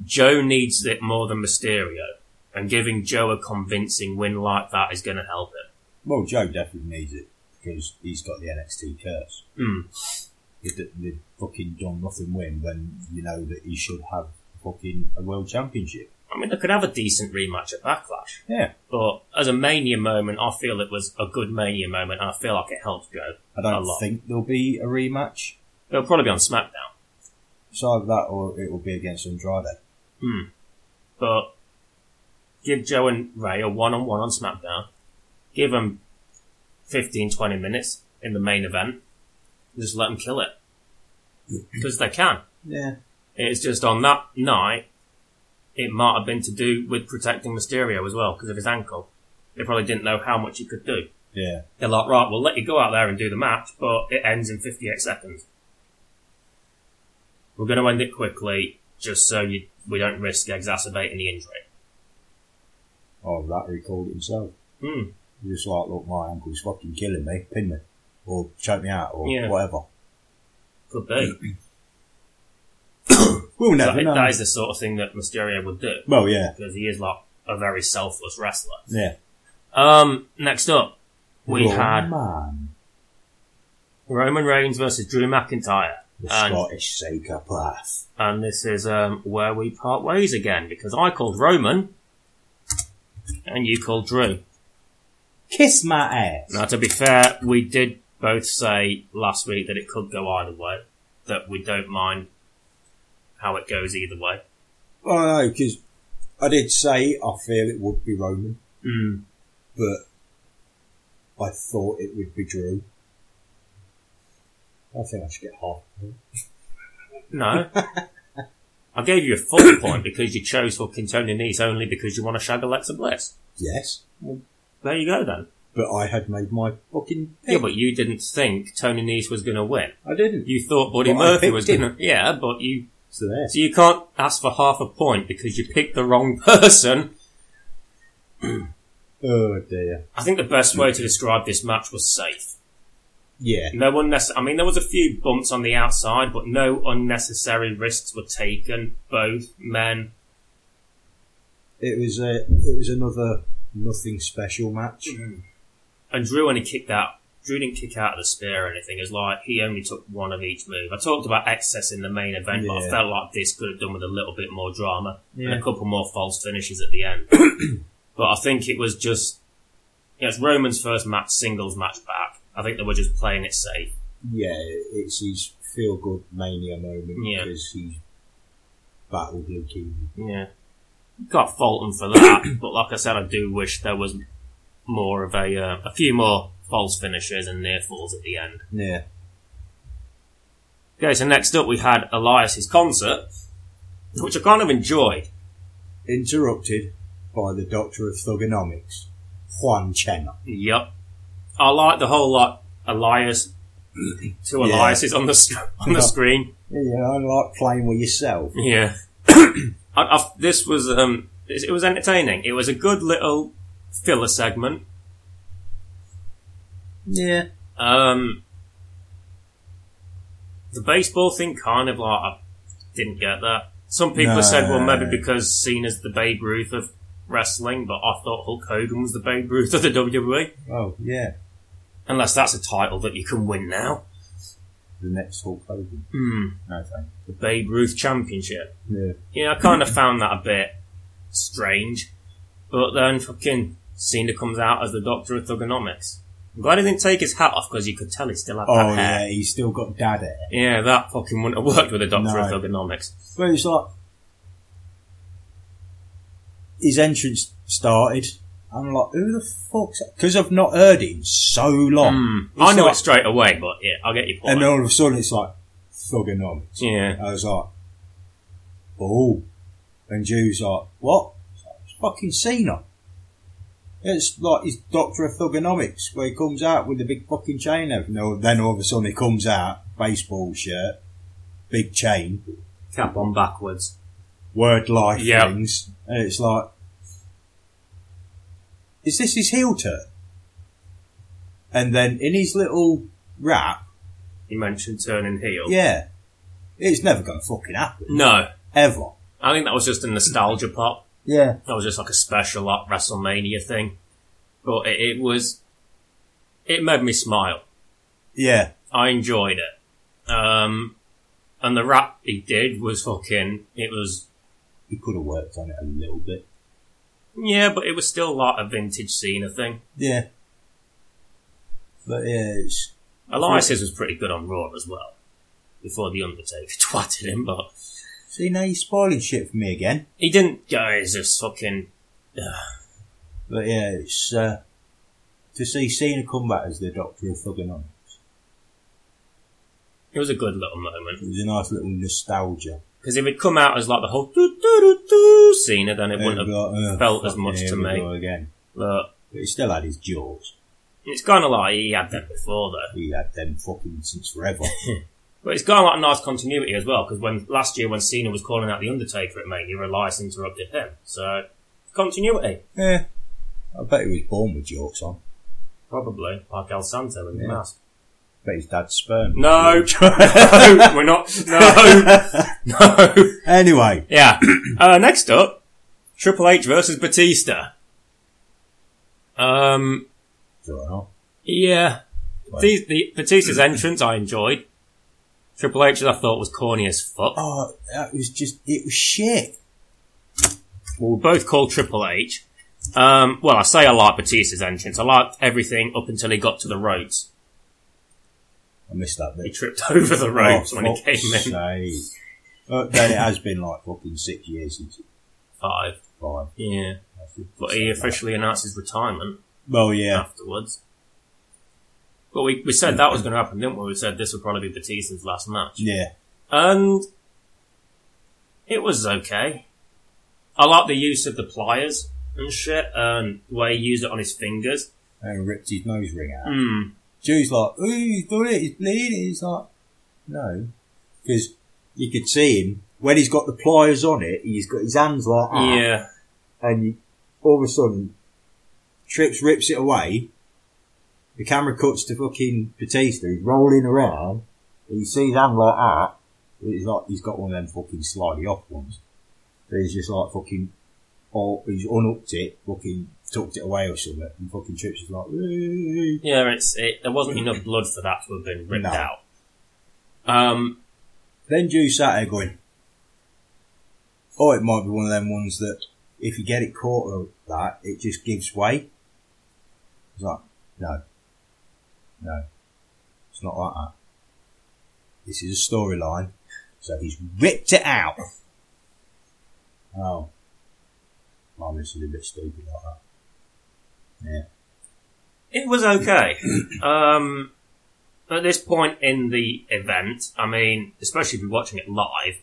Speaker 1: Joe needs it more than Mysterio, and giving Joe a convincing win like that is going to help him.
Speaker 2: Well, Joe definitely needs it because he's got the NXT curse.
Speaker 1: Hmm.
Speaker 2: He d- They've fucking done nothing win when you know that he should have fucking a world championship.
Speaker 1: I mean, they could have a decent rematch at Backlash.
Speaker 2: Yeah.
Speaker 1: But as a Mania moment, I feel it was a good Mania moment. and I feel like it helped Joe.
Speaker 2: I
Speaker 1: A
Speaker 2: don't
Speaker 1: lot.
Speaker 2: think there'll be a rematch.
Speaker 1: It'll probably be on SmackDown.
Speaker 2: It's either that or it will be against Andrade.
Speaker 1: But give Joe and Ray a one on one on SmackDown. Give them 15, 20 minutes in the main event. Just let them kill it. Because they can.
Speaker 2: Yeah.
Speaker 1: It's just on that night, it might have been to do with protecting Mysterio as well because of his ankle. They probably didn't know how much he could do.
Speaker 2: Yeah.
Speaker 1: They're like, right, we'll let you go out there and do the match, but it ends in 58 seconds. We're going to end it quickly, just so you, we don't risk exacerbating the injury.
Speaker 2: Or that recalled it himself.
Speaker 1: Hmm.
Speaker 2: He's just like, look, my ankle's fucking killing me. Pin me. Or choke me out or
Speaker 1: Yeah.
Speaker 2: whatever.
Speaker 1: Could be.
Speaker 2: We'll
Speaker 1: That-
Speaker 2: never know.
Speaker 1: that is the sort of thing that Mysterio would do,
Speaker 2: Well, yeah.
Speaker 1: because he is like a very selfless wrestler.
Speaker 2: Yeah.
Speaker 1: Um, next up, we
Speaker 2: Raw
Speaker 1: had
Speaker 2: Man.
Speaker 1: Roman Reigns versus Drew McIntyre.
Speaker 2: The
Speaker 1: And-
Speaker 2: Scottish psychopath.
Speaker 1: And this is um, where we part ways again, because I called Roman, and you called Drew.
Speaker 2: Kiss my ass.
Speaker 1: Now, to be fair, we did both say last week that it could go either way, that we don't mind how it goes either way.
Speaker 2: Well, no, because I did say I feel it would be Roman, Hmm.
Speaker 1: Mm.
Speaker 2: but I thought it would be Drew. I think I should get half.
Speaker 1: No. I gave you a full point because you chose fucking Tony Nese only because you want to shag Alexa Bliss.
Speaker 2: Yes,
Speaker 1: There you go then.
Speaker 2: but I had made my fucking pick.
Speaker 1: Yeah, but you didn't think Tony Nese was going to win.
Speaker 2: I didn't.
Speaker 1: You thought Buddy
Speaker 2: Well, I
Speaker 1: Murphy
Speaker 2: picked
Speaker 1: was
Speaker 2: him.
Speaker 1: going to. Yeah, but you
Speaker 2: So there.
Speaker 1: So you can't ask for half a point because you picked the wrong person.
Speaker 2: Oh dear.
Speaker 1: I think the best way to describe this match was safe.
Speaker 2: Yeah.
Speaker 1: No unnecessary. I mean, there was a few bumps on the outside, but no unnecessary risks were taken. Both men.
Speaker 2: It was a. It was another nothing special match.
Speaker 1: Mm-hmm. And Drew only kicked out. Drew didn't kick out of the spear or anything. It was like he only took one of each move. I talked about excess in the main event, but I
Speaker 2: Yeah.
Speaker 1: felt like this could have done with a little bit more drama and
Speaker 2: Yeah.
Speaker 1: a couple more false finishes at the end. but I think it was just yeah, it's Roman's first match, singles match back. I think they were just playing it safe.
Speaker 2: Yeah, it's his feel good mania moment
Speaker 1: Yeah.
Speaker 2: because he's battled leukemia.
Speaker 1: Yeah. Can't fault them for that, but like I said, I do wish there was more of a uh, a few more false finishes and near falls at the end.
Speaker 2: Yeah.
Speaker 1: Okay, so next up we had Elias's concert, which I kind of enjoyed.
Speaker 2: interrupted by the Doctor of Thugonomics, Juan Chenna.
Speaker 1: Yep, I like the whole like Elias, two
Speaker 2: Yeah.
Speaker 1: Eliases on the sc- on the
Speaker 2: Yeah.
Speaker 1: screen.
Speaker 2: You know, like playing with yourself.
Speaker 1: Yeah. I, I, this was um, it, it was entertaining. It was a good little filler segment.
Speaker 2: Yeah.
Speaker 1: Um, the baseball thing kind of like I didn't get that. Some people
Speaker 2: No.
Speaker 1: said, well, maybe because Cena's the Babe Ruth of wrestling, but I thought Hulk Hogan was the Babe Ruth of the WWE.
Speaker 2: Oh, yeah.
Speaker 1: Unless that's a title that you can win now.
Speaker 2: The next Hulk Hogan.
Speaker 1: Hmm,
Speaker 2: No thanks.
Speaker 1: the Babe Ruth Championship.
Speaker 2: Yeah.
Speaker 1: Yeah, I kind of found that a bit strange. But then fucking Cena comes out as the Doctor of Thugonomics. I'm glad he didn't take his hat off because you could tell he still had
Speaker 2: Oh,
Speaker 1: that hair.
Speaker 2: yeah. He's still got dad hair.
Speaker 1: Yeah. that fucking wouldn't have worked with a Doctor of
Speaker 2: No.
Speaker 1: Thugonomics.
Speaker 2: But it's like his entrance started. I'm like, who the fuck's that? Because I've not heard it in so long.
Speaker 1: Hmm. I know
Speaker 2: like-
Speaker 1: it straight away, but yeah, I'll get your point.
Speaker 2: Oh. And then all of a sudden, it's like Thugonomics.
Speaker 1: yeah,
Speaker 2: I was like, oh. And Jew's like, what? It's, like, it's fucking Cena. It's like his Doctor of Thugonomics, where he comes out with the big fucking chain. and everything. No, Then all of a sudden he comes out, baseball shirt, big chain,
Speaker 1: cap on backwards.
Speaker 2: word life
Speaker 1: Yep.
Speaker 2: things. And it's like, is this his heel turn? And then in his little rap,
Speaker 1: You mentioned turning heel.
Speaker 2: yeah, it's never going to fucking happen,
Speaker 1: No,
Speaker 2: ever.
Speaker 1: I think that was just a nostalgia pop.
Speaker 2: Yeah.
Speaker 1: That was just like a special like, WrestleMania thing. But it, it was, it made me smile.
Speaker 2: Yeah.
Speaker 1: I enjoyed it. Um, and the rap he did was fucking, it was
Speaker 2: he could have worked on it a little bit.
Speaker 1: Yeah, but it was still like a vintage Cena thing.
Speaker 2: Yeah. But yeah, it's,
Speaker 1: Elias was pretty good on Raw as well. Before the Undertaker twatted him, but
Speaker 2: see now you're spoiling shit for me again.
Speaker 1: he didn't go as this fucking
Speaker 2: But yeah, it's, uh, to see Cena come back as the Doctor of Thugonomics.
Speaker 1: it was a good little moment.
Speaker 2: It was a nice little nostalgia.
Speaker 1: Because if it come out as like the whole doo doo doo doo Cena, then it
Speaker 2: And
Speaker 1: wouldn't
Speaker 2: it'd be
Speaker 1: have.
Speaker 2: like, "Ugh,
Speaker 1: felt as
Speaker 2: fucking
Speaker 1: much
Speaker 2: here
Speaker 1: to
Speaker 2: we
Speaker 1: me."
Speaker 2: go Again.
Speaker 1: But
Speaker 2: But he still had his jaws.
Speaker 1: it's kind of like he had them before though.
Speaker 2: He had them fucking since forever.
Speaker 1: But it's kind of like a nice continuity as well. Because when last year when Cena was calling out the Undertaker at Mania, Elias interrupted him. So continuity
Speaker 2: yeah. I bet he was born with jaws on.
Speaker 1: probably like El Santo in the
Speaker 2: Yeah.
Speaker 1: mask.
Speaker 2: bet his dad's sperm.
Speaker 1: No, no, we're not. No, no.
Speaker 2: Anyway,
Speaker 1: Yeah. uh, next up, Triple H versus Batista. Um,
Speaker 2: so,
Speaker 1: yeah.
Speaker 2: Right.
Speaker 1: The, the Batista's entrance I enjoyed. Triple H's I thought was corny as fuck.
Speaker 2: oh, that was just, it was shit.
Speaker 1: We'll both call Triple H. Um, well, I say I like Batista's entrance. I liked everything up until he got to the ropes.
Speaker 2: I missed that
Speaker 1: He
Speaker 2: bit.
Speaker 1: tripped over the ropes
Speaker 2: Oh,
Speaker 1: when he
Speaker 2: fuck's
Speaker 1: came in.
Speaker 2: sake. But then it has been like fucking six years since it
Speaker 1: Five.
Speaker 2: five.
Speaker 1: Yeah. But he Ah. officially announced his retirement
Speaker 2: Well, yeah.
Speaker 1: afterwards. But we, we said that was going to happen, didn't we? We said this would probably be Batista's last match.
Speaker 2: Yeah.
Speaker 1: And it was okay. I like the use of the pliers and shit, and the way he used it on his fingers.
Speaker 2: And ripped his nose ring out.
Speaker 1: Hmm.
Speaker 2: Jew's like, ooh, he's done it, he's bleeding. He's like, no. Because you could see him, when he's got the pliers on it, he's got his hands like "Ah, that.
Speaker 1: Yeah.
Speaker 2: And you, all of a sudden, Trips rips it away. The camera cuts to fucking Batista, he's rolling around. And you see his hand like that. He's like, he's got one of them fucking slidey off ones. So he's just like fucking, or he's unhooked it, fucking tucked it away or something. And fucking Trips is like, "Ooh."
Speaker 1: Yeah, it's, it, there wasn't enough blood for that to have been ripped
Speaker 2: No.
Speaker 1: out. Um,
Speaker 2: Then Jew sat there going, oh, it might be one of them ones that if you get it caught or that, it just gives way. It's like, no, no, it's not like that. This is a storyline. So he's ripped it out. Oh. Oh, this is a bit stupid like that.
Speaker 1: it was okay. um, at this point in the event, I mean, especially if you're watching it live,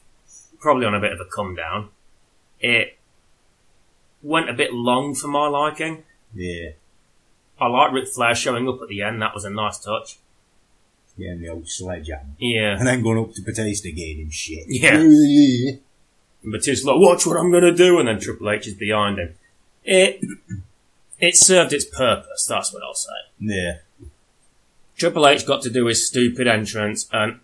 Speaker 1: probably on a bit of a come down, it went a bit long for my liking.
Speaker 2: Yeah.
Speaker 1: I like Ric Flair showing up at the end. That was a nice touch.
Speaker 2: Yeah, and the old sledgehammer.
Speaker 1: Yeah.
Speaker 2: And then going up to Batista again and shit.
Speaker 1: Yeah. And Batista's like, watch what I'm going to do. And then Triple H is behind him. It, it served its purpose. That's what I'll say.
Speaker 2: Yeah.
Speaker 1: Triple H got to do his stupid entrance and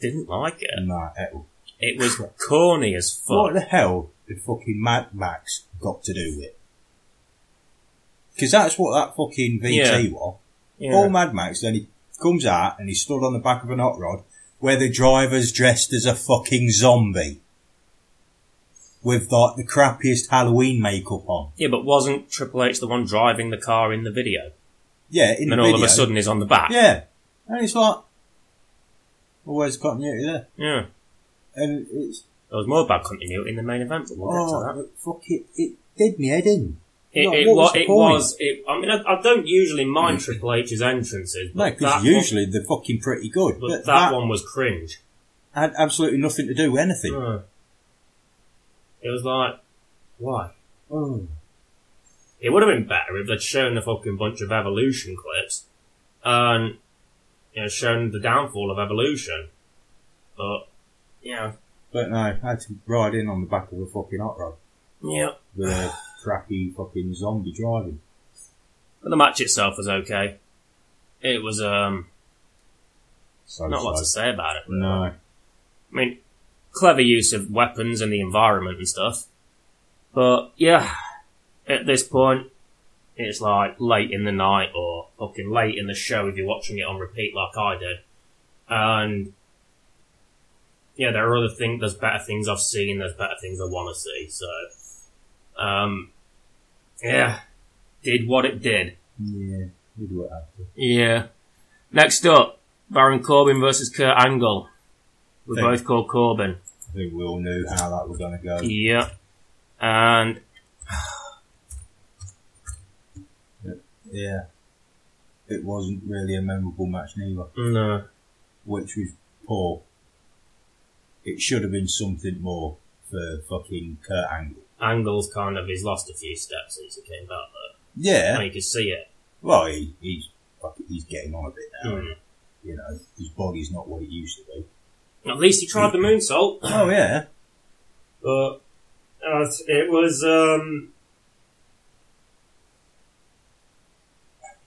Speaker 1: didn't like it.
Speaker 2: Nah, it'll
Speaker 1: It was corny as
Speaker 2: What
Speaker 1: fuck.
Speaker 2: the hell did fucking Mad Max got to do with it? Because that's what that fucking VT
Speaker 1: Yeah.
Speaker 2: was. All
Speaker 1: Yeah.
Speaker 2: Mad Max, then he comes out and he stood on the back of an hot rod where the driver's dressed as a fucking zombie. With like the crappiest Halloween makeup on.
Speaker 1: yeah, but wasn't Triple H the one driving the car in the video?
Speaker 2: Yeah, in
Speaker 1: And
Speaker 2: the
Speaker 1: then all
Speaker 2: video.
Speaker 1: of a sudden ah. he's on the back.
Speaker 2: Yeah. And it's like, well, where's the continuity there?
Speaker 1: Yeah.
Speaker 2: And it's,
Speaker 1: There was more bad continuity in the main event, but we'll get to that.
Speaker 2: oh, fuck it, it did me head in.
Speaker 1: It,
Speaker 2: Like,
Speaker 1: it,
Speaker 2: what
Speaker 1: wa-
Speaker 2: was the
Speaker 1: it
Speaker 2: point?
Speaker 1: was. It, I mean, I, I don't usually mind Triple H's entrances,
Speaker 2: No,
Speaker 1: but that
Speaker 2: because usually they're fucking pretty good.
Speaker 1: one, but that,
Speaker 2: that
Speaker 1: one was cringe.
Speaker 2: had absolutely nothing to do with anything.
Speaker 1: Uh, it was like, why?
Speaker 2: Oh.
Speaker 1: It would have been better if they'd shown a fucking bunch of evolution clips and you know shown the downfall of evolution, but yeah,
Speaker 2: But no, I had to ride in on the back of a fucking hot rod
Speaker 1: yeah.
Speaker 2: with a crappy fucking zombie driving.
Speaker 1: But the match itself was okay. It was um
Speaker 2: So
Speaker 1: not a lot to
Speaker 2: so.
Speaker 1: say about it.
Speaker 2: No.
Speaker 1: I mean, clever use of weapons and the environment and stuff. But yeah, at this point, it's like late in the night or fucking late in the show if you're watching it on repeat like I did. And
Speaker 6: yeah, there are other things. There's better things I've seen. There's better things I want to see. So, um, yeah, did what it did.
Speaker 2: Yeah, you'd work after.
Speaker 6: Yeah. Next up, Baron Corbin versus Kurt Angle. We're
Speaker 2: Thank-
Speaker 6: both called Corbin.
Speaker 2: I think we all knew how that was going to go.
Speaker 6: Yeah. And
Speaker 2: Yeah. It wasn't really a memorable match neither,
Speaker 6: no,
Speaker 2: which was poor. It should have been something more for fucking Kurt Angle.
Speaker 6: Angle's kind of he's lost a few steps since he came back.
Speaker 2: Yeah.
Speaker 6: And you can see it.
Speaker 2: Well, he, he's fucking, he's getting on a bit now.
Speaker 6: Mm.
Speaker 1: Hmm.
Speaker 2: You know, his body's not what it used to be.
Speaker 6: At least he tried the moonsault.
Speaker 2: Oh yeah.
Speaker 1: But uh, it was. Um,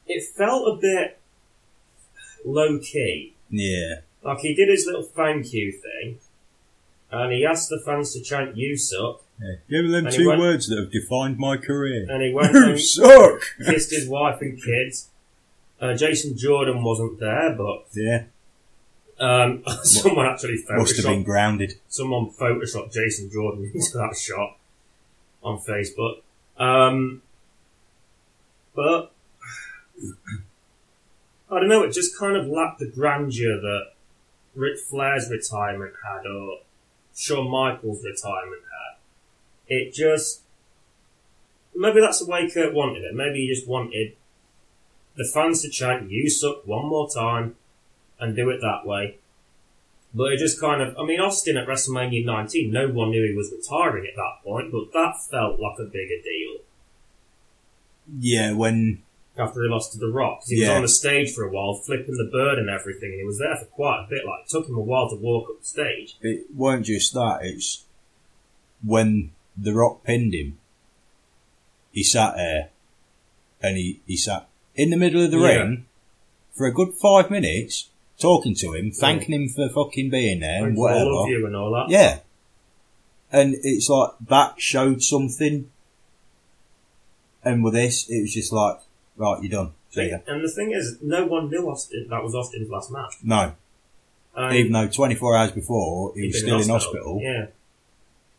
Speaker 1: it felt a bit low key.
Speaker 2: Yeah.
Speaker 1: Like he did his little thank you thing, and he asked the fans to chant "You suck,"
Speaker 2: yeah. Give them
Speaker 1: And he
Speaker 2: two
Speaker 1: went-
Speaker 2: words that have defined my career.
Speaker 1: and he went
Speaker 2: You
Speaker 1: and
Speaker 2: suck.
Speaker 1: kissed his wife and kids. Uh, Jason Jordan wasn't there, but
Speaker 2: Yeah.
Speaker 1: um, someone actually
Speaker 2: Must have
Speaker 1: photoshopped
Speaker 2: been grounded.
Speaker 1: someone photoshopped Jason Jordan into that shot on Facebook. Um, but I don't know. It just kind of lacked the grandeur that Ric Flair's retirement had, or Shawn Michaels' retirement had. It just maybe that's the way Kurt wanted it. Maybe he just wanted the fans to chant "You suck" one more time and do it that way. But it just kind of, I mean, Austin at WrestleMania 19, no one knew he was retiring at that point, but that felt like a bigger deal
Speaker 2: Yeah. When
Speaker 1: after he lost to The Rock. 'Cause He was
Speaker 2: Yeah.
Speaker 1: on the stage for a while, flipping the bird and everything, and he was there for quite a bit. Like, it took him a while to walk up the stage.
Speaker 2: it weren't just that. It's when The Rock pinned him. He sat there, and he he sat in the middle of the
Speaker 1: Yeah.
Speaker 2: ring for a good five minutes, talking to him, thanking him for fucking being there and
Speaker 1: Thanks for
Speaker 2: whatever.
Speaker 1: all of you and all that.
Speaker 2: Yeah. And it's like that showed something. And with this, it was just like, right, you're done. See ya.
Speaker 1: And the thing is, no one knew Austin, that was Austin's last match.
Speaker 2: No,
Speaker 1: And
Speaker 2: even though 24 hours before he
Speaker 1: he'd
Speaker 2: was
Speaker 1: been
Speaker 2: still in hospital
Speaker 1: Yeah.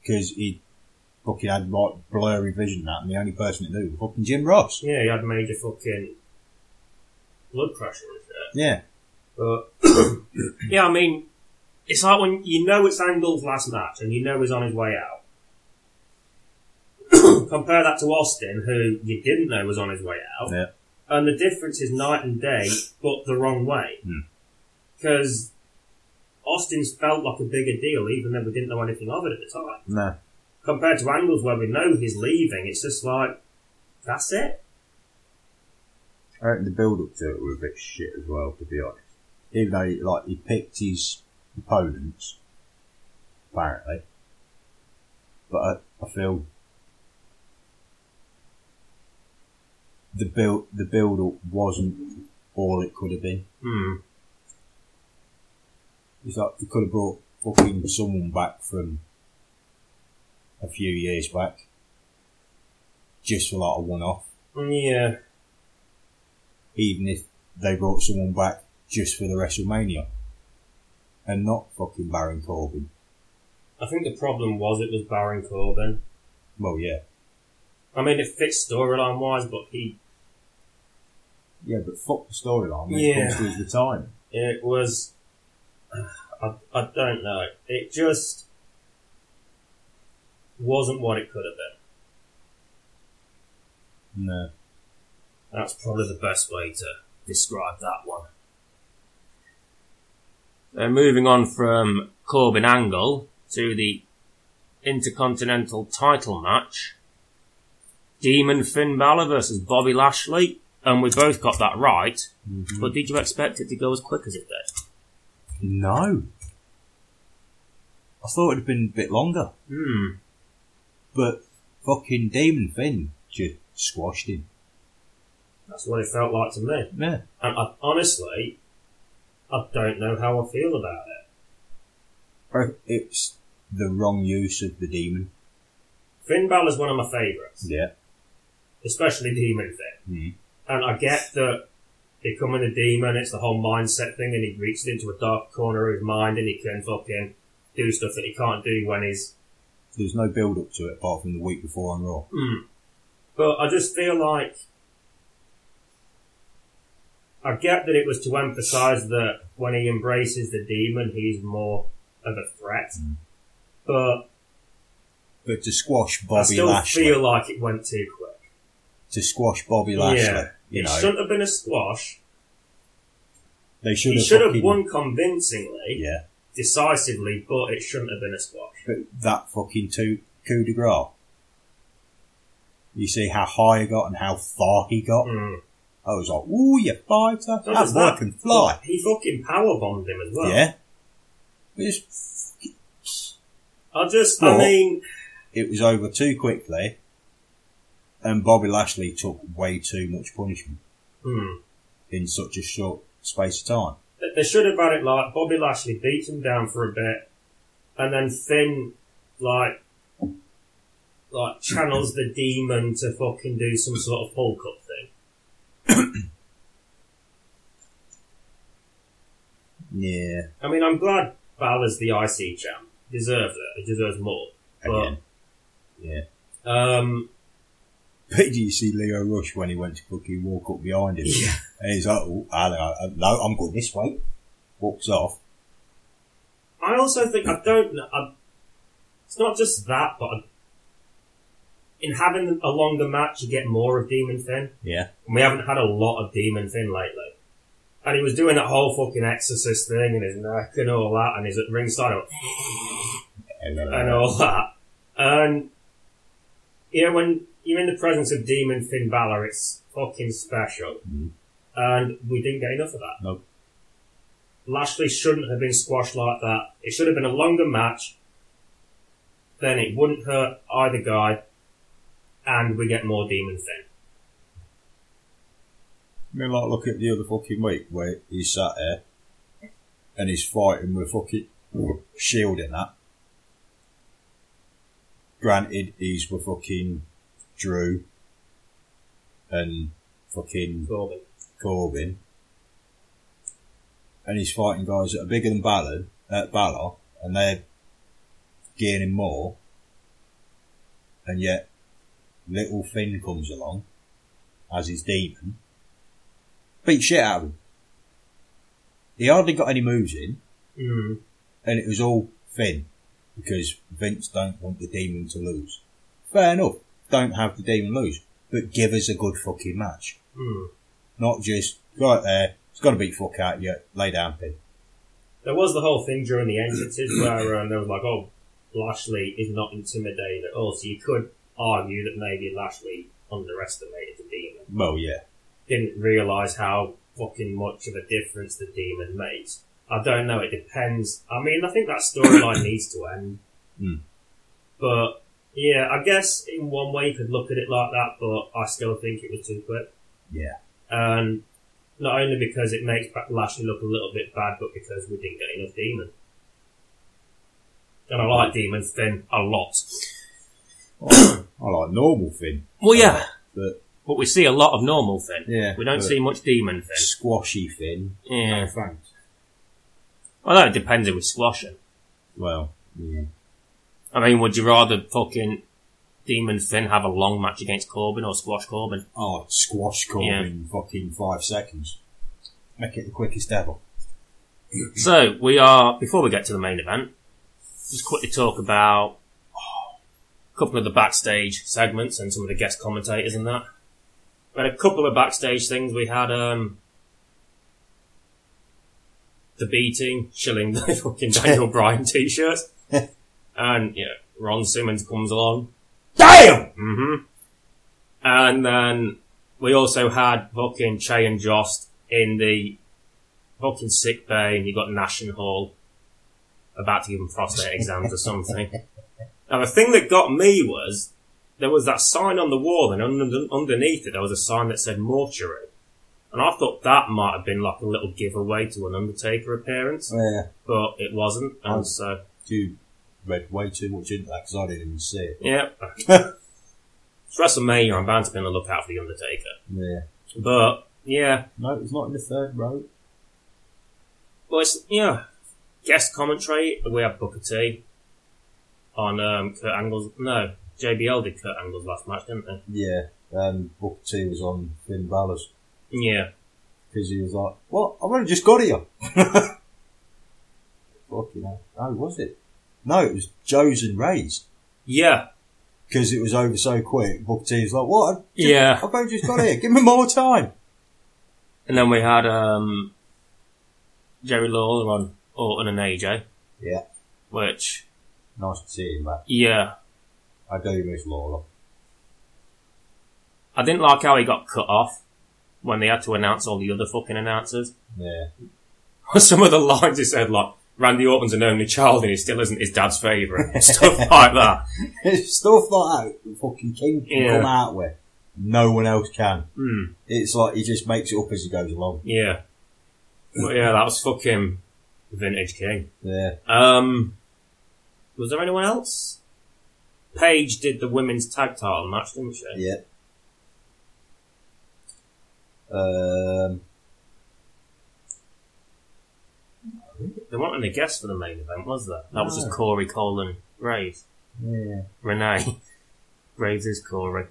Speaker 2: because he fucking had like blurry vision that, and the only person that knew was fucking Jim Ross.
Speaker 1: Yeah, he had major fucking blood pressure and shit.
Speaker 2: Yeah,
Speaker 1: But yeah, I mean, it's like when you know it's Angle's last match and you know he's on his way out. Compare that to Austin, who you didn't know was on his way out,
Speaker 2: Yeah.
Speaker 1: and the difference is night and day, but the wrong way.
Speaker 2: Hmm.
Speaker 1: Because Austin's felt like a bigger deal, even though we didn't know anything of it at the time.
Speaker 2: no.
Speaker 1: Compared to Angle's, where we know he's leaving, it's just like that's it.
Speaker 2: I reckon the build up to it were a bit shit as well, to be honest. Even though, he, like, he picked his opponents, apparently. But I, I feel the build the build up wasn't all it could have been.
Speaker 6: Hmm.
Speaker 2: It's like he could have brought fucking someone back from a few years back, just for like a one off.
Speaker 1: Yeah,
Speaker 2: even if they brought someone back just for the WrestleMania and not fucking Baron Corbin.
Speaker 1: I think the problem was it was Baron Corbin.
Speaker 2: Well, yeah,
Speaker 1: I mean, it fits storyline wise, but he
Speaker 2: yeah, but fuck the storyline
Speaker 1: when it comes
Speaker 2: to his retirement.
Speaker 1: it was. I, I don't know. It just wasn't what it could have been.
Speaker 2: No,
Speaker 1: That's probably the best way to describe that one.
Speaker 6: Uh, moving on from Corbin Angle to the Intercontinental title match. Demon Finn Balor versus Bobby Lashley. And we both got that right. But did you expect it to go as quick as it did?
Speaker 2: no. I thought it'd have been a bit longer,
Speaker 6: Hmm.
Speaker 2: but fucking Demon Finn just squashed him.
Speaker 1: That's what it felt like to me.
Speaker 2: Yeah,
Speaker 1: And I, honestly, I don't know how I feel about it.
Speaker 2: it's the wrong use of the demon.
Speaker 1: Finn Balor's one of my favourites,
Speaker 2: Yeah,
Speaker 1: especially Demon Finn.
Speaker 2: Mhm.
Speaker 1: And I get that becoming a demon, it's the whole mindset thing, and he reaches into a dark corner of his mind and he can fucking do stuff that he can't do when he's.
Speaker 2: There's no build up to it apart from the week before on Raw.
Speaker 1: Mm. But I just feel like I get that it was to emphasise that when he embraces the demon, he's more of a threat. But
Speaker 2: But to squash
Speaker 1: I
Speaker 2: Bobby
Speaker 1: still
Speaker 2: Lashley,
Speaker 1: feel like it went too quick.
Speaker 2: to squash Bobby Lashley,
Speaker 1: Yeah.
Speaker 2: you
Speaker 1: it
Speaker 2: know,
Speaker 1: shouldn't have been a squash.
Speaker 2: they should
Speaker 1: He
Speaker 2: have,
Speaker 1: should have
Speaker 2: fucking-
Speaker 1: won convincingly,
Speaker 2: Yeah,
Speaker 1: decisively, but it shouldn't have been a squash.
Speaker 2: but that fucking two coup de grace. You see how high he got and how far he got.
Speaker 1: Mm.
Speaker 2: I was like, "Ooh, you fighter!
Speaker 1: Not
Speaker 2: That
Speaker 1: just
Speaker 2: boy
Speaker 1: that,
Speaker 2: can fly."
Speaker 1: He fucking powerbombed him as well.
Speaker 2: Yeah, it was,
Speaker 1: I just, I
Speaker 2: Well-
Speaker 1: mean,
Speaker 2: it was over too quickly, and Bobby Lashley took way too much punishment
Speaker 1: hmm.
Speaker 2: in such a short space of time.
Speaker 1: They- they should have had it like Bobby Lashley beats him down for a bit, and then Finn like like channels the demon to fucking do some sort of pull up thing.
Speaker 2: Yeah,
Speaker 1: I mean, I'm glad Balor's the IC champ. Deserves it. He deserves more.
Speaker 2: again.
Speaker 1: But
Speaker 2: Yeah.
Speaker 1: um,
Speaker 2: But did you see Leo Rush when he went to fucking walk up behind him?
Speaker 1: Yeah.
Speaker 2: And he's like, oh, I don't know. no, I'm going this way. Walks off.
Speaker 1: I also think I don't. know- I, it's not just that, but I, in having a longer match, you get more of Demon Finn.
Speaker 2: Yeah.
Speaker 1: And we haven't had a lot of Demon Finn lately. And he was doing that whole fucking exorcist thing and his neck and all that and he's at ringside and all that. And, you know, when you're in the presence of Demon Finn Balor, it's fucking special.
Speaker 2: Mm.
Speaker 1: And we didn't get enough of that.
Speaker 2: Nope.
Speaker 1: Lashley shouldn't have been squashed like that. It should have been a longer match. Then it wouldn't hurt either guy. And we get more Demon Finn.
Speaker 2: I mean, like, look at the other fucking week where he sat there and he's fighting with fucking Shield and that. Granted, he's with fucking Drew and fucking
Speaker 1: Corbin.
Speaker 2: Corbin, and he's fighting guys that are bigger than Balor, uh, Balor, and they're gaining more, and yet little Finn comes along as his demon, beat shit out of him. He hardly got any moves in,
Speaker 1: Mm.
Speaker 2: and it was all Finn because Vince don't want the demon to lose. Fair enough, don't have the demon lose, but give us a good fucking match
Speaker 1: Mm.
Speaker 2: not just go out there. It's got to beat fuck out of you. Lay down, pin.
Speaker 1: There was the whole thing during the entrances where um, they were like, oh, Lashley is not intimidated at all. So you could argue that maybe Lashley underestimated the demon.
Speaker 2: Well, yeah,
Speaker 1: Didn't realise how fucking much of a difference the demon makes. I don't know, it depends. I mean, I think that storyline needs to end.
Speaker 2: Hmm.
Speaker 1: But, yeah, I guess in one way you could look at it like that, but I still think it was too quick.
Speaker 2: yeah.
Speaker 1: And not only because it makes Ba- Lashley look a little bit bad, but because we didn't get enough Demon. And I like Demon Finn a lot.
Speaker 2: I like normal Finn,
Speaker 7: Well, yeah,
Speaker 2: but
Speaker 7: but we see a lot of normal Finn.
Speaker 2: Yeah,
Speaker 7: we don't
Speaker 2: but-
Speaker 7: see much demon Finn.
Speaker 2: squashy Finn.
Speaker 7: Yeah,
Speaker 2: Thanks.
Speaker 7: well, that depends if we squash him.
Speaker 2: Well, yeah.
Speaker 7: I mean, would you rather fucking demon Finn have a long match against Corbin or squash Corbin?
Speaker 2: Oh, squash Corbin in fucking five seconds. Make it the quickest ever.
Speaker 7: So we are before we get to the main event. Just quickly talk about a couple of the backstage segments and some of the guest commentators and that. We had a couple of backstage things. We had um the beating, shilling the fucking Daniel Bryan t-shirts, and yeah, Ron Simmons comes along.
Speaker 2: Damn.
Speaker 7: hmm And then we also had fucking Che and Jost in the fucking sick bay, and you got Nash and Hall about to give him prostate exams or something. Now the thing that got me was there was that sign on the wall, and under, underneath it there was a sign that said mortuary, and I thought that might have been like a little giveaway to an Undertaker appearance,
Speaker 2: Yeah,
Speaker 7: but it wasn't, and
Speaker 2: Oh.
Speaker 7: so
Speaker 2: you read way too much into that because I didn't even see it.
Speaker 7: yeah. it's WrestleMania. I'm bound to be on the lookout for the Undertaker.
Speaker 2: Yeah.
Speaker 7: But yeah,
Speaker 2: No, it's not in the third row.
Speaker 7: well, it's yeah.
Speaker 1: guest commentary, we have Booker T on um, Kurt Angle's. No, JBL did Kurt Angle's last match, didn't they?
Speaker 2: Yeah, um, Booker T was on Finn Balor's
Speaker 1: Yeah.
Speaker 2: because he was like, "What? I've only just got here." Fucking hell! No, was it? No, it was Joe's and Ray's
Speaker 1: Yeah.
Speaker 2: because it was over so quick. Booker T was like, "What? I've ju-
Speaker 1: Yeah.
Speaker 2: I've only just got here. Give me more time."
Speaker 1: And then we had um, Jerry Lawler on Orton and AJ.
Speaker 2: Yeah.
Speaker 1: Which,
Speaker 2: Nice to see him back.
Speaker 1: yeah.
Speaker 2: I do miss Lawler.
Speaker 1: I didn't like how he got cut off when they had to announce all the other fucking announcers.
Speaker 2: Yeah,
Speaker 1: Some of the lines he said, like, Randy Orton's an only child and he still isn't his dad's favourite. Stuff like that.
Speaker 2: stuff like that. the Fucking King can
Speaker 1: Yeah.
Speaker 2: come out with. No one else can.
Speaker 1: Hmm.
Speaker 2: It's like he just makes it up as he goes along.
Speaker 1: Yeah. But yeah, that was fucking vintage king.
Speaker 2: Yeah.
Speaker 1: Um, was there anyone else? Paige did the women's tag title match, didn't she?
Speaker 2: Yeah. Um,
Speaker 1: There wasn't any guest for the main event, was there? That was
Speaker 2: No.
Speaker 1: just Corey Cole and Graves.
Speaker 2: yeah.
Speaker 1: Renee. Graves is Corey.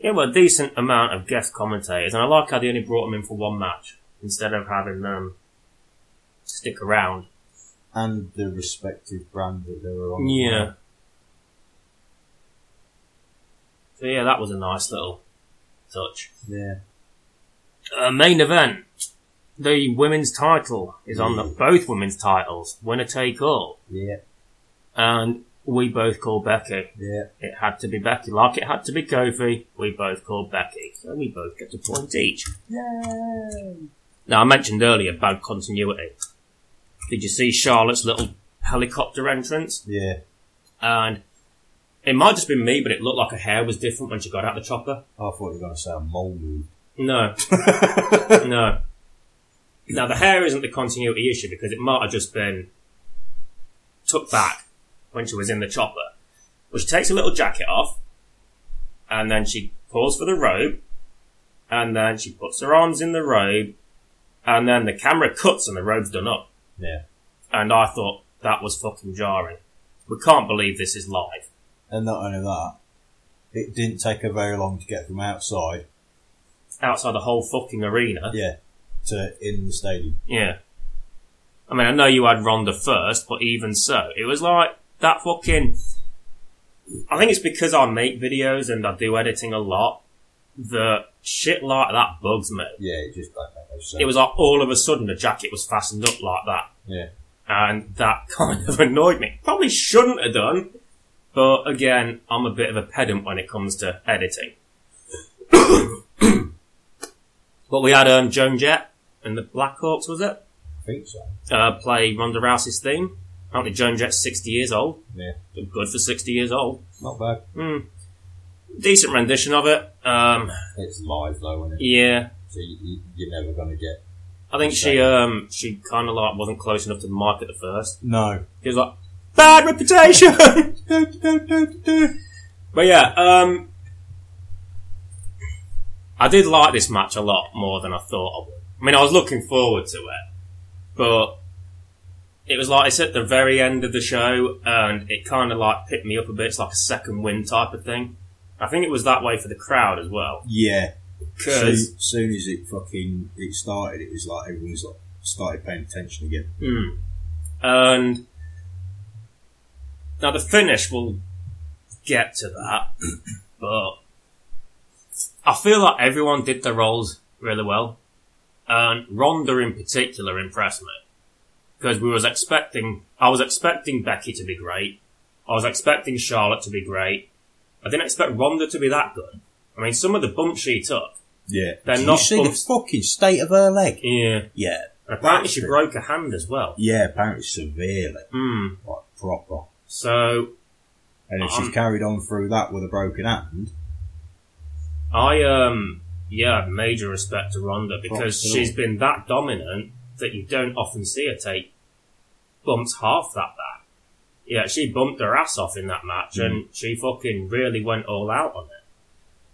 Speaker 1: Yeah, well, a decent amount of guest commentators, and I like how they only brought them in for one match instead of having them stick around.
Speaker 2: And the respective brand that they were on.
Speaker 1: Yeah. So yeah, that was a nice little touch.
Speaker 2: Yeah.
Speaker 1: Uh, main event. The women's title is on the both women's titles. Winner take all.
Speaker 2: Yeah.
Speaker 1: And we both call Becky.
Speaker 2: Yeah.
Speaker 1: It had to be Becky. Like it had to be Kofi, we both called Becky. So we both get a point each.
Speaker 2: Yay!
Speaker 1: Now I mentioned earlier bad continuity. Did you see Charlotte's little helicopter entrance?
Speaker 2: Yeah.
Speaker 1: and it might just be me, but it looked like her hair was different when she got out the chopper.
Speaker 2: Oh, I thought you were going to say a mole move.
Speaker 1: No, no. Now the hair isn't the continuity issue because it might have just been took back when she was in the chopper. But she takes a little jacket off, and then she calls for the robe, and then she puts her arms in the robe, and then the camera cuts and the robe's done up.
Speaker 2: Yeah.
Speaker 1: And I thought that was fucking jarring. We can't believe this is live.
Speaker 2: And not only that, it didn't take her very long to get from outside.
Speaker 1: outside the whole fucking arena.
Speaker 2: Yeah. To in the stadium.
Speaker 1: Yeah. I mean, I know you had Ronda first, but even so, it was like that fucking. I think it's because I make videos and I do editing a lot that shit like that bugs me.
Speaker 2: Yeah. It just like that. was so-
Speaker 1: It was like all of a sudden the jacket was fastened up like that,
Speaker 2: Yeah.
Speaker 1: and that kind of annoyed me. Probably shouldn't have done, but again, I'm a bit of a pedant when it comes to editing. but we had um, Joan Jett and the Blackhawks, was it?
Speaker 2: I think so.
Speaker 1: uh, play Ronda Rousey's theme. Apparently, Joan Jett's 60 years old.
Speaker 2: Yeah.
Speaker 1: Good for 60 years old.
Speaker 2: Not bad.
Speaker 1: Hmm. Decent rendition of it. Um,
Speaker 2: It's live though, isn't it?
Speaker 1: yeah.
Speaker 2: So you, you, you're never going to get.
Speaker 1: I think she, um, she kind of like wasn't close enough to the mic at the first.
Speaker 2: No.
Speaker 1: She was like, bad reputation! but yeah, um, I did like this match a lot more than I thought I would. I mean, I was looking forward to it, but it was like it's at the very end of the show, and it kind of like picked me up a bit. It's like a second win type of thing. I think it was that way for the crowd as well.
Speaker 2: Yeah. Soon,
Speaker 1: 'Cause-
Speaker 2: soon as it fucking it started, it was like everyone's like started paying attention again.
Speaker 1: Hmm. And now the finish will get to that, but I feel like everyone did their roles really well, and Ronda in particular impressed me because we was expecting. I was expecting Becky to be great. I was expecting Charlotte to be great. I didn't expect Ronda to be that good. I mean, some of the bumps she took.
Speaker 2: Yeah,
Speaker 1: They're
Speaker 2: Did
Speaker 1: not
Speaker 2: You see the
Speaker 1: bumps.
Speaker 2: fucking state of her leg.
Speaker 1: Yeah.
Speaker 2: Yeah,
Speaker 1: Apparently, she broke her hand as well.
Speaker 2: yeah. Apparently severely,
Speaker 1: Hmm.
Speaker 2: like proper.
Speaker 1: So
Speaker 2: And if
Speaker 1: Um,
Speaker 2: she's carried on through that with a broken hand,
Speaker 1: I um yeah, have major respect to Ronda because
Speaker 2: Absolutely.
Speaker 1: she's been that dominant that you don't often see her take bumps half that back. Yeah, she bumped her ass off in that
Speaker 2: Hmm.
Speaker 1: match and she fucking really went all out on it.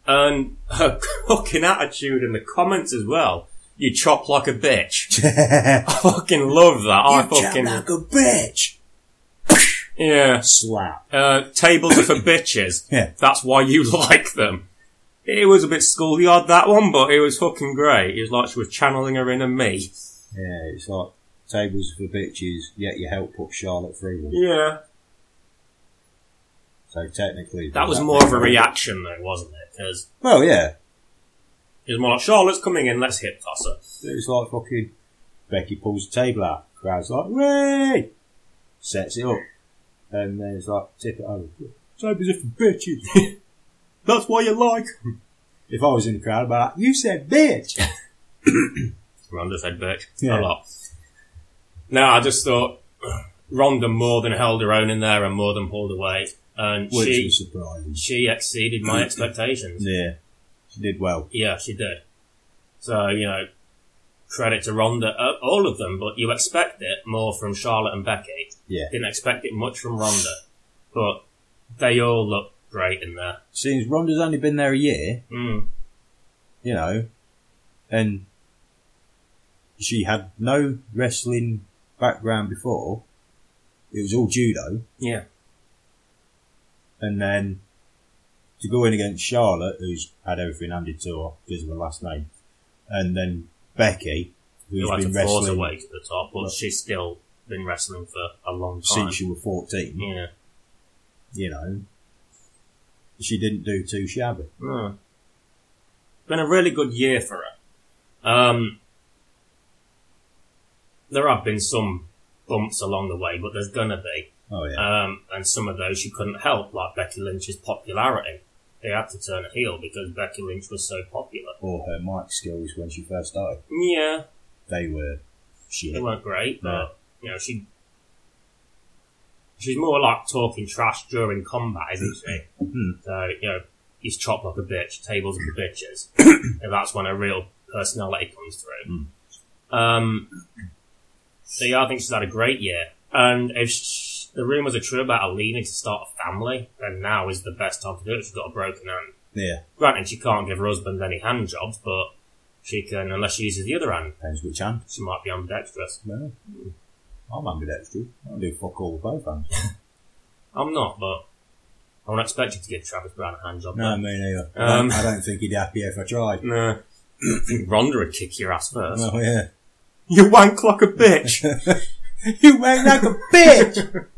Speaker 1: And her fucking attitude in the comments as well. You chop like a bitch. I fucking love that. I
Speaker 2: You chat
Speaker 1: fucking
Speaker 2: like a bitch.
Speaker 1: yeah.
Speaker 2: Slap.
Speaker 1: Uh, tables are for bitches.
Speaker 2: Yeah.
Speaker 1: That's why you like them. It was a bit schoolyard that one, but it was fucking great. It was like she was channeling her inner me.
Speaker 2: Yeah, it's like tables for bitches, yet you help put Charlotte through them.
Speaker 1: Yeah.
Speaker 2: So technically,
Speaker 1: That was
Speaker 2: does
Speaker 1: more of a
Speaker 2: mean-
Speaker 1: reaction though, wasn't it? Because
Speaker 2: Well, yeah,
Speaker 1: it was more like, Charlotte's coming in, let's hip toss her.
Speaker 2: it's like fucking Becky pulls the table out, crowd's like, "Way!" sets it up, and then it's like, tip it over. Tables are for bitches.
Speaker 1: That's why you like.
Speaker 2: if I was in the crowd, I'd be like, "You said bitch."
Speaker 1: Rhonda said bitch
Speaker 2: Yeah.
Speaker 1: a lot. No, I just thought Rhonda more than held her own in there and more than pulled away. And
Speaker 2: Which
Speaker 1: she
Speaker 2: was surprising.
Speaker 1: she exceeded my expectations.
Speaker 2: Yeah, she did well.
Speaker 1: Yeah, she did. So, you know, credit to Rhonda, uh, all of them, but you expect it more from Charlotte and Becky.
Speaker 2: Yeah.
Speaker 1: Didn't expect it much from Rhonda, but they all look great in there.
Speaker 2: Since Rhonda's only been there a year,
Speaker 1: Mm.
Speaker 2: you know, and she had no wrestling background before. It was all judo,
Speaker 1: Yeah.
Speaker 2: and then to go in against Charlotte, who's had everything handed to her because of her last name, and then Becky, who's
Speaker 1: like
Speaker 2: been
Speaker 1: a quarter
Speaker 2: wrestling
Speaker 1: way to the top, but she's still been wrestling for a long time.
Speaker 2: since she was fourteen.
Speaker 1: yeah.
Speaker 2: You know, she didn't do too shabby.
Speaker 1: Mm. Been a really good year for her. Um, there have been some bumps along the way, but there's gonna be.
Speaker 2: Oh yeah,
Speaker 1: Um, and some of those she couldn't help, like Becky Lynch's popularity. They had to turn a heel because Becky Lynch was so popular.
Speaker 2: or her mic skills when she first started,
Speaker 1: Yeah,
Speaker 2: they were shit.
Speaker 1: they weren't great,
Speaker 2: No.
Speaker 1: but you know she she's more like talking trash during combat, isn't she?
Speaker 2: Hmm.
Speaker 1: so you know he's chopped like a bitch, tables are for bitches, and that's when a real personality comes through. Um, so yeah, I think she's had a great year, and if sh the rumours are true about her leaving to start a family, then now is the best time to do it. She's got a broken hand.
Speaker 2: Yeah,
Speaker 1: Granted, she can't give her husband any hand jobs, but she can, unless she uses the other hand,
Speaker 2: depends which hand.
Speaker 1: she might be ambidextrous.
Speaker 2: No. I'm ambidextrous. I do fuck all with both hands.
Speaker 1: I'm not, but I wouldn't expect you to give Travis Brown a hand job.
Speaker 2: No,
Speaker 1: but-
Speaker 2: me neither. I
Speaker 1: Um,
Speaker 2: don't- I don't think he'd be happy if I tried.
Speaker 1: no. I think Rhonda would kick your ass first.
Speaker 2: Oh yeah.
Speaker 1: You wank like a bitch.
Speaker 2: you went like a bitch!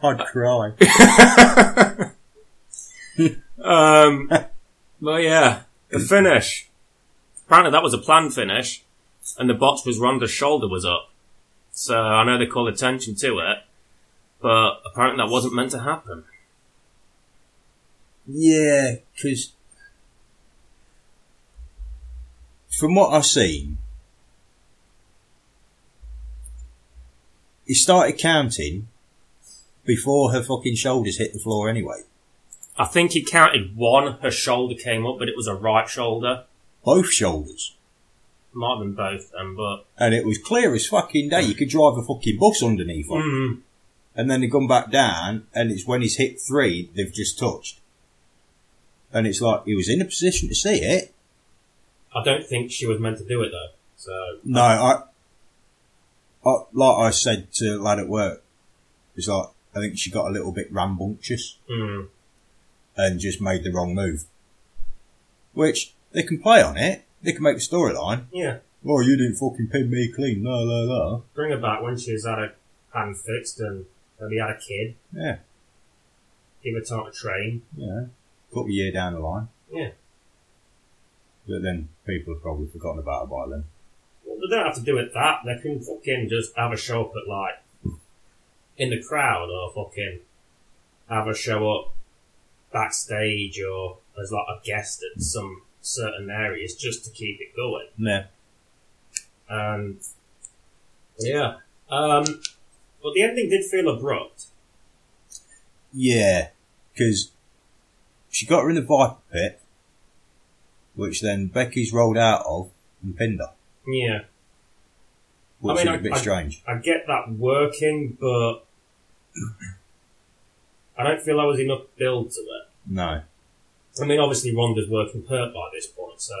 Speaker 2: I'd cry.
Speaker 1: um, but yeah, the finish. Apparently, that was a planned finish, and the botch was Ronda's shoulder was up. So I know they call attention to it, but apparently that wasn't meant to happen.
Speaker 2: Yeah, because from what I've seen, he started counting before her fucking shoulders hit the floor anyway.
Speaker 1: I think he counted one. Her shoulder came up, but it was a right shoulder.
Speaker 2: Both shoulders.
Speaker 1: Might have been both, um, but
Speaker 2: And it was clear as fucking day. You could drive a fucking bus underneath her.
Speaker 1: Mm,
Speaker 2: and then they gone back down, and it's when he's hit three, they've just touched. And it's like he was in a position to see it.
Speaker 1: I don't think she was meant to do it though. So
Speaker 2: No, I, I like I said to a lad at work, it's like I think she got a little bit rambunctious
Speaker 1: mm,
Speaker 2: and just made the wrong move. Which they can play on it. They can make a storyline.
Speaker 1: yeah,
Speaker 2: Oh, you didn't fucking pin me clean, la la la.
Speaker 1: bring her back when she's had a hand fixed and maybe had a kid.
Speaker 2: Yeah,
Speaker 1: Give her time to train.
Speaker 2: yeah. Couple of year down the line,
Speaker 1: Yeah,
Speaker 2: but then people have probably forgotten about it by then.
Speaker 1: well, they don't have to do it that. They can fucking just have a show up at like in the crowd or fucking have a show up backstage or as like a guest at some certain areas just to keep it going.
Speaker 2: Yeah.
Speaker 1: Um, yeah. Um, but the ending did feel abrupt.
Speaker 2: Yeah, because she got her in the Viper pit, which then Becky's rolled out of and pinned her,
Speaker 1: Yeah.
Speaker 2: which
Speaker 1: I mean,
Speaker 2: is a
Speaker 1: I-
Speaker 2: bit
Speaker 1: I-
Speaker 2: strange.
Speaker 1: I get that working, but I don't feel there was enough build to it.
Speaker 2: No.
Speaker 5: I mean, obviously Ronda's working Perk by this point, so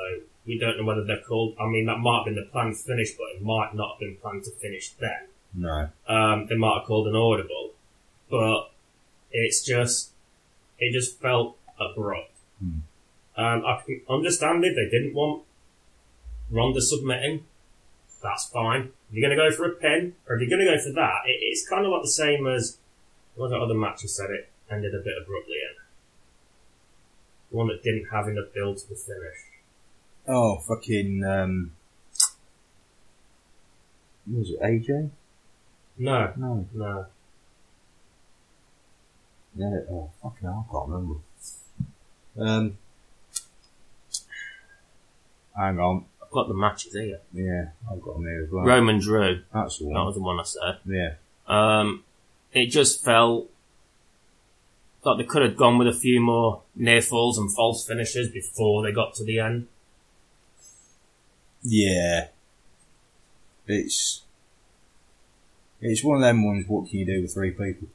Speaker 5: we don't know whether they're called. I mean, that might have been the plan to finish, but it might not have been planned to finish then.
Speaker 2: No.
Speaker 5: Um, they might have called an audible, but it's just, it just felt abrupt.
Speaker 2: Hmm.
Speaker 5: Um, I can understand it. They didn't want Ronda submitting. That's fine. If you're going to go for a pin, or if you're going to go for that, it, it's kind of like the same as one of the other matches said it ended a bit abruptly in. The one that didn't have enough build to the finish.
Speaker 2: Oh, fucking, um, was it AJ?
Speaker 5: No,
Speaker 2: No.
Speaker 5: no.
Speaker 2: Yeah, oh, fucking hell, I can't remember. Um, hang on.
Speaker 1: I've got the matches here.
Speaker 2: Yeah, I've got them here as well.
Speaker 1: Roman Drew.
Speaker 2: That's the
Speaker 1: That
Speaker 2: one.
Speaker 1: was the one I said.
Speaker 2: Yeah.
Speaker 1: Um, it just felt like they could have gone with a few more near falls and false finishes before they got to the end.
Speaker 2: Yeah. It's, it's one of them ones, what can you do with three people?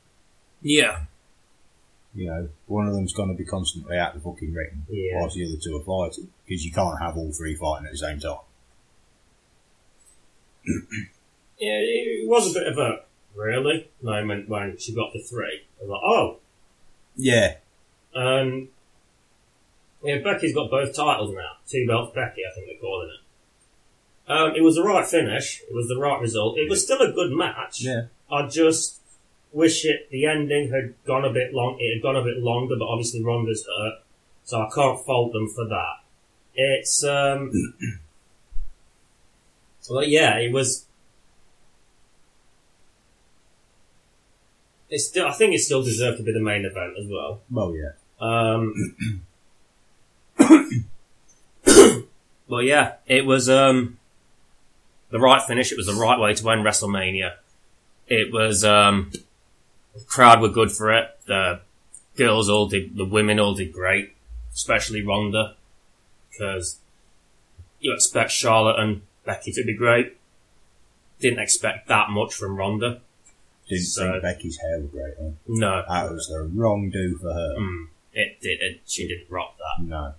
Speaker 1: Yeah.
Speaker 2: You know, one of them's going to be constantly at the fucking ring,
Speaker 5: Yeah.
Speaker 2: whilst the other two are fighting, because you can't have all three fighting at the same time.
Speaker 5: Yeah, it was a bit of a really moment when she got the three. I was like, oh,
Speaker 2: Yeah,
Speaker 5: um, yeah, Becky's got both titles now. Two belts, Becky, I think they're calling it. Um, it was the right finish. It was the right result. It was still a good match.
Speaker 2: yeah,
Speaker 5: I just wish it the ending had gone a bit long. It had gone a bit longer, but obviously Ronda's hurt, so I can't fault them for that. It's um, well, yeah, it was. It's still, I think it still deserved to be the main event as well.
Speaker 2: well, yeah.
Speaker 5: Um,
Speaker 1: But yeah, it was, um, the right finish. It was the right way to end WrestleMania. It was, um, the crowd were good for it. The girls all did, the women all did great, especially Ronda, because you expect Charlotte and Becky to be great. Didn't expect that much from Ronda.
Speaker 2: Didn't
Speaker 1: So-
Speaker 2: think Becky's hair was great on.
Speaker 1: No.
Speaker 2: That was the wrong do for her.
Speaker 1: Mm, it did. It, she did rock that.
Speaker 2: No.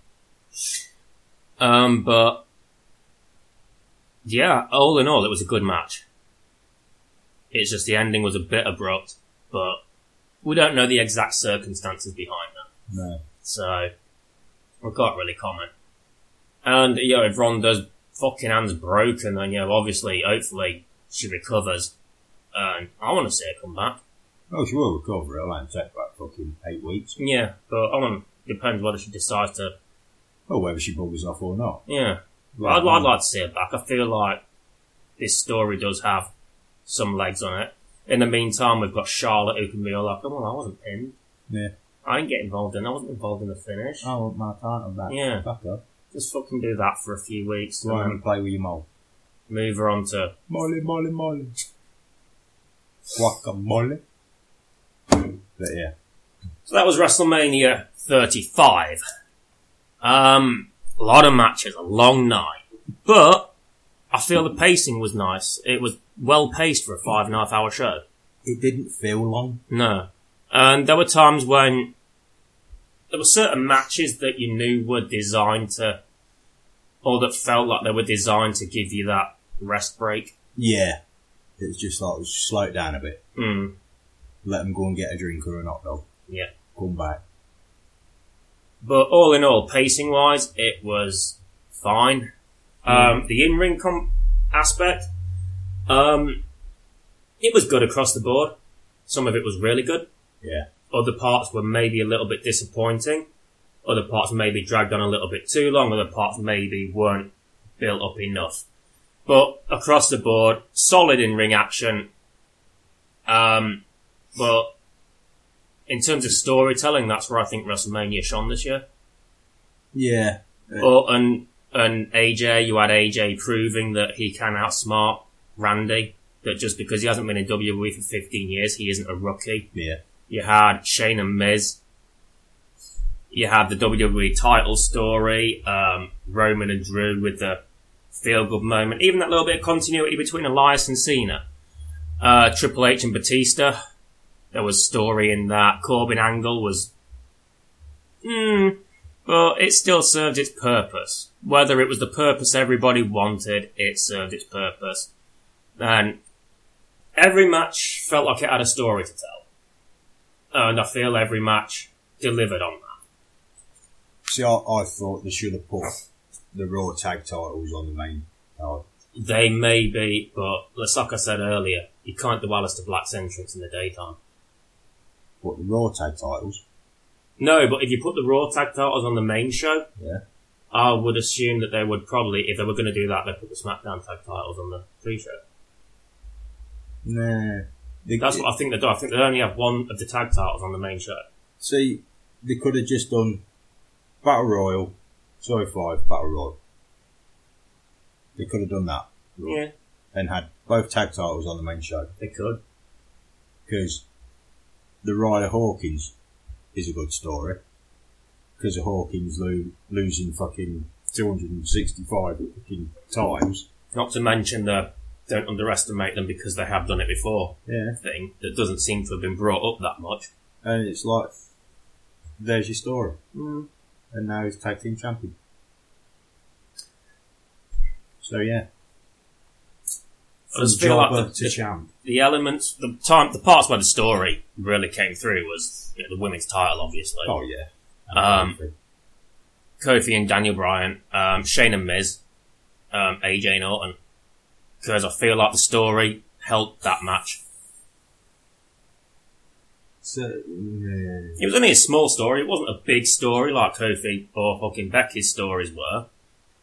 Speaker 1: Um, but yeah, all in all, it was a good match. It's just the ending was a bit abrupt, but we don't know the exact circumstances behind that,
Speaker 2: No.
Speaker 1: so we can't really comment. And you know, if Ronda's fucking hand's broken, then you know, obviously, hopefully, she recovers. And I want to see her come back.
Speaker 2: Oh, she will recover. It'll only take about fucking eight weeks.
Speaker 1: Yeah, but I want depends whether she decides to.
Speaker 2: Or whether she buggers off or not.
Speaker 1: Yeah. I'd, I'd
Speaker 2: Mm-hmm.
Speaker 1: like to see it back. I feel like this story does have some legs on it. In the meantime, we've got Charlotte who can be all like, "Come on, I wasn't pinned.
Speaker 2: Yeah. Oh.
Speaker 1: I didn't get involved in. I wasn't involved in the finish.
Speaker 2: I want my title back.
Speaker 1: Yeah.
Speaker 2: Back up.
Speaker 1: Just fucking do that for a few weeks
Speaker 2: Go on
Speaker 1: and
Speaker 2: and play with your mole.
Speaker 1: then move her on to
Speaker 2: Molly, Molly, Molly. Guacamole. But yeah.
Speaker 1: So that was WrestleMania 35. Um, a lot of matches, a long night, but I feel the pacing was nice. It was well paced for a five and a half hour show.
Speaker 2: It didn't feel long.
Speaker 1: No. And there were times when there were certain matches that you knew were designed to, or that felt like they were designed to give you that rest break.
Speaker 2: Yeah. It was just like, slow it down a bit.
Speaker 1: Mm.
Speaker 2: Let them go and get a drink or a hot dog.
Speaker 1: Yeah.
Speaker 2: Come back.
Speaker 1: But all in all, pacing wise, it was fine. Um, the in ring com- aspect, um, it was good across the board. Some of it was really good.
Speaker 2: Yeah.
Speaker 1: Other parts were maybe a little bit disappointing. Other parts maybe dragged on a little bit too long. Other parts maybe weren't built up enough. But across the board, solid in ring action. Um, but in terms of storytelling, that's where I think WrestleMania shone this year.
Speaker 2: Yeah.
Speaker 1: Oh, and and AJ, you had AJ proving that he can outsmart Randy. That just because he hasn't been in WWE for 15 years, he isn't a rookie.
Speaker 2: Yeah.
Speaker 1: You had Shane and Miz. You had the WWE title story, um, Roman and Drew with the feel good moment, even that little bit of continuity between Elias and Cena, uh, Triple H and Batista. There was story in that. Corbin Angle was, mm, But it still served its purpose. Whether it was the purpose everybody wanted, it served its purpose. And every match felt like it had a story to tell. And I feel every match delivered on that.
Speaker 2: See, I, I thought they should have put the Raw tag titles on the main card.
Speaker 1: They may be, but it's like I said earlier, you can't do Alistair Black's entrance in the daytime.
Speaker 2: But the Raw tag titles,
Speaker 1: No, but if you put the Raw tag titles on the main show,
Speaker 2: Yeah.
Speaker 1: I would assume that they would probably, if they were going to do that, they'd put the SmackDown tag titles on the pre-show.
Speaker 2: nah. They,
Speaker 1: That's what I think they do. I think they only have one of the tag titles on the main show.
Speaker 2: See, they could have just done Battle Royal, 205 Battle Royal. They could have done that.
Speaker 1: Yeah,
Speaker 2: And had both tag titles on the main show.
Speaker 1: they could.
Speaker 2: Because the Ryder Hawkins is a good story. Because of Hawkins lo- losing fucking 265 fucking times.
Speaker 1: Not to mention the don't underestimate them because they have done it before
Speaker 2: Yeah.
Speaker 1: thing that doesn't seem to have been brought up that much.
Speaker 2: And it's like, there's your story. And now he's tag team champion. So yeah.
Speaker 1: I just feel like
Speaker 2: Jobber
Speaker 1: the,
Speaker 2: to
Speaker 1: the-
Speaker 2: champ.
Speaker 1: the elements, the time, the parts where the story really came through was you know, the women's title, obviously.
Speaker 2: Oh yeah.
Speaker 1: Um, Kofi and Daniel Bryan, um, Shane and Miz, um, AJ Norton. Because I feel like the story helped that match.
Speaker 2: So, yeah.
Speaker 1: It was only a small story. It wasn't a big story like Kofi or fucking Becky's stories were,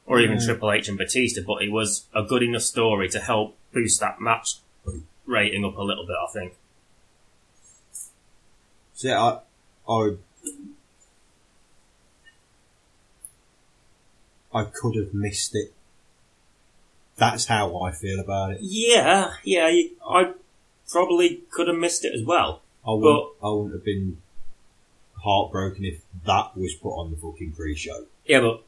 Speaker 1: or even Triple H and Batista. But it was a good enough story to help boost that match rating up a little bit. I think.
Speaker 2: See, I, I, I could have missed it. That's how I feel about it.
Speaker 1: Yeah, yeah. you- I probably could have missed it as well.
Speaker 2: I wouldn't, I wouldn't have been heartbroken if that was put on the fucking pre-show.
Speaker 1: Yeah, but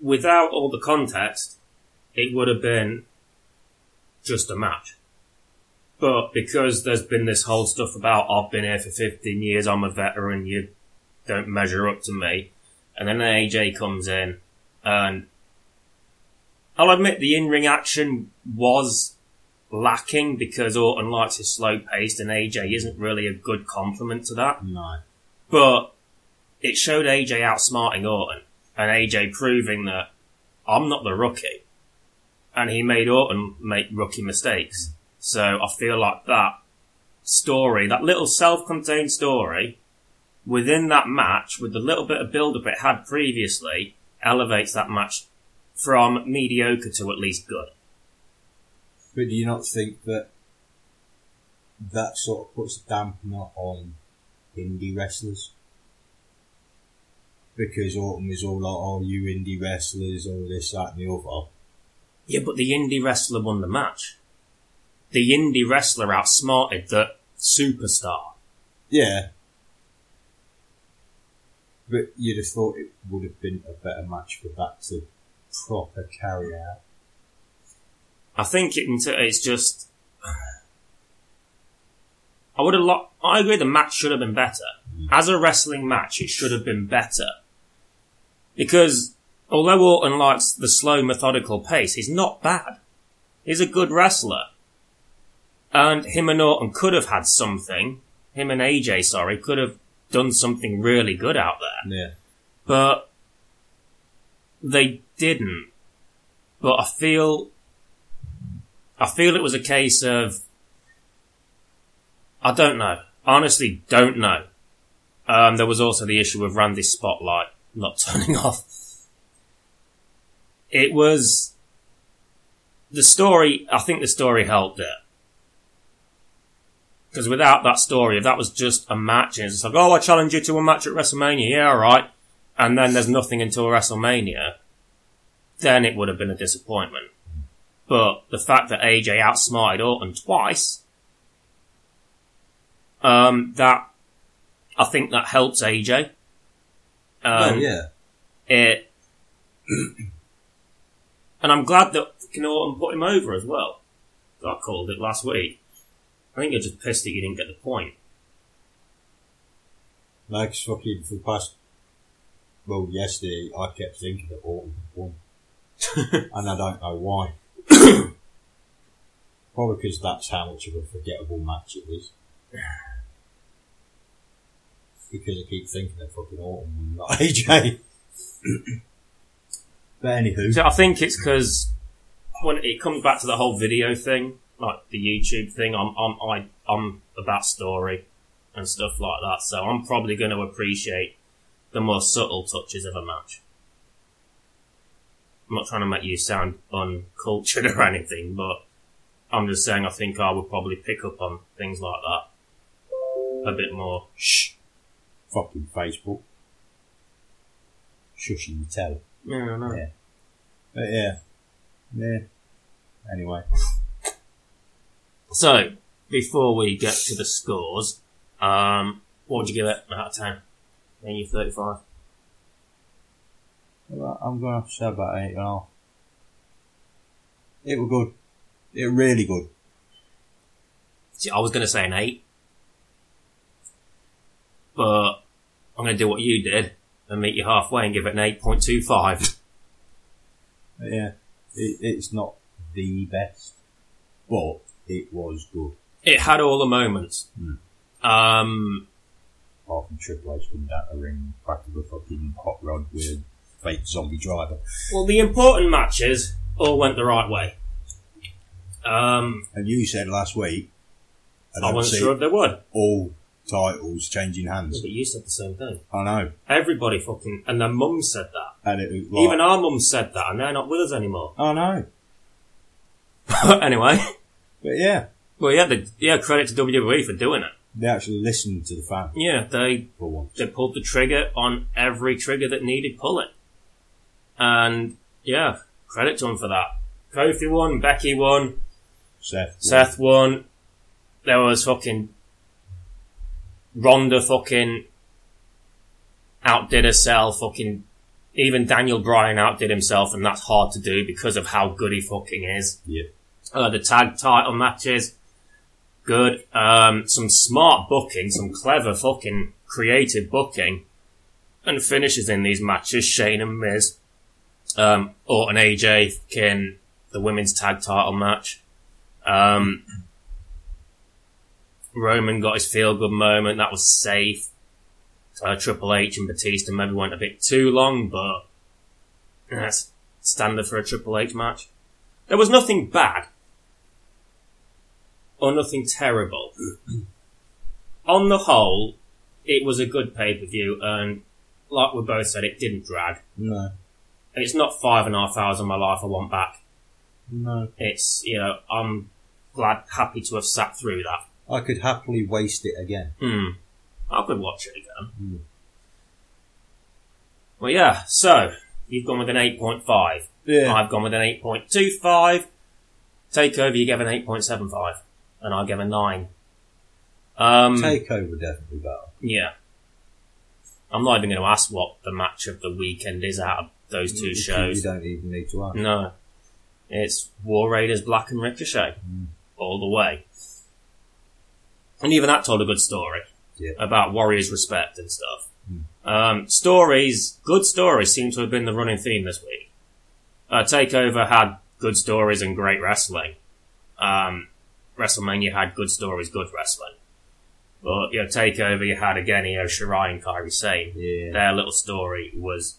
Speaker 1: without all the context, it would have been just a match. But because there's been this whole stuff about I've been here for 15 years, I'm a veteran, you don't measure up to me, and then AJ comes in, and I'll admit the in-ring action was lacking because Orton likes his slow pace and AJ isn't really a good compliment to that.
Speaker 2: No.
Speaker 1: But it showed AJ outsmarting Orton and AJ proving that I'm not the rookie. And he made Orton make rookie mistakes. So I feel like that story, that little self-contained story within that match with the little bit of build-up it had previously elevates that match from mediocre to at least good.
Speaker 2: But do you not think that that sort of puts a dampener on indie wrestlers? Because Autumn is all like, oh, you indie wrestlers, all this, that, and the other.
Speaker 1: Yeah, but the indie wrestler won the match. The indie wrestler outsmarted the superstar.
Speaker 2: Yeah. But you'd have thought it would have been a better match for that to proper carry out.
Speaker 1: I think it, it's just. I would have. Lo- I agree. The match should have been better. As a wrestling match, it should have been better because although Orton likes the slow, methodical pace, he's not bad. He's a good wrestler, and him and Orton could have had something. Him and AJ, sorry, could have done something really good out there.
Speaker 2: Yeah.
Speaker 1: but they didn't. But I feel, I feel it was a case of, I don't know. Honestly, don't know. Um, there was also the issue of Randy's spotlight not turning off. It was the story. I think the story helped it. Because without that story, if that was just a match, and it's just like, oh, I challenge you to a match at WrestleMania. Yeah, all right and then there's nothing until WrestleMania, then it would have been a disappointment. But the fact that AJ outsmarted Orton twice, um, that I think that helps AJ. Um,
Speaker 2: oh, yeah.
Speaker 1: It, and I'm glad that fucking Orton put him over as well. I called it last week. I think you're just pissed that you didn't get the point.
Speaker 2: Like fucking for the past, well, yesterday I kept thinking that Orton won, and I don't know why. Probably because that's how much of a forgettable match it is. Because I keep thinking that fucking Orton won, not AJ. but anywho,
Speaker 1: So I think it's because when it comes back to the whole video thing, like the YouTube thing, I'm I'm I, I'm about story and stuff like that. So I'm probably going to appreciate the more subtle touches of a match. I'm not trying to make you sound uncultured or anything, but I'm just saying I think I would probably pick up on things like that a bit more.
Speaker 2: shh, fucking Facebook, shushing the telly.
Speaker 1: Yeah, I know.
Speaker 2: Yeah. But yeah. Yeah. Anyway.
Speaker 1: So before we get to the scores, um, what would you give it out of ten? Then you thirty-five.
Speaker 2: Well, I'm going to have to say about eight and a half. It was good. It was really good.
Speaker 1: See, I was going to say an eight, but I'm going to do what you did and meet you halfway and give it an eight point two five.
Speaker 2: But yeah. It, it's not the best, but it was good.
Speaker 1: It had all the moments. Um,
Speaker 2: Apart from Triple H coming down the ring, back of a fucking hot rod with a fake zombie driver.
Speaker 1: well, the important matches all went the right way. Um,
Speaker 2: And you said last week, I
Speaker 1: I
Speaker 2: don't
Speaker 1: wasn't
Speaker 2: see
Speaker 1: sure if they would,
Speaker 2: all titles changing hands.
Speaker 1: but you said the same thing.
Speaker 2: I know.
Speaker 1: Everybody fucking and their mum said that.
Speaker 2: And it was like,
Speaker 1: Even our mum said that, and they're not with us anymore.
Speaker 2: I know.
Speaker 1: But anyway,
Speaker 2: But yeah,
Speaker 1: well, yeah, the, yeah, credit to WWE for doing it.
Speaker 2: they actually listened to the fan
Speaker 1: Yeah, they
Speaker 2: for once.
Speaker 1: they pulled the trigger on every trigger that needed pulling. And yeah, credit to them for that. Kofi won, Becky won,
Speaker 2: Seth.
Speaker 1: Seth won. There was fucking Ronda fucking outdid herself. Fucking even Daniel Bryan outdid himself, and that's hard to do because of how good he fucking is.
Speaker 2: Yeah.
Speaker 1: Uh, the tag title matches. Good. Um, some smart booking, some clever fucking creative booking. And finishes in these matches, Shane and Miz. Um, Orton AJ, fucking the women's tag title match. Um, Roman got his feel good moment. That was safe. Uh, Triple H and Batista maybe went a bit too long, but that's standard for a Triple H match. There was nothing bad or nothing terrible. On the whole, it was a good pay per view, and like we both said, it didn't drag.
Speaker 2: No.
Speaker 1: It's not five and a half hours of my life I want back.
Speaker 2: No.
Speaker 1: It's, you know, I'm glad, happy to have sat through that.
Speaker 2: I could happily waste it again.
Speaker 1: Hmm. I could watch it again. Well, yeah, so, you've gone with an 8.5. I've gone with an 8.25. Takeover, you gave an 8.75. And I gave a 9. Um,
Speaker 2: Takeover definitely better.
Speaker 1: yeah. I'm not even going to ask what the match of the weekend is out of those two shows.
Speaker 2: You don't even need to ask.
Speaker 1: No. It's War Raiders Black and Ricochet.
Speaker 2: Hmm.
Speaker 1: All the way. And even that told a good story.
Speaker 2: Yeah. Hmm.
Speaker 1: About Warriors respect and stuff. Um, stories, good stories seem to have been the running theme this week. Uh, Takeover had good stories and great wrestling. Um, WrestleMania had good stories, good wrestling. But, you know, Takeover, you had again, you know, Shirai and Kairi Sane.
Speaker 2: Yeah.
Speaker 1: Their little story was,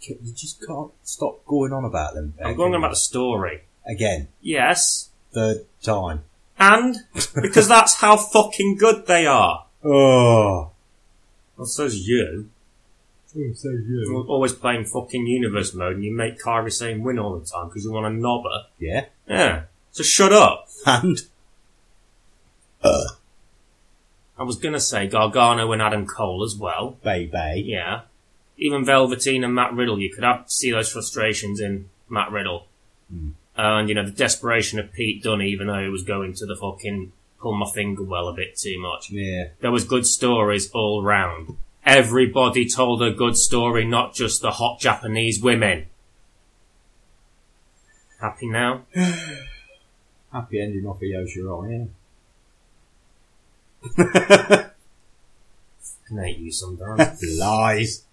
Speaker 2: You just can't stop going on about them.
Speaker 1: I'm going on about the story.
Speaker 2: Again.
Speaker 1: Yes,
Speaker 2: Third time.
Speaker 1: And because that's how fucking good they are.
Speaker 2: Oh.
Speaker 1: Well, so's you.
Speaker 2: so
Speaker 1: You're
Speaker 2: you.
Speaker 1: always playing fucking universe mode and you make Kyrie saying win all the time because you want a knobber.
Speaker 2: Yeah.
Speaker 1: Yeah. So shut up.
Speaker 2: And?
Speaker 1: I was gonna say Gargano and Adam Cole as well.
Speaker 2: Baby.
Speaker 1: Yeah. Even Velveteen and Matt Riddle, you could have, see those frustrations in Matt Riddle. And, you know, the desperation of Pete Dunne, even though he was going to the fucking pull my finger well a bit too much.
Speaker 2: Yeah.
Speaker 1: there was good stories all round. Everybody told a good story, not just the hot Japanese women. Happy now?
Speaker 2: Happy ending off of Yoshirai, yeah.
Speaker 5: Can hate you sometimes.
Speaker 2: Lies.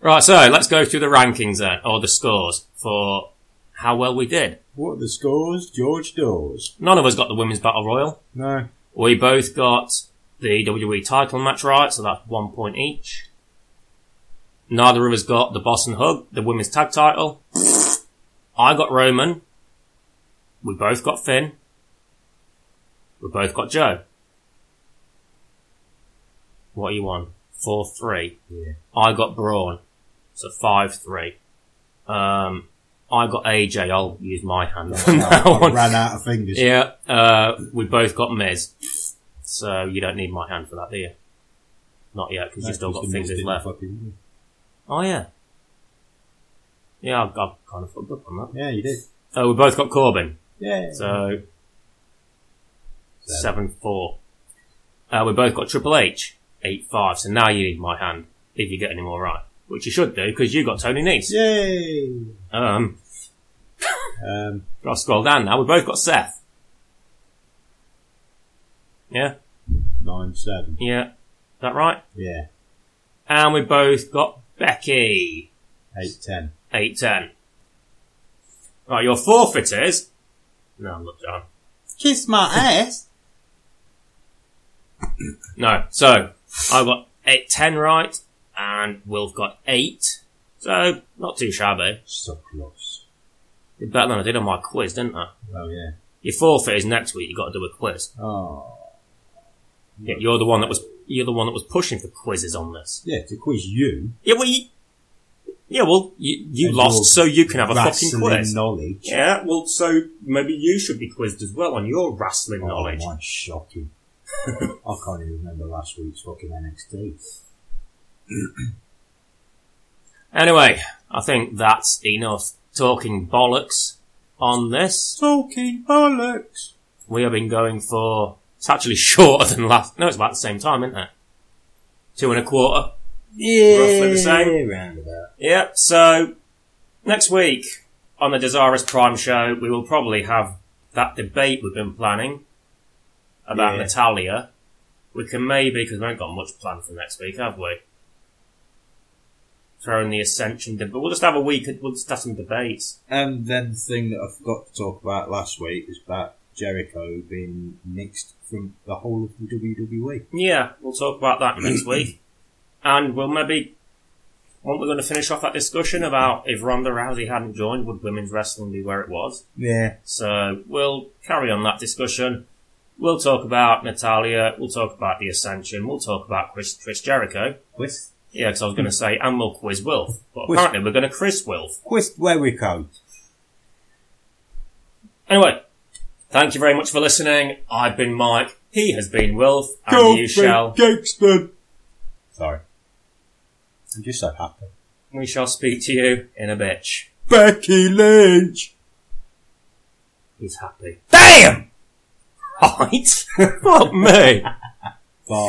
Speaker 1: Right, so let's go through the rankings then, or the scores for how well we did.
Speaker 2: What are the scores? George Dawes.
Speaker 1: None of us got the women's battle royal.
Speaker 2: No.
Speaker 1: We both got the WWE title match right, so that's one point each. Neither of us got the Boston Hug, the women's tag title. I got Roman. We both got Finn. We both got Joe. What are you on? 4 3.
Speaker 2: Yeah.
Speaker 1: I got Braun. So 5 3. Um, I got AJ. I'll use my hand from now
Speaker 2: I
Speaker 1: on.
Speaker 2: ran out of fingers.
Speaker 1: Yeah, uh, we both got Miz. So you don't need my hand for that, do you? Not yet, because you've still got fingers left.
Speaker 2: Fucking-
Speaker 1: Oh, yeah. Yeah, I've, I've kind of fucked up on that.
Speaker 2: Yeah, you did.
Speaker 1: Oh, we both got Corbin.
Speaker 2: Yeah.
Speaker 1: So, 7 4. Uh, we both got Triple H, 8 5. So now you need my hand, if you get any more right. Which you should do, because you got Tony Nese.
Speaker 2: Yay.
Speaker 1: Um,
Speaker 2: Um,
Speaker 1: I'll scroll down now. We both got Seth. Yeah,
Speaker 2: nine seven.
Speaker 1: yeah. Is that right?
Speaker 2: Yeah.
Speaker 1: And we both got Becky.
Speaker 2: Eight ten.
Speaker 1: 8 10. Right, your forfeit is. No, look, John.
Speaker 2: Kiss my ass.
Speaker 1: No, so I got 8 10 right, and Wilf got 8. So, not too shabby.
Speaker 2: So close.
Speaker 1: Did better than I did on my quiz, didn't I?
Speaker 2: Oh yeah.
Speaker 1: Your forfeit is next week, you got to do a quiz.
Speaker 2: Oh.
Speaker 1: Yeah, you're the one that was. You're the one that was pushing for quizzes on this.
Speaker 2: Yeah, to quiz you.
Speaker 1: Yeah, well, you, yeah, well, you, you
Speaker 2: And your
Speaker 1: lost, so you can have a fucking
Speaker 2: wrestling
Speaker 1: quiz.
Speaker 2: knowledge.
Speaker 1: Yeah, well, so maybe you should be quizzed as well on your wrestling
Speaker 2: Oh,
Speaker 1: knowledge.
Speaker 2: mine's shocking. I can't even remember last week's fucking NXT.
Speaker 1: Anyway, I think that's enough talking bollocks on this.
Speaker 2: Talking bollocks.
Speaker 1: We have been going for, it's actually shorter than last, no, it's about the same time, isn't it? Two and a quarter.
Speaker 2: Yeah.
Speaker 1: Roughly the same.
Speaker 2: Roundabout.
Speaker 1: Yep, so next week on the Desirous Prime show, we will probably have that debate we've been planning about
Speaker 2: Yeah.
Speaker 1: Natalia. We can maybe, because we haven't got much planned for next week, have we? Throwing the Ascension debate. We'll just have a week, we'll just have some debates.
Speaker 2: And then the thing that I forgot to talk about last week is about Jericho being nixed from the whole of the E. WWE.
Speaker 1: Yeah, we'll talk about that next week. And we'll maybe, aren't we going to finish off that discussion about if Ronda Rousey hadn't joined, would women's wrestling be where it was?
Speaker 2: Yeah.
Speaker 1: So we'll carry on that discussion. We'll talk about Natalia. We'll talk about the Ascension. We'll talk about Chris, Chris Jericho.
Speaker 2: Quiz.
Speaker 1: Yeah, because I was going to say, and we'll quiz Wilf. But
Speaker 2: Quiz-
Speaker 1: apparently we're going to Chris Wilf.
Speaker 2: Quiz Jericho.
Speaker 1: Anyway, thank you very much for listening. I've been Mike. He has been Wilf. And you shall,
Speaker 2: Gangster. Sorry. I'm just so happy.
Speaker 1: we shall speak to you in a bitch.
Speaker 2: Becky Lynch.
Speaker 1: He's happy.
Speaker 2: Damn!
Speaker 1: Right? Fuck me.